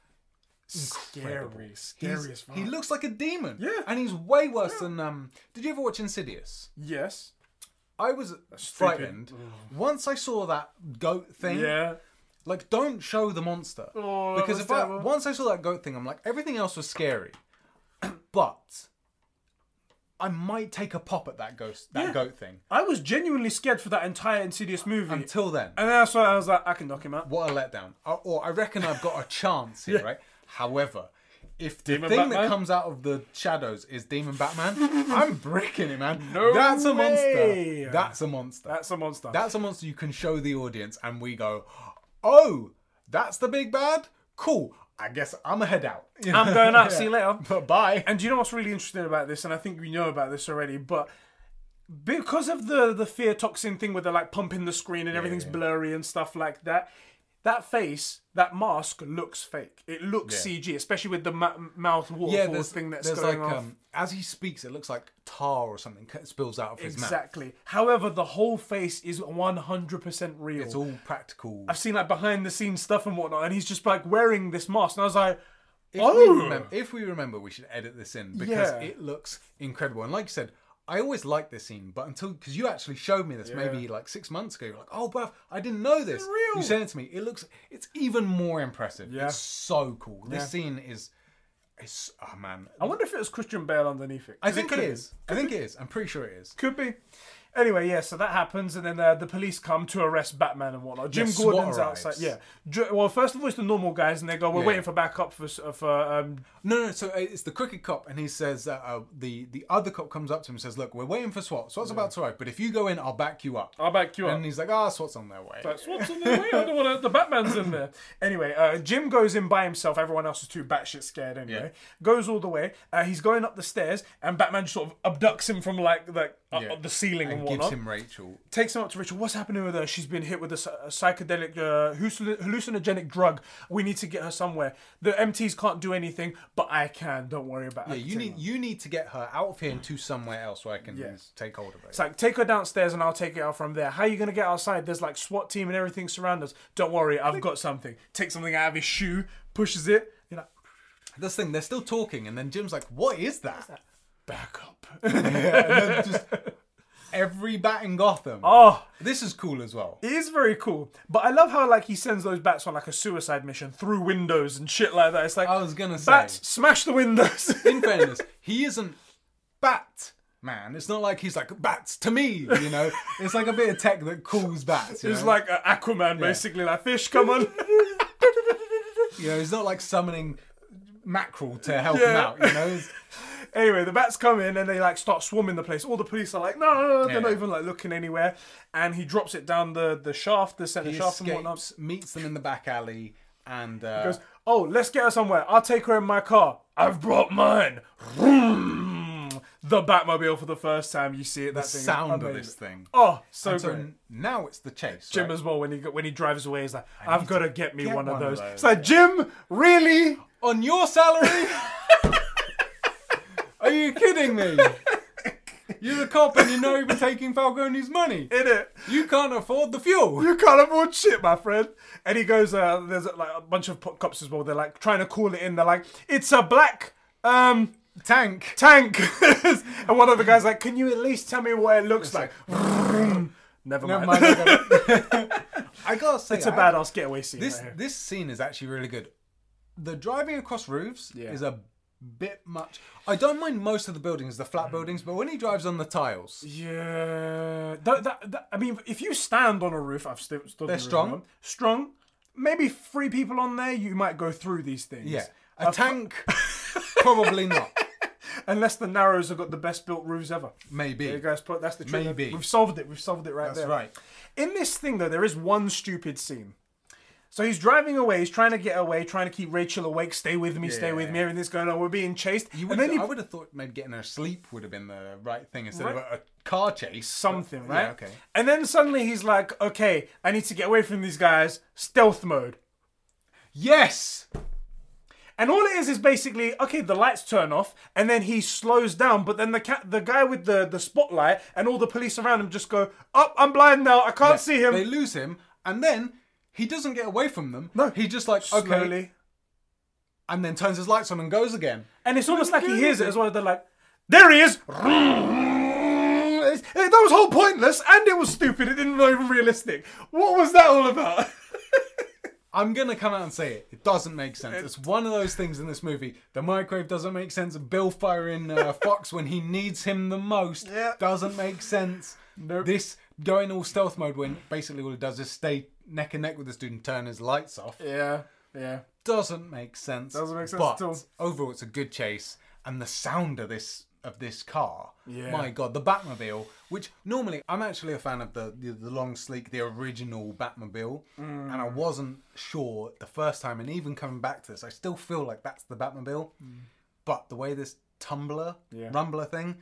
S2: incredible.
S1: Scary,
S2: He's-
S1: scary as fuck.
S2: He looks like a demon.
S1: Yeah.
S2: and he's way worse than um. Did you ever watch Insidious?
S1: Yes.
S2: I was
S1: stupid.
S2: frightened once I saw that goat thing.
S1: Yeah.
S2: Like, don't show the monster.
S1: Oh, that
S2: because
S1: was
S2: if I,
S1: terrible.
S2: once I saw that goat thing, I'm like, everything else was scary. but I might take a pop at that ghost, that
S1: Yeah.
S2: goat thing.
S1: I was genuinely scared for that entire Insidious movie.
S2: Until then,
S1: and that's why I was like, I can knock him out.
S2: what a letdown. Or, or I reckon I've got a chance here, right? However, if the
S1: Demon
S2: thing that
S1: Batman?
S2: comes out of the shadows is Demon Batman, I'm bricking it, man. That's a
S1: way.
S2: monster. That's a monster.
S1: That's a monster.
S2: That's a monster you can show the audience, and we go, oh, that's the big bad? Cool. I guess I'm a head out. You
S1: I'm
S2: know?
S1: going out. See you later.
S2: But bye.
S1: And do you know what's really interesting about this? And I think we know about this already, but because of the the fear toxin thing where they're like pumping the screen and everything's blurry and stuff like that, that face, that mask looks fake. It looks CG, especially with the ma- mouth waterfalls thing that's
S2: there's
S1: going
S2: like
S1: off.
S2: um, as he speaks, it looks like tar or something c- spills out of his mouth.
S1: exactly. However, the whole face is 100% real.
S2: It's all practical.
S1: I've seen like behind the scenes stuff and whatnot, and he's just like wearing this mask, and I was like,
S2: If
S1: oh,
S2: we, remember, if we remember, we should edit this in because
S1: Yeah.
S2: it looks incredible. And like you said, I always liked this scene, but until because you actually showed me this maybe like six months ago, you were like, "Oh, bruv, I didn't know this."
S1: real.
S2: You said it to me. It looks, it's even more impressive.
S1: Yeah.
S2: It's so cool. This scene is, it's oh man,
S1: I wonder if it was Christian Bale underneath it. 'cause
S2: I think it
S1: could've been.
S2: is. I think it is. I'm pretty sure it is.
S1: Could be. Anyway, yeah, so that happens, and then uh, the police come to arrest Batman and whatnot. Jim
S2: Yeah, SWAT
S1: Gordon's
S2: arrives.
S1: outside. Yeah. Dr- Well, first of all, it's the normal guys, and they go, "We're
S2: Yeah.
S1: waiting for backup for s- uh, for um,
S2: No, no. So uh, it's the crooked cop, and he says uh, uh, the the other cop comes up to him and says, "Look, we're waiting for SWAT. SWAT's about to arrive, but if you go in, I'll back you up."
S1: I'll back you up."
S2: and he's like, "Ah, SWAT's on their way."
S1: That's what's on the way. I don't want to, the Batman's in there. Anyway, uh, Jim goes in by himself. Everyone else is too batshit scared anyway. Goes all the way. Uh, he's going up the stairs, and Batman just sort of abducts him from like like uh,
S2: Yeah.
S1: the ceiling and,
S2: and
S1: whatnot.
S2: gives him Rachel.
S1: takes him up to Rachel. What's happening with her? She's been hit with a, psy- a psychedelic, uh, hallucin- hallucinogenic drug. We need to get her somewhere. The MTs can't do anything, but I can. Don't worry about it.
S2: Yeah, you need you need to get her out of here and to somewhere else where I can
S1: Yeah.
S2: take hold of her.
S1: It's like take her downstairs and I'll take it out from there. How are you gonna get outside? There's like SWAT team and everything surround us. Don't worry, I've got something. Takes something out of his shoe, pushes it. You're like,
S2: This thing, they're still talking, and then Jim's like, "What is that?"
S1: back up.
S2: And just every bat in Gotham.
S1: oh,
S2: This is cool as well.
S1: it is very cool. But I love how like he sends those bats on like a suicide mission through windows and shit like that. It's like
S2: I was gonna say.
S1: bats smash the windows.
S2: in fairness, he isn't Bat Man. It's not like he's like bats to me. You know, it's like a bit of tech that calls bats. You
S1: It's
S2: know?
S1: like uh, Aquaman, basically. Like fish, come on.
S2: you know, he's not like summoning mackerel to help him
S1: Yeah.
S2: out. You know, It's-
S1: anyway, the bats come in and they like start swarming the place. All the police are like, no, no, no. they're not
S2: Yeah.
S1: even like looking anywhere. And he drops it down the the shaft, the center
S2: he
S1: shaft, and whatnot.
S2: escapes, meets them in the back alley, and uh,
S1: goes, "Oh, let's get her somewhere. I'll take her in my car. I've brought mine." Vroom. The Batmobile for the first time. You see it. That
S2: the
S1: thing is
S2: sound of
S1: amazing.
S2: this thing.
S1: Oh, so
S2: So
S1: good.
S2: n- now it's the chase.
S1: Jim
S2: right?
S1: as well when he go- when he drives away, he's like, "I've got to get me
S2: get
S1: one, of,
S2: one of
S1: those.
S2: those,
S1: It's like, Jim, really?
S2: on your salary? Are you kidding me? You're a cop and you're not even taking Falcone's money.
S1: In it?
S2: You can't afford the fuel.
S1: You can't afford shit, my friend." And he goes, uh, "There's like a bunch of po- cops as well. They're like trying to call it in. They're like, it's a black." Um,
S2: Tank.
S1: tank and one of the guys like can you at least tell me what it looks like, Vroom. never,
S2: Never
S1: mind,
S2: mind, I gotta- I gotta say,
S1: it's a
S2: I-
S1: badass getaway scene
S2: This
S1: right here.
S2: this scene is actually really good. The driving across roofs
S1: Yeah.
S2: is a bit much. I don't mind most of the buildings, the flat buildings, but when he drives on the tiles,
S1: Yeah, that, that, that- I mean, if you stand on a roof, I've still stood. on a
S2: They're
S1: roof
S2: strong.
S1: before. strong. Maybe three people on there, you might go through these things. Uh,
S2: yeah, a tank, probably not.
S1: unless the Narrows have got the best built roofs ever.
S2: Maybe.
S1: There you guys, but that's the truth.
S2: Maybe.
S1: we've solved it. We've solved it right
S2: That's
S1: there.
S2: right.
S1: In this thing though, there is one stupid scene. So he's driving away. He's trying to get away, trying to keep Rachel awake. Stay with me. Stay with me. Everything's going on. We're being chased.
S2: You
S1: and
S2: would,
S1: then he
S2: I would have thought maybe getting her sleep would have been the right thing instead of
S1: Right.
S2: a, a car chase.
S1: something,
S2: Yeah,
S1: right?
S2: okay.
S1: And then suddenly he's like, okay, I need to get away from these guys, stealth mode.
S2: Yes,
S1: And all it is is basically, okay, the lights turn off, and then he slows down, but then the cat, the guy with the, the spotlight and all the police around him just go, oh, I'm blind now, I can't see him.
S2: they lose him, and then he doesn't get away from them.
S1: No.
S2: he just like okay,
S1: Slowly.
S2: and then turns his lights on and goes again.
S1: And it's almost like he hears it as well. They're like, there he is. It's- That was whole pointless, and it was stupid. It didn't look even realistic. What was that all about?
S2: I'm gonna come out and say it. It doesn't make sense. It's one of those things in this movie. The microwave doesn't make sense. Bill firing uh, Fox when he needs him the most
S1: Yeah.
S2: doesn't make sense. This going all stealth mode when basically all it does is stay neck and neck with this dude and turn his lights off
S1: yeah, yeah.
S2: doesn't make sense.
S1: Doesn't make sense
S2: but
S1: at all.
S2: Overall, it's a good chase, and the sound of this of this car.
S1: Yeah.
S2: My God, the Batmobile, which normally I'm actually a fan of the the, the long sleek, the original Batmobile, and I wasn't sure the first time, and even coming back to this, I still feel like that's the Batmobile. But the way this tumbler,
S1: Yeah.
S2: rumbler thing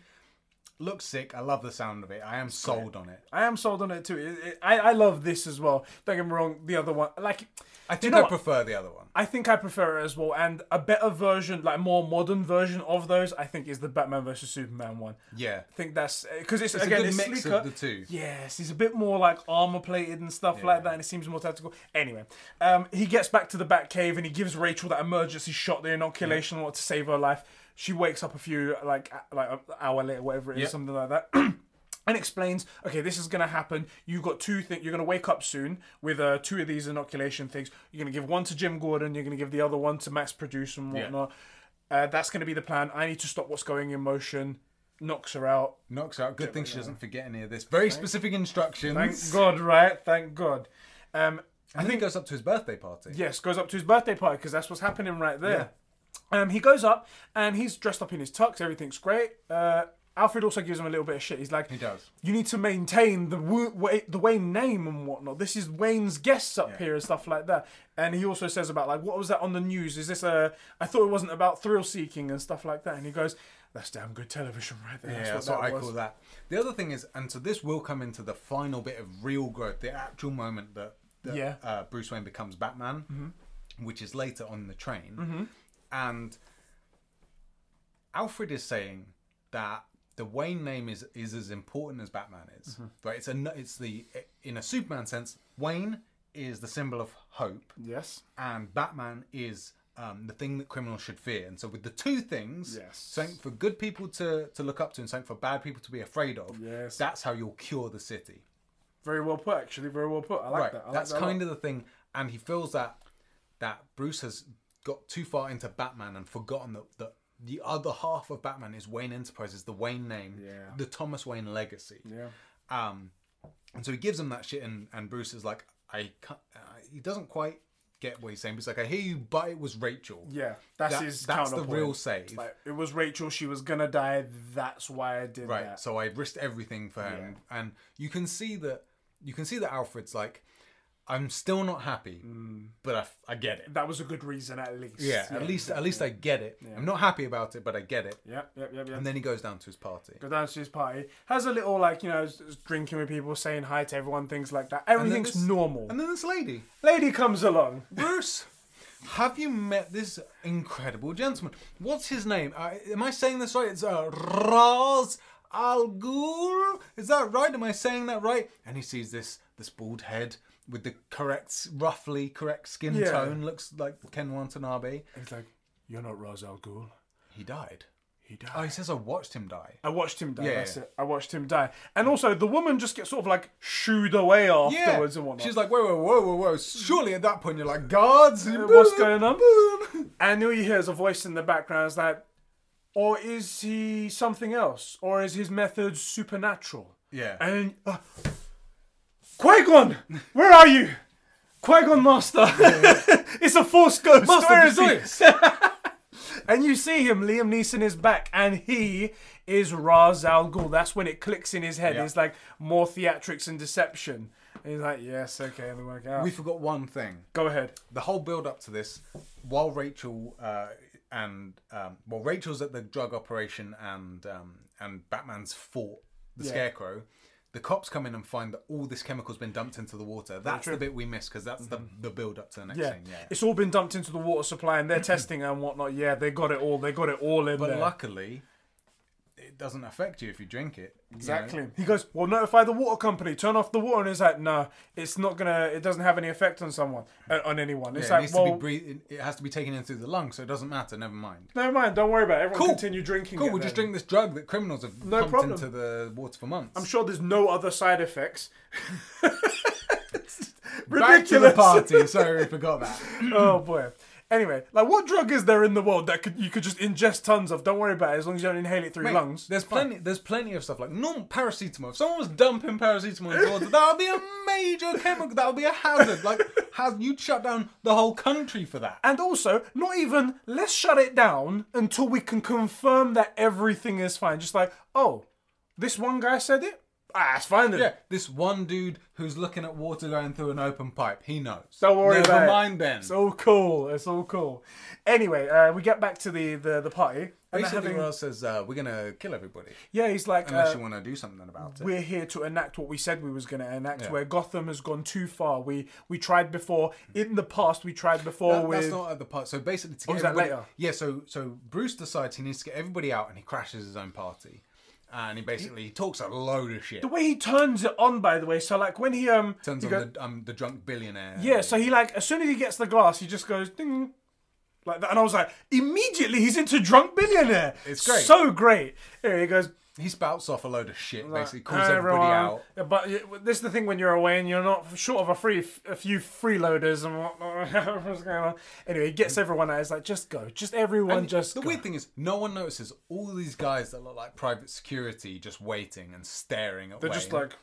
S2: looks sick. I love the sound of it. I am sold on it.
S1: I am sold on it too. It- it- I, I love this as well. Don't get me wrong. The other one, like,
S2: I think
S1: know
S2: I
S1: what?
S2: prefer the other one.
S1: I think I prefer it as well. And a better version, like more modern version of those, I think is the Batman versus Superman one.
S2: Yeah.
S1: I think that's because it's,
S2: It's
S1: again
S2: a good
S1: it's
S2: mix
S1: sleeker.
S2: of the two.
S1: Yes, he's a bit more like armor plated and stuff like that, and it seems more tactical. Anyway, um, he gets back to the Batcave and he gives Rachel that emergency shot, the inoculation, or to save her life. She wakes up a few like a- like an hour later, whatever it is,
S2: Yep.
S1: something like that. And explains, okay, this is gonna happen. You've got two things. You're gonna wake up soon with uh, two of these inoculation things. You're gonna give one to Jim Gordon. You're gonna give the other one to Max Produce and whatnot. Uh, that's gonna be the plan. I need to stop what's going in motion. Knocks her out.
S2: Knocks out. Good thing she doesn't forget any of this. Very specific instructions.
S1: Thank God, right? Thank God. Um,
S2: I think it goes up to his birthday party.
S1: yes, goes up to his birthday party because that's what's happening right there. Um, he goes up and he's dressed up in his tux. Everything's great. Uh, Alfred also gives him a little bit of shit. He's like,
S2: He does.
S1: You need to maintain the Wu- Wa- the Wayne name and whatnot. This is Wayne's guests up here and stuff like that. And he also says about like, what was that on the news? Is this a? I thought it wasn't about thrill seeking and stuff like that. And he goes. That's damn good television right there.
S2: Yeah,
S1: that's,
S2: that's
S1: what,
S2: what,
S1: that
S2: I
S1: was.
S2: call that. The other thing is, and so this will come into the final bit of real growth, the actual moment that, that
S1: Yeah. Mm-hmm.
S2: uh, Bruce Wayne becomes Batman, which is later on the train. And Alfred is saying that the Wayne name is is as important as Batman is.
S1: Mm-hmm.
S2: Right? It's a n- it's the in a Superman sense, Wayne is the symbol of hope
S1: Yes.
S2: and Batman is um, the thing that criminals should fear. And so, with the two things,
S1: Yes.
S2: something for good people to, to look up to and something for bad people to be afraid of,
S1: Yes.
S2: that's how you'll cure the city.
S1: Very well put, actually. Very well put. I like
S2: Right.
S1: that. I like
S2: that's
S1: that a lot.
S2: kind of the thing. And he feels that that Bruce has got too far into Batman and forgotten that, that the other half of Batman is Wayne Enterprises, the Wayne name,
S1: Yeah.
S2: the Thomas Wayne legacy.
S1: Yeah.
S2: Um, and so he gives him that shit, and, and Bruce is like, I can't, uh, he doesn't quite get what he's saying. But he's like, I hear you, but it was Rachel.
S1: Yeah, that's
S2: That-
S1: his
S2: that's the
S1: counterpoint.
S2: real save.
S1: Like, it was Rachel. She was gonna die. That's why I did
S2: Right.
S1: that.
S2: So I risked everything for him, and you can see that you can see that Alfred's like, I'm still not happy,
S1: Mm.
S2: but I, f- I get it.
S1: that was a good reason, at least.
S2: Yeah, at least at least I get it. I'm not happy about it, but I get it.
S1: Yep, yep, yep, yep.
S2: And then he goes down to his party.
S1: Go down to his party. Has a little like you know, s- s- drinking with people, saying hi to everyone, things like that.
S2: And then
S1: Everything's
S2: this-
S1: normal.
S2: And then this lady,
S1: Lady comes along.
S2: Bruce. Have you met this incredible gentleman? What's his name? Uh, am I saying this right? It's uh, Raz Al Ghul. Is that right? Am I saying that right? And he sees this this bald head with the correct, roughly correct skin
S1: Yeah.
S2: tone. Looks like Ken Watanabe.
S1: He's like, "You're not Ra's al Ghul.
S2: He died.
S1: He
S2: Oh,
S1: died."
S2: he says I watched him die.
S1: I watched him die.
S2: Yeah,
S1: that's
S2: yeah.
S1: it. I watched him die. And also, the woman just gets sort of like shooed away afterwards and whatnot.
S2: She's like, whoa, whoa, whoa, whoa, whoa. Surely at that point you're like, guards.
S1: what's going on? And all you hear is a voice in the background. It's like, or is he something else? Or is his method supernatural?
S2: Yeah.
S1: And uh, Qui Gon, where are you? Qui Gon Master, it's a Force ghost. where is it? And you see him, Liam Neeson is back, and he is Ra's al Ghul. That's when it clicks in his head.
S2: Yeah.
S1: It's like more theatrics and deception. And he's like, yes, okay, it'll work out.
S2: We forgot one thing.
S1: Go ahead.
S2: the whole build up to this, while Rachel uh, and um, well, Rachel's at the drug operation and um, and Batman's fought the
S1: Yeah.
S2: Scarecrow. The cops come in and find that all this chemical's been dumped into the water. That's the bit we miss because that's the, the build up to the next
S1: Mm-hmm. Yeah.
S2: scene. Yeah.
S1: it's all been dumped into the water supply, and they're testing and whatnot. Yeah, they got it all. They got it all in
S2: But
S1: there.
S2: luckily, it doesn't affect you if you drink it. you know?
S1: Exactly. He goes, "Well, notify the water company. Turn off the water." And he's like, "No, it's not gonna. It doesn't have any effect on someone, uh, on anyone." It's
S2: Yeah, it
S1: like,
S2: needs
S1: "Well,
S2: to be breathed. It has to be taken in through the lung, so it doesn't matter. Never mind.
S1: never mind. Don't worry about it. Everyone
S2: Cool.
S1: continue drinking.
S2: Cool.
S1: it
S2: We'll just
S1: then."
S2: drink this drug that criminals have
S1: No
S2: pumped
S1: problem.
S2: into the water for months.
S1: I'm sure there's no other side effects.
S2: Back to the
S1: Ridiculous.
S2: party. Sorry, we forgot that.
S1: oh boy. Anyway, like, what drug is there in the world that could you could just ingest tons of? Don't worry about it. As long as you don't inhale it through your
S2: Mate,
S1: lungs.
S2: There's plenty. There's plenty of stuff like normal paracetamol. If someone was dumping paracetamol in water, that would be a major chemical. That would be a hazard. Like, has you'd shut down the whole country for that.
S1: And also, not even let's shut it down until we can confirm that everything is fine. Just like, oh, this one guy said it. Ah, it's fine then.
S2: Yeah, this one dude who's looking at water going through an open pipe. He knows.
S1: Don't worry
S2: Never
S1: about it.
S2: mind then.
S1: It's all cool. It's all cool. Anyway, uh, we get back to the the, the party. And they're
S2: Basically,
S1: having-
S2: Ross says uh, we're gonna kill everybody
S1: yeah, he's like,
S2: unless
S1: uh,
S2: you want to do something about it.
S1: we're here to enact what we said we was going to enact. Where Gotham has gone too far. We we tried before in the past. We tried before
S2: That-
S1: with
S2: that's not at the part. So basically, to get
S1: is that
S2: everybody-
S1: later?
S2: Yeah. So so Bruce decides he needs to get everybody out, and he crashes his own party, and he basically he talks a load of shit.
S1: the way he turns it on. By the way, so like when he um
S2: Turns
S1: he
S2: on
S1: go-
S2: the um the drunk billionaire.
S1: Yeah, so he like as soon as he gets the glass, he just goes ding like that, and I was like, immediately he's into drunk billionaire.
S2: It's great.
S1: so great. Here he goes.
S2: he spouts off a load of shit. basically calls
S1: "Hi,
S2: everybody
S1: everyone."
S2: out.
S1: Yeah, But yeah, this is the thing when you're away and you're not short of a free, a few freeloaders and whatnot. What's going on? Anyway, he gets everyone out. He's like, just go, just everyone, just
S2: the
S1: go.
S2: weird thing is, no one notices all these guys that look like private security just waiting and staring at.
S1: They're just like,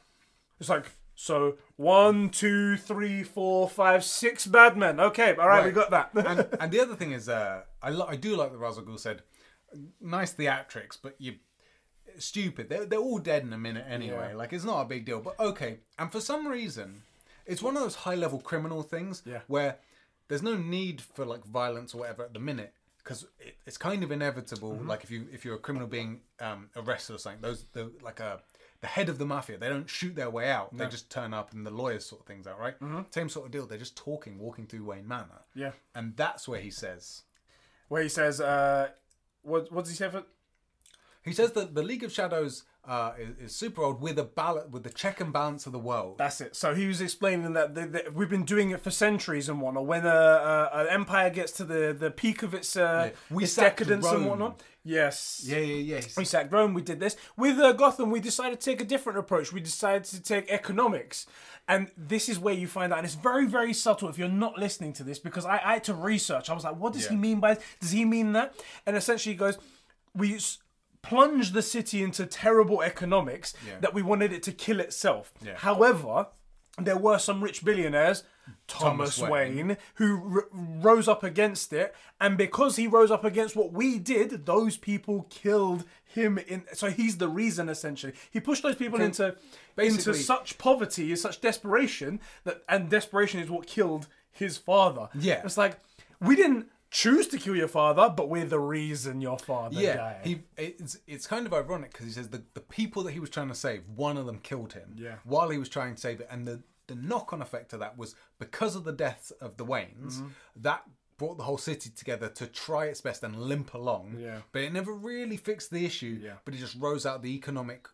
S1: it's like. So one, two, three, four, five, six bad men. Okay, all right, we got that.
S2: and, and the other thing is, uh, I lo- I do like that Ra's al Ghul said, nice theatrics, but you stupid. They're they're all dead in a minute anyway. Like it's not a big deal. But okay, and for some reason, it's one of those high level criminal things
S1: Yeah.
S2: where there's no need for like violence or whatever at the minute. because it, it's kind of inevitable.
S1: Mm-hmm.
S2: Like if you if you're a criminal being um, arrested or something, those the like a the head of the mafia, they don't shoot their way out. They just turn up and the lawyers sort things out, right? Same sort of deal. They're just talking, walking through Wayne Manor.
S1: Mm-hmm. Yeah.
S2: and that's where he says
S1: Where he says, uh, what, what does he say for.
S2: he says that the League of Shadows uh, is, is super old with a ballot with the check and balance of the world.
S1: That's it. So he was explaining that, th that we've been doing it for centuries and whatnot. When a, a, an empire gets to the, the peak of its, uh,
S2: We
S1: its
S2: sacked
S1: decadence and
S2: Rome.
S1: whatnot. Yes.
S2: yeah, yeah, yeah. He
S1: We sacked Rome, we did this. With uh, Gotham, we decided to take a different approach. We decided to take economics. And this is where you find out, and it's very, very subtle if you're not listening to this, because I, I had to research. I was like, what does he
S2: Yeah.
S1: mean by Does he mean that? And essentially, he goes, we s- plunged the city into terrible economics that we wanted it to kill itself. However, there were some rich billionaires, Thomas,
S2: Thomas
S1: Wayne,
S2: Wayne.
S1: who r- rose up against it, and because he rose up against what we did, those people killed him. In so he's the reason essentially. He pushed those people into into
S2: basically-
S1: such poverty, such desperation that, and desperation is what killed his father.
S2: Yeah.
S1: it's like we didn't choose to kill your father, but we're the reason your father
S2: yeah,
S1: died.
S2: he it's it's kind of ironic because he says the, the people that he was trying to save, one of them killed him.
S1: Yeah.
S2: while he was trying to save it, and the the knock on effect of that was because of the deaths of the Waynes,
S1: Mm-hmm.
S2: that brought the whole city together to try its best and limp along.
S1: Yeah.
S2: but it never really fixed the issue.
S1: Yeah.
S2: but it just rose out the economic.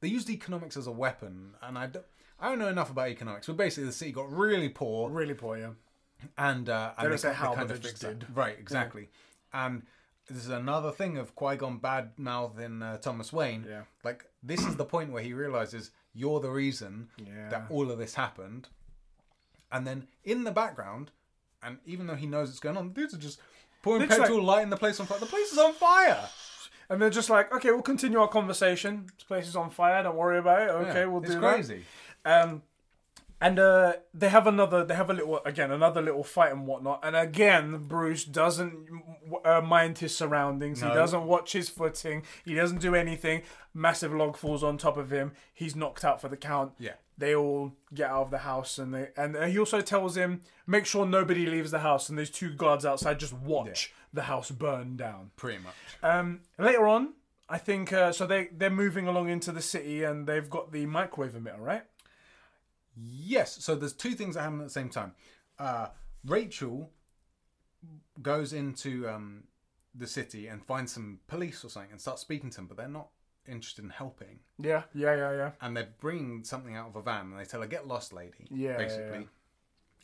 S2: They used economics as a weapon, and I. Don't, I don't know enough about economics, but basically the city got really poor,
S1: really poor, yeah.
S2: and uh, and they
S1: don't say how,
S2: kind
S1: but
S2: of
S1: they just
S2: fixed
S1: did.
S2: that. Right, exactly. And this is another thing of Qui Gon bad mouthing uh, Thomas Wayne.
S1: Yeah.
S2: Like this is the point where he realizes you're the reason
S1: Yeah.
S2: that all of this happened. And then in the background, and even though he knows it's going on, the dudes are just pouring
S1: Looks like-
S2: petrol, lighting the place on fire. The place is on fire.
S1: And they're just like, okay, we'll continue our conversation. This place is on fire. Don't worry about it. Okay,
S2: Yeah,
S1: we'll do
S2: it's
S1: that.
S2: crazy.
S1: Um, and uh, they have another, they have a little, again, another little fight and whatnot. And again, Bruce doesn't uh, mind his surroundings. He
S2: No.
S1: doesn't watch his footing. He doesn't do anything. Massive log falls on top of him. He's knocked out for the count.
S2: Yeah.
S1: They all get out of the house, and they and he also tells him make sure nobody leaves the house, and these two guards outside just watch the house burn down.
S2: Pretty much.
S1: Um, later on, I think uh, so. They they're moving along into the city, and they've got the microwave emitter, right?
S2: Yes. So there's two things that happen at the same time. Uh, Rachel goes into um, the city and finds some police or something and starts speaking to them, but they're not interested in helping.
S1: Yeah, yeah, yeah, yeah.
S2: And they're bringing something out of a van and they tell her, "Get lost, lady."
S1: Yeah,
S2: Basically.
S1: yeah.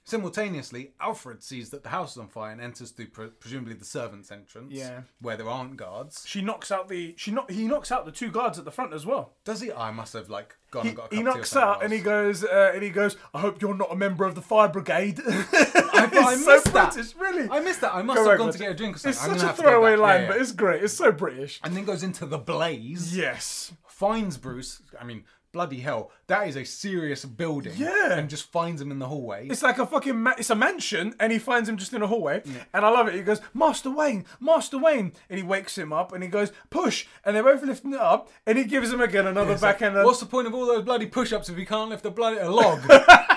S2: Simultaneously, Alfred sees that the house is on fire and enters through pre- presumably the servants' entrance,
S1: Yeah.
S2: where there aren't guards.
S1: She knocks out the she knock he knocks out the two guards at the front as well.
S2: Does he? I must have like gone
S1: He,
S2: and got a cup
S1: he
S2: of tea or
S1: knocks
S2: something
S1: out and he
S2: whilst-
S1: goes uh, and he goes. I hope you're not a member of the fire brigade. I,
S2: I missed that.
S1: Really,
S2: I missed that. I must
S1: Go
S2: have
S1: back,
S2: gone
S1: Richard.
S2: to get a drink or something.
S1: It's
S2: I'm gonna
S1: such a
S2: have to go back.
S1: throwaway
S2: Yeah,
S1: line,
S2: yeah.
S1: but it's great. It's so British.
S2: and then goes into the blaze,
S1: Yes.
S2: finds Bruce. I mean, bloody hell, that is a serious building.
S1: Yeah.
S2: And just finds him in the hallway.
S1: It's like a fucking ma- it's a mansion, and he finds him just in a hallway. And I love it. He goes, Master Wayne, Master Wayne, and he wakes him up, and he goes, push, and they're both lifting it up, and he gives him again another backhand, and,
S2: What's the point of all those bloody push ups if you can't lift a bloody a log?
S1: and he,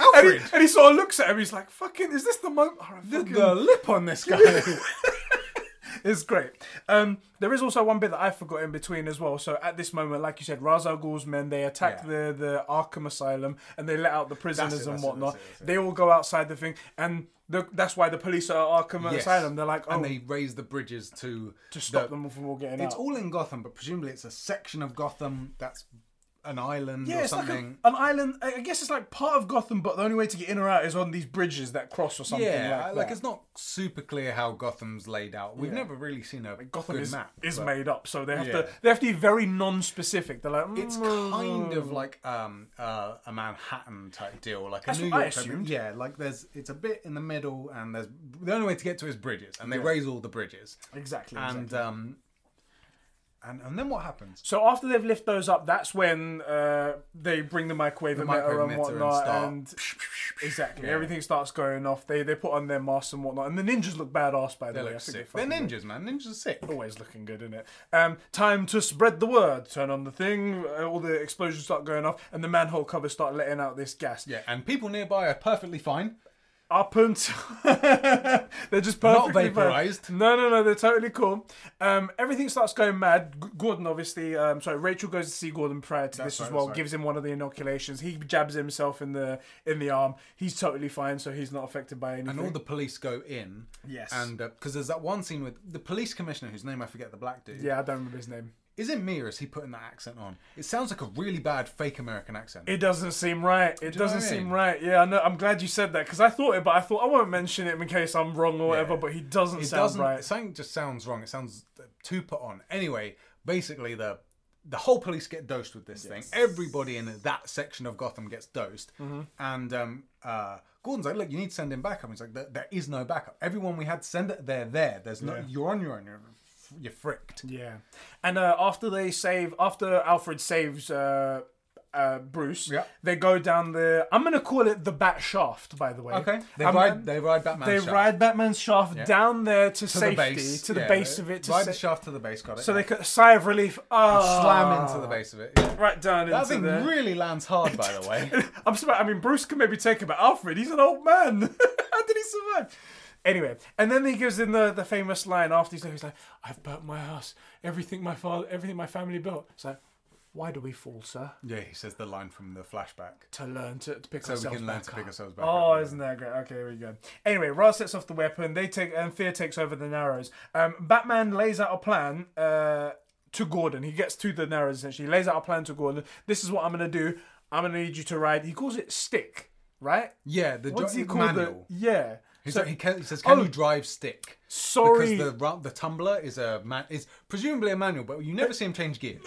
S2: Alfred!
S1: and he sort of looks at him. He's like, fucking, is this the moment? All right, fucking-
S2: the lip on this guy.
S1: It's great. Um, there is also one bit that I forgot in between as well. So at this moment, like you said, Ra's al Ghul's men they attack
S2: Yeah.
S1: the the Arkham Asylum and they let out the prisoners
S2: That's it,
S1: and
S2: that's it,
S1: whatnot.
S2: that's it, that's it.
S1: They all go outside the thing, and the, that's why the police are at Arkham
S2: Yes.
S1: Asylum. They're like, oh,
S2: And they raise the bridges to.
S1: to stop them from all getting
S2: It's
S1: out.
S2: all in Gotham, but presumably it's a section of Gotham that's an island
S1: yeah,
S2: or
S1: it's like a-
S2: something.
S1: an island. I I guess it's like part of Gotham, but the only way to get in or out is on these bridges that cross or something
S2: yeah,
S1: like,
S2: like,
S1: that.
S2: it's not super clear how Gotham's laid out. We've never really seen a
S1: Gotham
S2: good
S1: is,
S2: map.
S1: is
S2: but-
S1: made up, so they have to
S2: Yeah.
S1: they have to be very non-specific. They're like, mm,
S2: It's kind of like um, uh, a Manhattan type deal, like a
S1: That's
S2: New
S1: what I
S2: York. Type,
S1: assumed.
S2: yeah, like there's it's a bit in the middle, and there's the only way to get to it is bridges, and they raise all the bridges,
S1: exactly. exactly.
S2: and um, and and then what happens?
S1: So after they've lifted those up, that's when uh, they bring the microwave emitter and
S2: microwave emitter and
S1: whatnot,
S2: start-
S1: and, exactly everything starts going off. They they put on their masks and whatnot, and the ninjas look badass by the
S2: They
S1: way. I think
S2: look sick.
S1: they
S2: They're Oh.
S1: fucking
S2: ninjas, man. Ninjas are sick.
S1: always looking good in it. Um, time to spread the word. Turn on the thing. uh, All the explosions start going off, and the manhole covers start letting out this gas.
S2: Yeah, and people nearby are perfectly fine.
S1: up until they're just
S2: Not
S1: perfectly fine.
S2: vaporized.
S1: No, no, no, they're totally cool. Um, everything starts going mad. G- Gordon, obviously, um, sorry, Rachel goes to see Gordon prior to this
S2: right,
S1: as well.
S2: that's right.
S1: Gives him one of the inoculations. He jabs himself in the in the arm. He's totally fine, so he's not affected by anything.
S2: and all the police go in.
S1: Yes.
S2: And because there's that one scene with the police commissioner, whose name I forget, the black dude.
S1: yeah, I don't remember his name.
S2: Is it me or is he putting that accent on? It sounds like a really bad fake American accent.
S1: It doesn't seem right. It
S2: know what
S1: doesn't
S2: I
S1: seem
S2: mean?
S1: right. Yeah, I know. I'm glad you said that because I thought it, but I thought I won't mention it in case I'm wrong or whatever.
S2: Yeah.
S1: But he doesn't
S2: It
S1: sound
S2: doesn't.
S1: right.
S2: Something just sounds wrong. It sounds uh, too put on. Anyway, basically the the whole police get dosed with this thing. Everybody in that section of Gotham gets dosed,
S1: Mm-hmm.
S2: and um, uh, Gordon's like, "Look, you need to send him backup." He's like, there, "There is no backup. Everyone we had to send, they're there. There's no. You're on your own. You're, you're fricked."
S1: Yeah, and uh, after they save, after Alfred saves uh, uh, Bruce,
S2: Yeah.
S1: they go down the. I'm gonna call it the Bat Shaft, by the way.
S2: Okay. They
S1: I'm-
S2: ride. They ride Batman.
S1: they
S2: shaft
S1: ride Batman's shaft down there to,
S2: to
S1: safety,
S2: the base.
S1: to the
S2: Yeah,
S1: base
S2: they
S1: of it, to
S2: ride
S1: sa-
S2: the shaft to the base. Got it.
S1: so
S2: yeah.
S1: they could sigh of relief. Ah,
S2: slam into the base of it. yeah.
S1: right down
S2: That
S1: into
S2: thing
S1: there.
S2: really lands hard, by the way.
S1: I'm surprised. I mean, Bruce can maybe take him, but Alfred, he's an old man. How did he survive? Anyway, and then he gives in the, the famous line after he's like, he's like, I've burnt my house, everything my father, everything my family built. It's like, why do we fall, sir?
S2: Yeah, he says the line from the flashback.
S1: To learn to, to pick
S2: So we
S1: ourselves
S2: can learn
S1: back
S2: to pick
S1: up.
S2: ourselves back
S1: Oh,
S2: up.
S1: isn't that great? Okay, there we go. Anyway, Ra sets off the weapon. They take and Fear takes over the Narrows. Um, Batman lays out a plan uh, to Gordon. He gets to the Narrows essentially. He lays out a plan to Gordon. This is what I'm gonna do. I'm gonna need you to ride. He calls it stick, right?
S2: Yeah, the
S1: What's
S2: dri-
S1: he called? the-
S2: manual.
S1: yeah.
S2: He's
S1: So-
S2: like- he, can, he says, "Can
S1: Oh.
S2: you drive stick?"
S1: sorry,
S2: Because the ru- the tumbler is a man is presumably a manual, but you never see him change gears.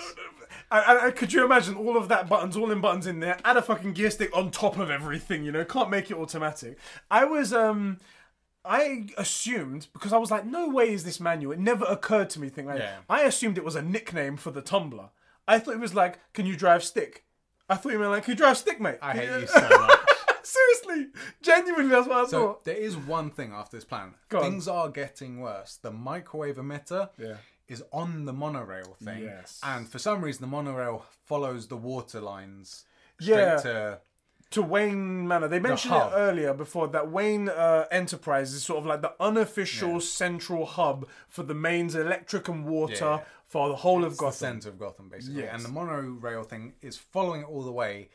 S1: I, I, I- could you imagine all of that buttons, all in buttons in there, add a fucking gear stick on top of everything, you know, can't make it automatic. I was, um, I assumed, because I was like, no way is this manual, it never occurred to me, thing like
S2: Yeah.
S1: I assumed it was a nickname for the tumbler. I thought it was like, can you drive stick? I thought you meant like, can you drive stick, mate?
S2: I hate you so much.
S1: Seriously, genuinely, that's what I
S2: So
S1: thought.
S2: there is one thing after this plan.
S1: on.
S2: Things are getting worse. The microwave emitter
S1: Yeah.
S2: is on the monorail thing,
S1: Yes.
S2: and for some reason the monorail follows the water lines straight
S1: Yeah.
S2: to
S1: to Wayne Manor. They mentioned it
S2: hub.
S1: earlier before that Wayne uh, Enterprise is sort of like the unofficial central hub for the mains electric and water
S2: Yeah.
S1: for the whole of
S2: the
S1: Gotham.
S2: centre of Gotham, basically.
S1: Yes.
S2: And the monorail thing is following it all the way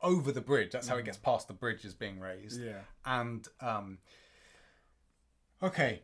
S2: over the bridge. That's how it gets past the bridge is being raised.
S1: Mm. Yeah.
S2: And um, okay,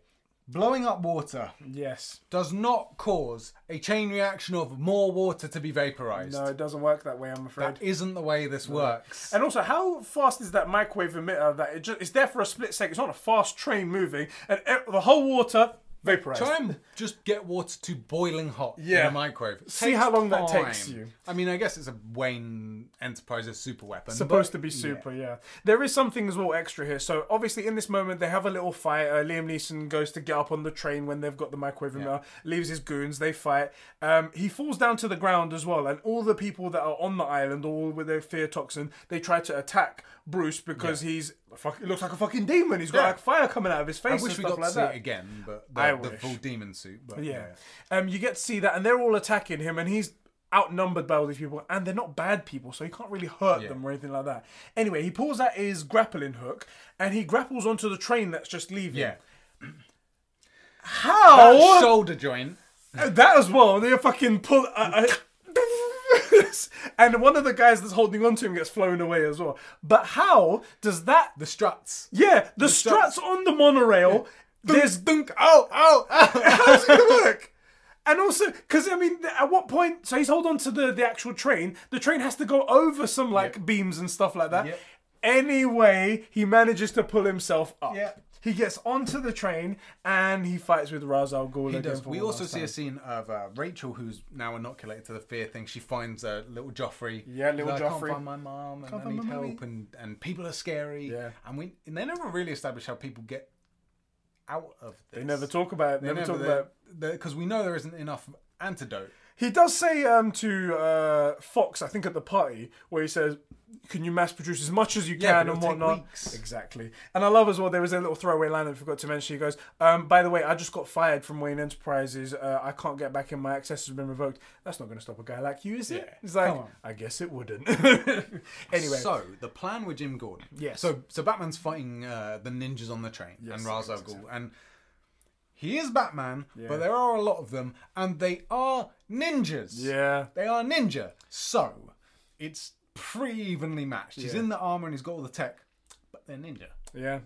S2: blowing up water
S1: Yes.
S2: does not cause a chain reaction of more water to be vaporized.
S1: No, it doesn't work that way, I'm afraid.
S2: That isn't the way this works.
S1: and also, how fast is that microwave emitter? That it just, it's there for a split second. It's not a fast train moving, and e- the whole water vaporized.
S2: Try and just get water to boiling hot in
S1: Yeah.
S2: a microwave. It
S1: See
S2: takes
S1: how long that takes you.
S2: I mean, I guess it's a Wayne Enterprises super weapon.
S1: supposed to be super, yeah. There is something as well extra here. So obviously, in this moment, they have a little fight. Uh, Liam Neeson goes to get up on the train when they've got the microwave emitter, leaves his goons. They fight. Um, he falls down to the ground as well, and all the people that are on the island, all with their fear toxin, they try to attack Bruce because he's fuck, he looks like a fucking demon. He's got
S2: Yeah.
S1: like fire coming out of his face
S2: I
S1: and
S2: wish we
S1: stuff
S2: got
S1: like
S2: to see
S1: that.
S2: it again, but the,
S1: I
S2: the
S1: wish.
S2: full demon suit. But
S1: Yeah. Um, you get to see that, and they're all attacking him, and he's outnumbered by all these people, and they're not bad people, so he can't really hurt them or anything like that. Anyway, he pulls out his grappling hook, and he grapples onto the train that's just leaving.
S2: Yeah. Oh,
S1: How?
S2: Shoulder joint.
S1: uh, that as well. They fucking pull. I, I, and one of the guys that's holding onto him gets flown away as well. But how does that?
S2: The struts.
S1: Yeah, the, struts,
S2: struts.
S1: on the monorail. There's
S2: dunk. Oh, oh,
S1: How does it gonna work? And also, because I mean, at what point? So he's hold on to the the actual train. The train has to go over some like beams and stuff like that.
S2: Yep.
S1: Anyway, he manages to pull himself up.
S2: Yeah.
S1: He gets onto the train and he fights with Ra's al Ghul.
S2: He
S1: again
S2: does.
S1: for
S2: We
S1: one
S2: also
S1: last
S2: see
S1: time.
S2: a scene of uh, Rachel, who's now inoculated to the fear thing. She finds uh, little Joffrey.
S1: Yeah, little
S2: She's like, I
S1: Joffrey.
S2: can't find my mom, and I
S1: find
S2: need
S1: my mummy."
S2: help, and, and people are scary.
S1: Yeah.
S2: And we and they never really establish how people get out of this.
S1: They never talk about it. They never talk about.
S2: because we know there isn't enough antidote.
S1: He does say um, to uh, Fox, I think at the party, where he says, "Can you mass produce as much as you can
S2: Yeah, but
S1: and
S2: it'll take
S1: whatnot?"
S2: weeks.
S1: Exactly. And I love as well. There was a little throwaway line that I forgot to mention. He goes, um, "By the way, I just got fired from Wayne Enterprises. Uh, I can't get back in. My access has been revoked. That's not going to stop a guy like you, is it?"
S2: Yeah.
S1: It's like,
S2: Come on.
S1: I guess it wouldn't. anyway,
S2: So the plan with Jim Gordon.
S1: Yes.
S2: So so Batman's fighting uh, the ninjas on the train and Ra's al Ghul, and he is Batman, but there are a lot of them, and they are ninjas.
S1: yeah,
S2: They are ninja. So it's pretty evenly matched. He's in the armor and he's got all the tech, but they're ninja.
S1: Yeah.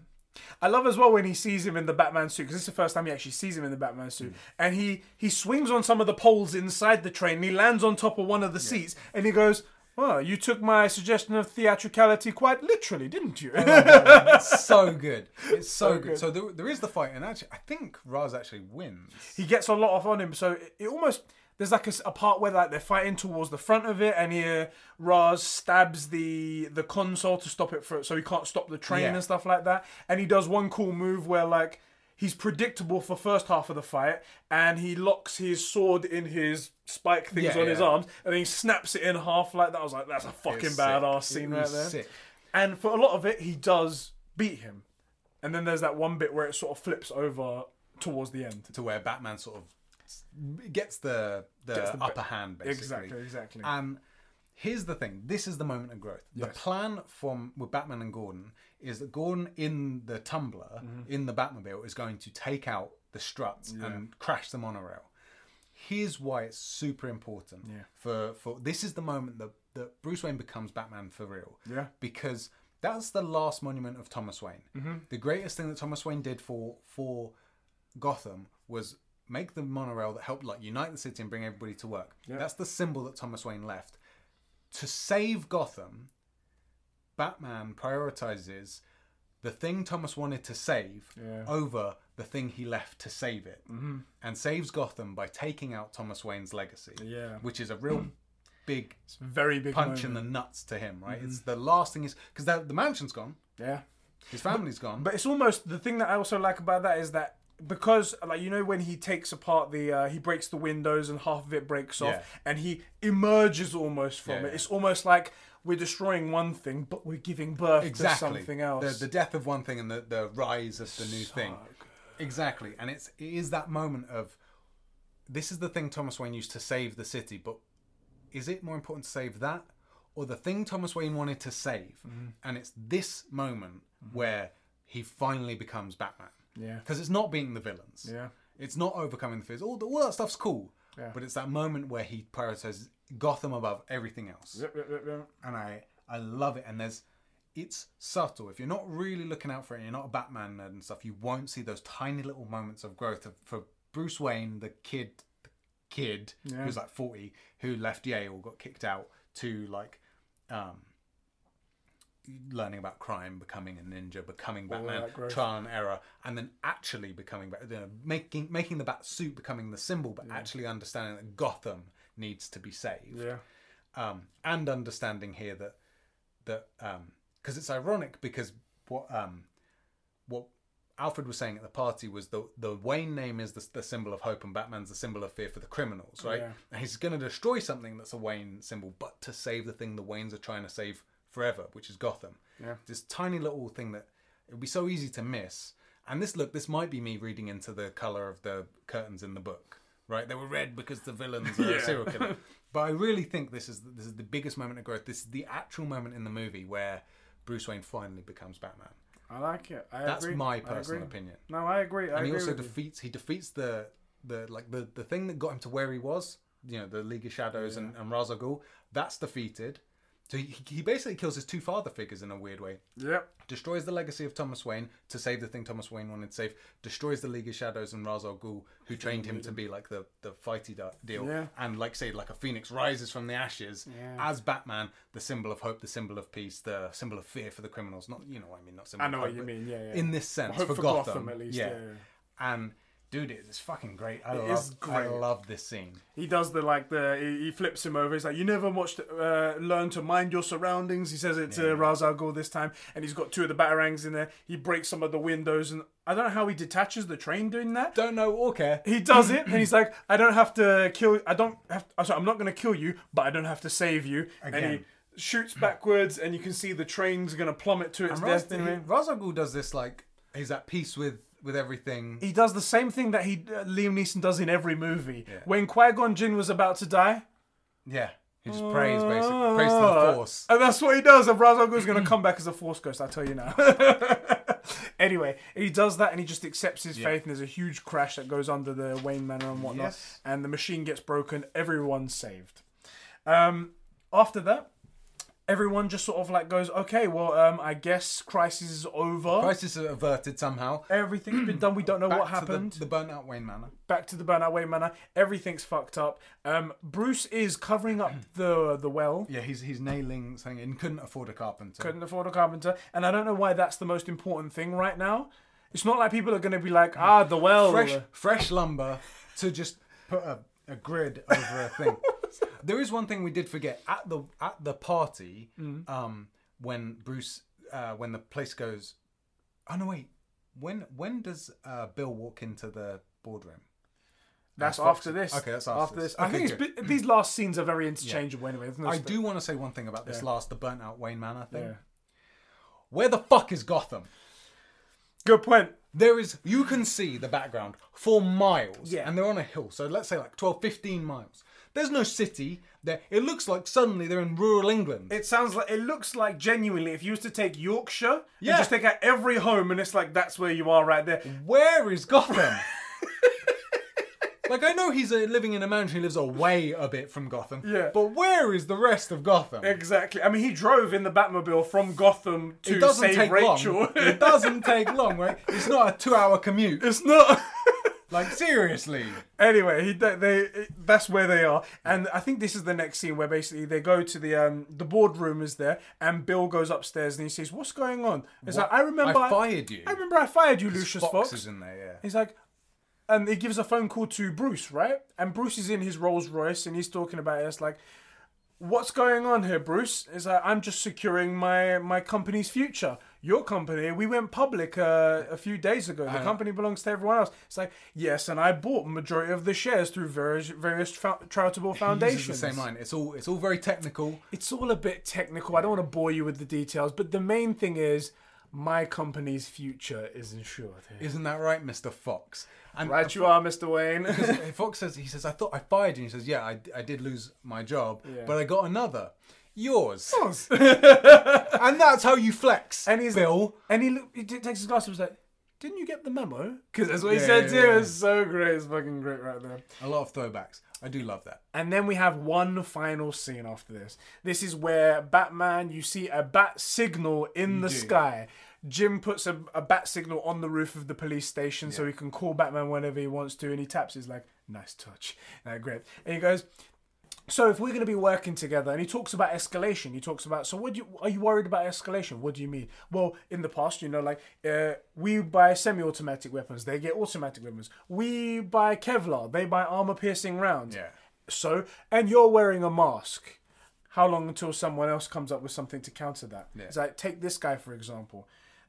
S1: I love as well when he sees him in the Batman suit because this is the first time he actually sees him in the Batman suit, and he he swings on some of the poles inside the train. And he lands on top of one of the seats, and he goes, "Well, you took my suggestion of theatricality quite literally, didn't you?"
S2: It's so good. It's so, good.
S1: good.
S2: So there, there is the fight, and actually, I think Raz actually wins.
S1: he gets a lot off on him, so it, it almost there's like a, s- a part where like they're fighting towards the front of it, and here Raz stabs the the console to stop it for so he can't stop the train
S2: Yeah.
S1: and stuff like that. And he does one cool move where like he's predictable for first half of the fight, and he locks his sword in his spike things
S2: Yeah,
S1: on his
S2: yeah.
S1: arms, and then he snaps it in half like that. I was like, that's a fucking badass
S2: sick.
S1: scene
S2: It
S1: right
S2: was
S1: there.
S2: sick.
S1: And for a lot of it, he does beat him, and then there's that one bit where it sort of flips over towards the end.
S2: to where Batman sort of gets the the,
S1: the
S2: upper hand basically.
S1: Exactly, exactly.
S2: And here's the thing: this is the moment of growth. The plan from with Batman and Gordon is that Gordon in the tumbler
S1: Mm-hmm.
S2: in the Batmobile is going to take out the struts and crash the monorail. Here's why it's super important for for this is the moment that that Bruce Wayne becomes Batman for real.
S1: Yeah.
S2: because. That's the last monument of Thomas Wayne. The greatest thing that Thomas Wayne did for for Gotham was make the monorail that helped like unite the city and bring everybody to work. That's the symbol that Thomas Wayne left. To save Gotham, Batman prioritizes the thing Thomas wanted to save over the thing he left to save it, mm-hmm. and saves Gotham by taking out Thomas Wayne's legacy,
S1: Yeah.
S2: which is a real big
S1: very big
S2: punch
S1: moment. Mm-hmm.
S2: in the nuts to him. Right? It's the last thing is because the mansion's gone,
S1: yeah
S2: his family's gone.
S1: but it's almost the thing that i also like about that is that because like you know when he takes apart the uh, he breaks the windows and half of it breaks off
S2: Yeah.
S1: and he emerges almost from
S2: Yeah,
S1: it
S2: yeah.
S1: it's almost like we're destroying one thing but we're giving birth
S2: exactly
S1: to something else Oh,
S2: The, the death of one thing and the, the rise of the new thing. Exactly, and it's it is that moment of this is the thing Thomas Wayne used to save the city, but is it more important to save that or the thing Thomas Wayne wanted to save?
S1: Mm-hmm.
S2: And it's this moment where he finally becomes Batman.
S1: Yeah.
S2: because it's not beating the villains.
S1: Yeah.
S2: it's not overcoming the fears. All, the, all that stuff's cool. Yeah. but it's that moment where he prioritizes Gotham above everything else
S1: Yep, yep, yep, yep.
S2: and I I love it. And there's it's subtle. If you're not really looking out for it, and you're not a Batman nerd and stuff, you won't see those tiny little moments of growth of, for Bruce Wayne, the kid, the kid who's like 40, who left Yale, got kicked out, to like um, learning about crime, becoming a ninja, becoming Batman,
S1: that growth.
S2: trial and error, and then actually becoming Bat- you know, making making the bat suit, becoming the symbol, but actually understanding that Gotham needs to be saved
S1: yeah
S2: um, and understanding here that that because it's ironic because what um, what Alfred was saying at the party was the the Wayne name is the, the symbol of hope and Batman's the symbol of fear for the criminals, right?
S1: Yeah.
S2: And he's going to destroy something that's a Wayne symbol, but to save the thing the Waynes are trying to save forever, which is Gotham.
S1: Yeah.
S2: This tiny little thing that it would be so easy to miss. And this look, this might be me reading into the color of the curtains in the book, right? They were red because the villains are a serial killer. But I really think this is this is the biggest moment of growth. This is the actual moment in the movie where Bruce Wayne finally becomes Batman.
S1: i like it I
S2: That's
S1: agree.
S2: my
S1: I
S2: personal
S1: agree.
S2: opinion.
S1: no i agree i
S2: And he
S1: agree
S2: also
S1: with you.
S2: defeats he defeats the the like the the thing that got him to where he was. You know, the League of Shadows and, and Ra's al Ghul. That's defeated. So he, he basically kills his two father figures in a weird way
S1: yep
S2: destroys the legacy of Thomas Wayne to save the thing Thomas Wayne wanted to save, destroys the League of Shadows and Ra's al Ghul, who trained him to be like the the fighty da- deal,
S1: Yeah.
S2: and like say like a phoenix rises from the ashes as Batman, the symbol of hope, the symbol of peace, the symbol of fear for the criminals. Not you know what I mean, not symbol.
S1: I know
S2: of
S1: what
S2: hope,
S1: you
S2: but
S1: mean, yeah, yeah.
S2: In this sense,
S1: Hope
S2: for,
S1: for
S2: Gotham,
S1: Gotham, at least, yeah, yeah.
S2: and Dude, it's fucking great. I
S1: It
S2: love,
S1: is
S2: I
S1: great.
S2: love this scene.
S1: He does the like the he, he flips him over. He's like, "You never watched uh, Learn to Mind Your Surroundings." He says it to Ra's al Ghul this time, and he's got two of the batarangs in there. He breaks some of the windows, and I don't know how he detaches the train doing that.
S2: Don't know or care.
S1: He does it, and he's like, "I don't have to kill. I don't have. I'm sorry, I'm not going to kill you, but I don't have to save you." And
S2: Again.
S1: he shoots backwards, and you can see the train's going to plummet to its
S2: Raz-
S1: destiny.
S2: he- Ra's al Ghul does this like he's at peace with with everything.
S1: he does the same thing that he uh, Liam Neeson does in every movie. When Qui Gon Jinn was about to die,
S2: Yeah, he just prays basically, prays to the
S1: Uh,
S2: force. Mm-hmm.
S1: And that's what he does. And Ra's al Ghul's going to come back as a Force ghost, I'll tell you now. anyway, he does that and he just accepts his faith, and there's a huge crash that goes under the Wayne Manor and whatnot.
S2: Yes.
S1: And the machine gets broken, everyone's saved. Um, after that, everyone just sort of like goes, okay, well, um, I guess crisis is over.
S2: Crisis is averted somehow.
S1: Everything's been done. We don't know
S2: Back
S1: what
S2: to the-
S1: happened
S2: The, burnout Wayne Manor.
S1: back to the burnout way manor. Everything's fucked up. Um, Bruce is covering up the the well.
S2: Yeah, he's he's nailing something and couldn't afford a carpenter.
S1: Couldn't afford a carpenter, and I don't know why that's the most important thing right now. It's not like people are going to be like, ah, the well.
S2: fresh fresh lumber to just put a, a grid over a thing. there is one thing we did forget at the at the party
S1: Mm.
S2: um, when Bruce uh, when the place goes. Oh no, wait. When when does uh, Bill walk into the boardroom?
S1: That's after this.
S2: Okay, that's after this.
S1: I
S2: Okay,
S1: think it's, bi- these last scenes are very interchangeable anyway. there's no
S2: I
S1: sp-
S2: do want to say one thing about this last the burnt out Wayne Manor thing.
S1: Yeah.
S2: Where the fuck is Gotham?
S1: Good point.
S2: there is you can see the background for miles
S1: Yeah.
S2: and they're on a hill so let's say like 12 15 miles there's no city there it looks like suddenly they're in rural england
S1: It sounds like it looks like genuinely. If you was to take Yorkshire, yeah. Mm.
S2: Yeah.
S1: just take out every home, and it's like that's where you are right there.
S2: where is gotham like i know he's uh, living in a mansion he lives away a bit from gotham
S1: Yeah.
S2: but where is the rest of gotham
S1: Exactly. I mean, he drove in the Batmobile from Gotham to
S2: it doesn't
S1: save
S2: take
S1: Rachel.
S2: long it doesn't take long right it's not a two hour commute
S1: It's not.
S2: like seriously
S1: anyway, he, they, they that's where they are, and I think this is the next scene where basically they go to the um the boardroom is there, and Bill goes upstairs and he says, "What's going on?" It's
S2: What?
S1: like I remember
S2: I fired you
S1: I remember I fired you, Lucius Fox.
S2: fox is in there yeah
S1: He's like, and he gives a phone call to Bruce, right? And Bruce is in his Rolls Royce and he's talking about it. It's like, what's going on here, Bruce? It's like, I'm just securing my, my company's future. Your company, we went public uh, a few days ago.
S2: Uh-huh.
S1: The company belongs to everyone else. It's like, yes, and I bought majority of the shares through various various fa- charitable
S2: He
S1: foundations.
S2: uses the same line it's all it's all very technical
S1: It's all a bit technical. I don't want to bore you with the details, but the main thing is my company's future is insured. Here.
S2: Isn't that right, Mr. Fox? And
S1: Right, you are, Mr. Wayne.
S2: Fox says, he says, I thought I fired you. And he says, yeah, I, I did lose my job, but I got another. Yours. and that's how you flex,
S1: And he's-
S2: Bill.
S1: And he, look, he t- takes his glasses and was like, didn't you get the memo? Because that's what he
S2: Yeah,
S1: said
S2: yeah,
S1: to
S2: yeah.
S1: It was so great. It's fucking great right there.
S2: A lot of throwbacks. I do love that.
S1: And then we have one final scene after this. This is where Batman, you see a bat signal in the sky. Jim puts a, a bat signal on the roof of the police station so he can call Batman whenever he wants to. And he taps his like, nice touch. Uh, great. And he goes, so if we're going to be working together and he talks about escalation he talks about so what do you are you worried about escalation what do you mean well in the past you know like uh, we buy semi-automatic weapons they get automatic weapons we buy kevlar they buy armor piercing rounds
S2: Yeah.
S1: so and you're wearing a mask how long until someone else comes up with something to counter that it's like take this guy for example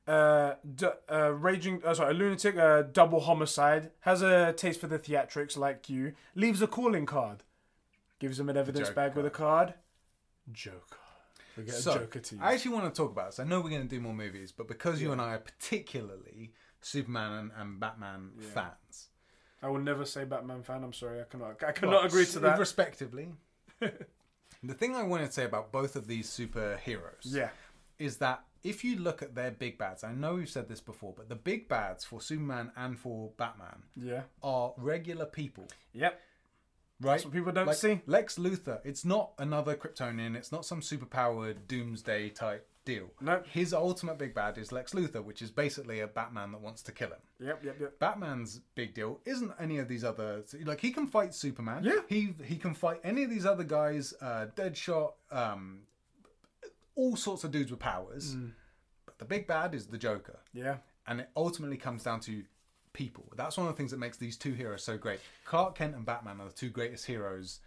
S1: uh, d- uh, raging, uh, sorry, a lunatic, uh, double homicide, has a taste for the theatrics like you, leaves a calling card, gives him an evidence
S2: Joker
S1: bag with a card. Joker. We get a
S2: So,
S1: Joker to use.
S2: I actually want to talk about this. I know we're going to do more movies, but because you and I are particularly Superman and, and Batman fans,
S1: I will never say Batman fan. I'm sorry. I cannot. I cannot agree to that.
S2: Respectively. the thing I want to say about both of these superheroes.
S1: yeah.
S2: is that if you look at their big bads, I know we've said this before, but the big bads for Superman and for Batman
S1: Yeah.
S2: are regular people,
S1: Yep.
S2: right?
S1: what people don't see.
S2: Lex Luthor, it's not another Kryptonian, it's not some superpowered doomsday type deal.
S1: No.
S2: His ultimate big bad is Lex Luthor, which is basically a Batman that wants to kill him.
S1: Yep. Yep. Yep.
S2: Batman's big deal isn't any of these other like he can fight Superman.
S1: Yeah.
S2: He he can fight any of these other guys, uh Deadshot, um all sorts of dudes with powers. But the big bad is the Joker.
S1: Yeah.
S2: And it ultimately comes down to people. That's one of the things that makes these two heroes so great. Clark Kent and Batman are the two greatest heroes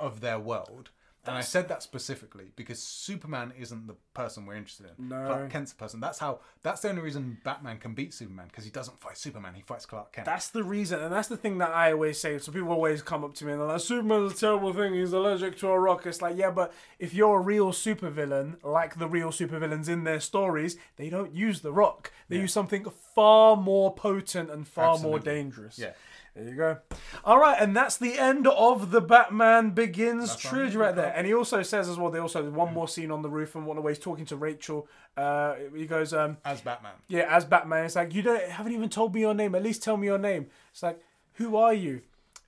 S2: of their world. And I said that specifically because Superman isn't the person we're interested in.
S1: No.
S2: Clark Kent's the person. That's how. That's the only reason Batman can beat Superman because he doesn't fight Superman. He fights Clark Kent.
S1: That's the reason, and that's the thing that I always say. So people always come up to me and they're like, "Superman's a terrible thing. He's allergic to a rock." It's like, yeah, but if you're a real supervillain, like the real supervillains in their stories, they don't use the rock. They use something far more potent and far more
S2: Absolutely.
S1: dangerous.
S2: Yeah.
S1: There you go. All right, and that's the end of the Batman Begins
S2: right.
S1: trilogy right there. And he also says as well. They also one more scene on the roof and one away. He's talking to Rachel. Uh, he goes, um,
S2: as Batman.
S1: yeah, as Batman, it's like you don't haven't even told me your name. At least tell me your name. It's like, who are you?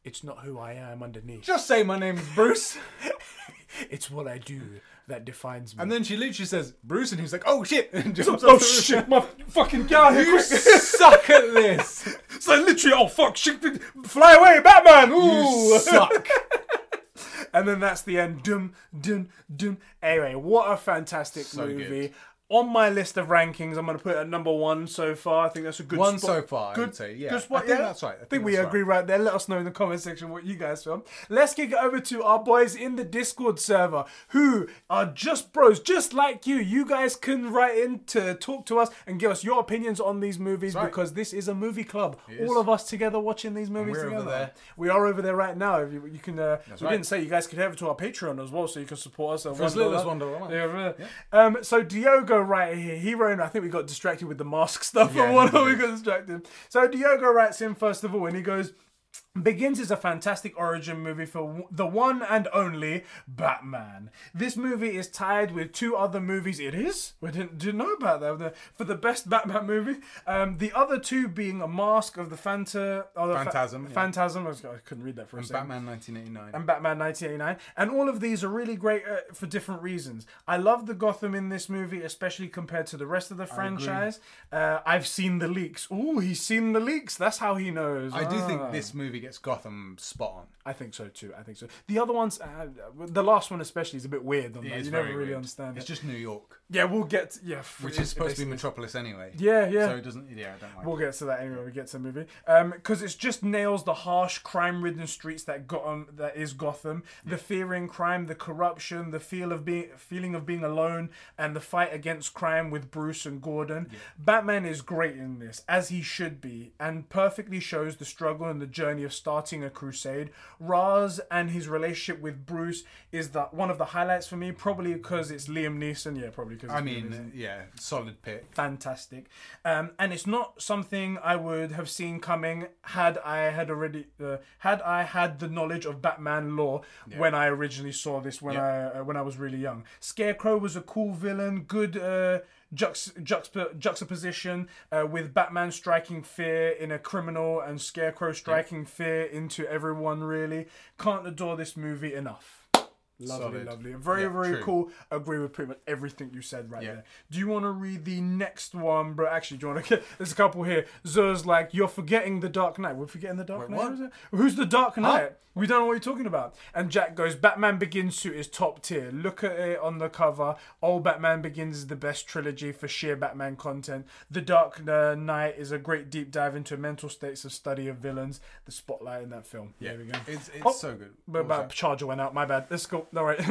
S1: It's not who I am underneath.
S2: Just say my name's Bruce.
S1: It's what I do that defines me.
S2: and then she literally says Bruce, and he's like, "Oh shit!" And jumps
S1: oh
S2: up to the-
S1: shit! My fucking god!
S2: You suck at this.
S1: It's like literally, oh fuck! Shit, fly away, Batman!
S2: You
S1: Ooh!
S2: suck.
S1: and then that's the end. Dum dum dum. Anyway, what a fantastic movie. On my list of rankings, I'm going to put it at number one so far. I think that's a good
S2: One
S1: spot.
S2: so far, I
S1: Good,
S2: would say, yeah.
S1: good spot,
S2: I think
S1: yeah?
S2: that's right. I
S1: think,
S2: think
S1: we
S2: that's right.
S1: agree right there. Let us know in the comment section what you guys film. Let's kick it over to our boys in the Discord server who are just bros, just like you. You guys can write in to talk to us and give us your opinions on these movies
S2: right.
S1: because this is a movie club.
S2: is.
S1: All of us together watching these movies
S2: we're over
S1: together.
S2: there.
S1: We are over there right now. You, you can. Uh, we
S2: right.
S1: didn't say you guys could head over to our Patreon as well, so you can support us. At
S2: For as little as $1 a month.
S1: Yeah, right. Um, so Diogo right here, he wrote. I think we got distracted with the mask stuff
S2: Yeah,
S1: and what
S2: he
S1: we got distracted. So Diogo writes in first of all, and he goes. Begins is a fantastic origin movie for w- the one and only Batman. This movie is tied with two other movies. It is? We didn't, didn't know about that. The- For the best Batman movie, um, the other two being A Mask of the Phanta, or the Fa-
S2: Phantasm, yeah.
S1: Phantasm. I, was- I couldn't read that for a second
S2: Batman 1989.
S1: and Batman 1989. And all of these are really great uh, for different reasons. I love the Gotham in this movie, especially compared to the rest of the franchise. Uh, I've seen the leaks. Ooh, he's seen the leaks. That's how he knows.
S2: I do
S1: Ah.
S2: think this movie gets Gotham spot on.
S1: I think so too. I think so. The other ones, uh, the last one especially, is a bit weird. On that.
S2: It's
S1: You never
S2: very
S1: really
S2: weird.
S1: understand
S2: It's
S1: it.
S2: just New York,
S1: Yeah, we'll get. Yeah,
S2: which
S1: it-
S2: is supposed
S1: it-
S2: to be Metropolis anyway.
S1: Yeah, yeah.
S2: So it doesn't. Yeah, I don't like.
S1: We'll get to that anyway. when We get to the movie because it's just nails the harsh, crime-ridden streets that got um, that is Gotham. The fear in crime, the corruption, the feel of being feeling of being alone, and the fight against crime with Bruce and Gordon. Batman is great in this, as he should be, and perfectly shows the struggle and the journey of starting a crusade. Raz and his relationship with Bruce is that one of the highlights for me, probably because it's Liam Neeson. Yeah, probably because
S2: I mean, yeah, solid pick.
S1: fantastic. Um, and it's not something I would have seen coming had I had already uh, had I had the knowledge of Batman lore when I originally saw this when I uh, when I was really young. Scarecrow was a cool villain, good. Uh, Jux, juxtap- juxtaposition uh, with Batman striking fear in a criminal and Scarecrow striking fear into everyone, really. Can't adore this movie enough. Lovely,
S2: Solid.
S1: lovely. Very,
S2: Yeah,
S1: very
S2: true.
S1: cool agree with pretty much everything you said right there. Do you want to read the next one, bro? Actually, do you want to get there's a couple here. Zer's like, you're forgetting the Dark Knight. We're forgetting the Dark
S2: Wait,
S1: Knight.
S2: what?
S1: is it? Who's the Dark Knight? We don't know what you're talking about. And Jack goes, Batman Begins suit is top tier. Look at it on the cover. Old Batman Begins is the best trilogy for sheer Batman content. The Dark uh, Knight is a great deep dive into mental states of study of villains. The spotlight in that film. Yeah, there we go.
S2: It's it's
S1: Oh,
S2: so good.
S1: But
S2: What was
S1: about
S2: that?
S1: charger went out. My bad. Let's go. All right. Do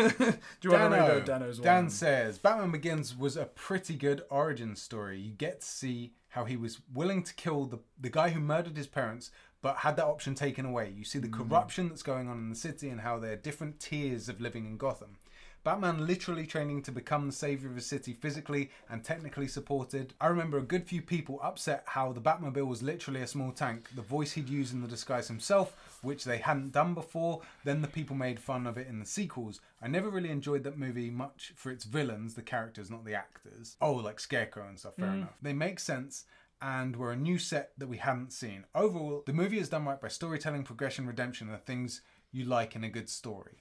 S1: you want to read
S2: Dano.
S1: out Dano's one?
S2: Dan says Batman Begins was a pretty good origin story. You get to see how he was willing to kill the the guy who murdered his parents, but had that option taken away. You see the
S1: Hmm.
S2: corruption that's going on in the city and how there are different tiers of living in Gotham. Batman literally training to become the savior of the city physically and technically supported. I remember a good few people upset how the Batmobile was literally a small tank, the voice he'd used in the disguise himself, which they hadn't done before. Then the people made fun of it in the sequels. I never really enjoyed that movie much for its villains, the characters, not the actors. Oh, like Scarecrow and stuff, fair enough. They make sense and were a new set that we hadn't seen. Overall, the movie is done right by storytelling, progression, redemption, and the things you like in a good story.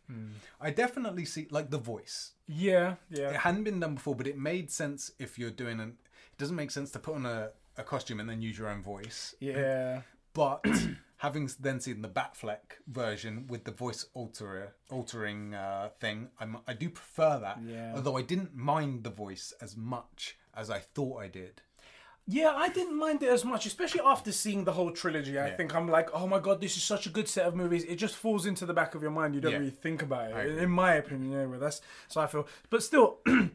S2: I definitely see, like, the voice.
S1: Yeah, yeah.
S2: It hadn't been done before, but it made sense if you're doing an. It doesn't make sense to put on a, a costume and then use your own voice.
S1: Yeah.
S2: But having then seen the Batfleck version with the voice alterer, altering uh, thing, I'm, I do prefer that.
S1: Yeah.
S2: Although I didn't mind the voice as much as I thought I did.
S1: Yeah, I didn't mind it as much, especially after seeing the whole trilogy. I think I'm like, oh my god, this is such a good set of movies. It just falls into the back of your mind. You don't
S2: Yeah.
S1: really think about it,
S2: agree.
S1: in my opinion. Anyway, that's so I feel. But still, I,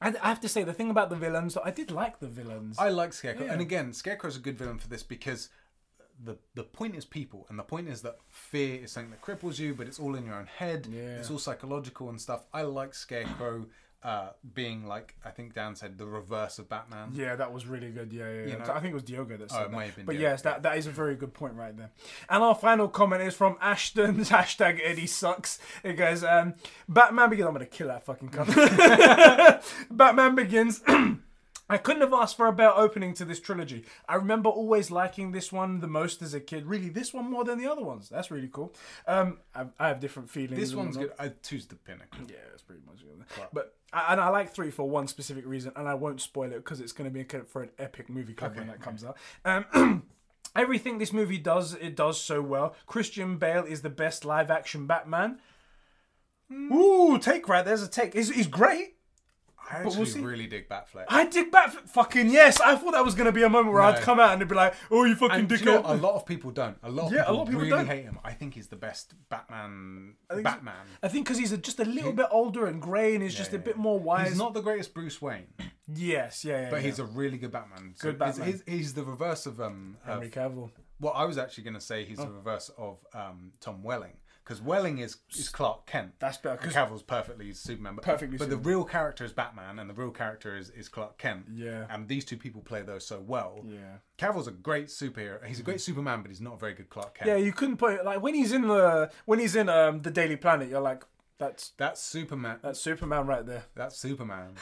S1: I have to say the thing about the villains. I did like the villains.
S2: I like Scarecrow,
S1: Yeah.
S2: and again, Scarecrow's a good villain for this because the the point is people, and the point is that fear is something that cripples you, but it's all in your own head.
S1: Yeah.
S2: It's all psychological and stuff. I like Scarecrow uh, being like I think Dan said the reverse of Batman.
S1: Yeah, that was really good. Yeah, yeah. yeah.
S2: know- Oh,
S1: So I think it was Diogo that said
S2: it
S1: that.
S2: might have been
S1: but
S2: Diogo,
S1: yes, that, that is a very good point right there. And our final comment is from Ashton's hashtag Eddie sucks. It goes, um, Batman begins. I'm gonna kill that fucking cunt. Batman begins. I couldn't have asked for a better opening to this trilogy. I remember always liking this one the most as a kid. Really, this one more than the other ones. That's really cool. Um, I, I have different feelings.
S2: This
S1: and
S2: one's
S1: whatnot.
S2: good. I choose the pinnacle.
S1: Yeah, that's pretty much it. But I- and I like three for one specific reason, and I won't spoil it because it's going to be a kind of- for an epic movie club when that comes out. Um, everything this movie does, it does so well. Christian Bale is the best live action Batman.
S2: Hmm.
S1: Ooh, take right there's a take. He's, he's great.
S2: I
S1: we'll
S2: actually
S1: see.
S2: really dig Batfleck.
S1: I dig back. Fucking yes. I thought that was going to be a moment where I'd
S2: No.
S1: come out and it'd be like, oh, you fucking
S2: And do
S1: dick
S2: you know what? um, a lot of people don't. A lot of
S1: Yeah, a
S2: people,
S1: lot of people
S2: really
S1: don't.
S2: hate him. I think he's the best Batman. Batman.
S1: I think because he's a, just a little bit older and grey and he's just a bit more wise.
S2: He's not the greatest Bruce Wayne,
S1: yes, yeah, yeah.
S2: but
S1: yeah.
S2: he's a really good Batman. So
S1: Good
S2: he's-
S1: Batman.
S2: He's, he's the reverse of um of
S1: Henry Cavill. Oh.
S2: Well, I was actually going to say he's the reverse of um, Tom Welling because Welling is, is Clark Kent.
S1: That's better, 'cause-
S2: And Cavill's perfectly Superman. But,
S1: Perfectly
S2: But the real character is Batman, and the real character is, is Clark Kent.
S1: Yeah.
S2: And these two people play those so well.
S1: Yeah. Mm.
S2: Cavill's a great superhero. He's a great Superman, but he's not a very good Clark Kent.
S1: Yeah, you couldn't put it like when he's in the when he's in um the Daily Planet, you're like, that's
S2: That's Superman.
S1: that's Superman right there.
S2: That's Superman.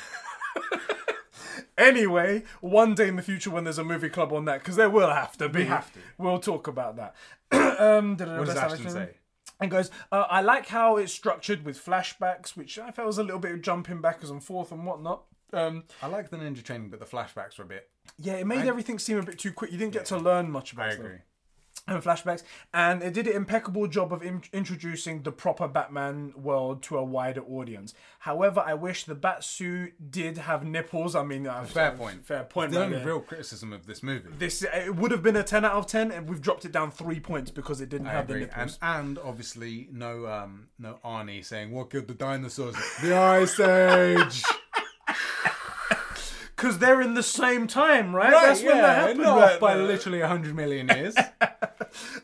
S1: Anyway, one day in the future when there's a movie club on that, because there will have to be. We
S2: have to.
S1: We'll talk about that. um,
S2: What does Ashton say?
S1: And goes, uh, I like how it's structured with flashbacks, which I felt was a little bit of jumping backwards and forth and whatnot. Um,
S2: I like the ninja training, but the flashbacks were a bit.
S1: yeah, it made everything seem a bit too quick. You didn't get to learn much about
S2: I
S1: them.
S2: agree.
S1: and flashbacks and it did an impeccable job of in- introducing the proper batman world to a wider audience however i wish the bat suit did have nipples i mean uh,
S2: Fair point.
S1: fair point
S2: The
S1: right
S2: only
S1: there.
S2: real criticism of this movie.
S1: this it would have been a 10 out of 10 and we've dropped it down three points because it didn't
S2: I
S1: have the
S2: agree.
S1: nipples
S2: And, and obviously no um no Arnie saying what killed the dinosaurs? the Ice Age.
S1: because they're in the same time right,
S2: Right,
S1: that's when that
S2: yeah,
S1: happened
S2: not
S1: right
S2: off by
S1: there.
S2: literally hundred million years.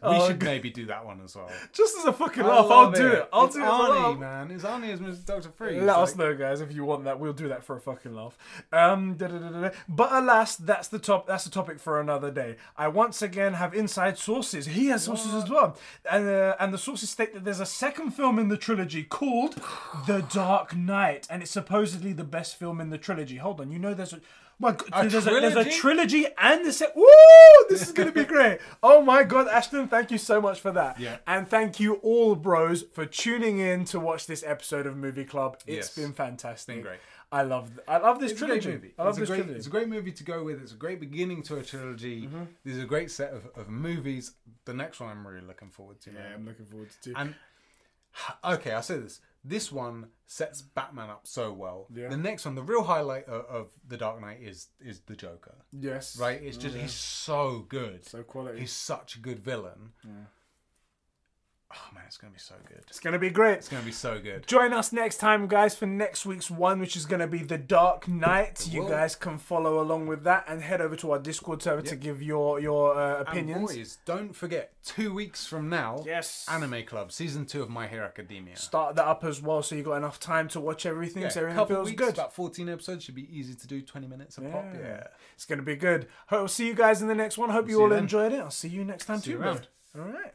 S2: we should maybe do that one as well.
S1: just as a fucking
S2: I
S1: laugh i'll
S2: love
S1: do it, i'll
S2: it's
S1: do it as a
S2: Arnie,
S1: laugh.
S2: man. It's Arnie as Mr. Doctor Freeze.
S1: Let us
S2: Like,
S1: know, guys, if you want that. We'll do that for a fucking laugh. Um, da, da, da, da, da. But alas, that's the top. That's the topic for another day. I once again have inside sources. He has sources as well, and uh, and the sources state that there's a second film in the trilogy called The Dark Knight, and it's supposedly the best film in the trilogy. Hold on, you know there's a. My God,
S2: A
S1: there's, A, there's a
S2: trilogy?
S1: trilogy and the set. Woo! This is going to be great. Oh my God, Ashton, thank you so much for that.
S2: Yeah.
S1: And thank you all, bros, for tuning in to watch this episode of Movie Club. It's
S2: Yes.
S1: been fantastic.
S2: Been great.
S1: I love I love this
S2: It's a great
S1: trilogy.
S2: movie.
S1: I love
S2: it's, a
S1: this
S2: great,
S1: trilogy. Mm-hmm.
S2: it's a great movie to go with. It's a great beginning to a trilogy. There's a great set of, of movies. The next one I'm really looking forward to. man.
S1: I'm looking forward to.
S2: And okay, I'll say this. This one sets Batman up so well.
S1: Yeah.
S2: The next one, the real highlight of, of the Dark Knight is is the Joker.
S1: yes.
S2: Right? It's just he's so good.
S1: Mm. So quality.
S2: he's such a good villain. Oh man, it's gonna be so good.
S1: It's gonna be great.
S2: It's gonna be so good.
S1: Join us next time, guys, for next week's one, which is going to be The Dark Knight. You
S2: Whoa.
S1: guys can follow along with that and head over to our Discord server to give your your uh,
S2: And
S1: opinions.
S2: boys, don't forget, two weeks from now,
S1: Yes.
S2: Anime Club, season two of My Hero Academia.
S1: Start that up as well, so you got enough time to watch everything, so everything feels
S2: weeks,
S1: good.
S2: About fourteen episodes should be easy to do. Twenty minutes a pop. Yeah.
S1: It's going to be good. Hope I'll see you guys in the next one. Hope you
S2: see
S1: all
S2: you then.
S1: enjoyed it. I'll see you next time
S2: See
S1: too.
S2: you
S1: bro.
S2: around.
S1: All right.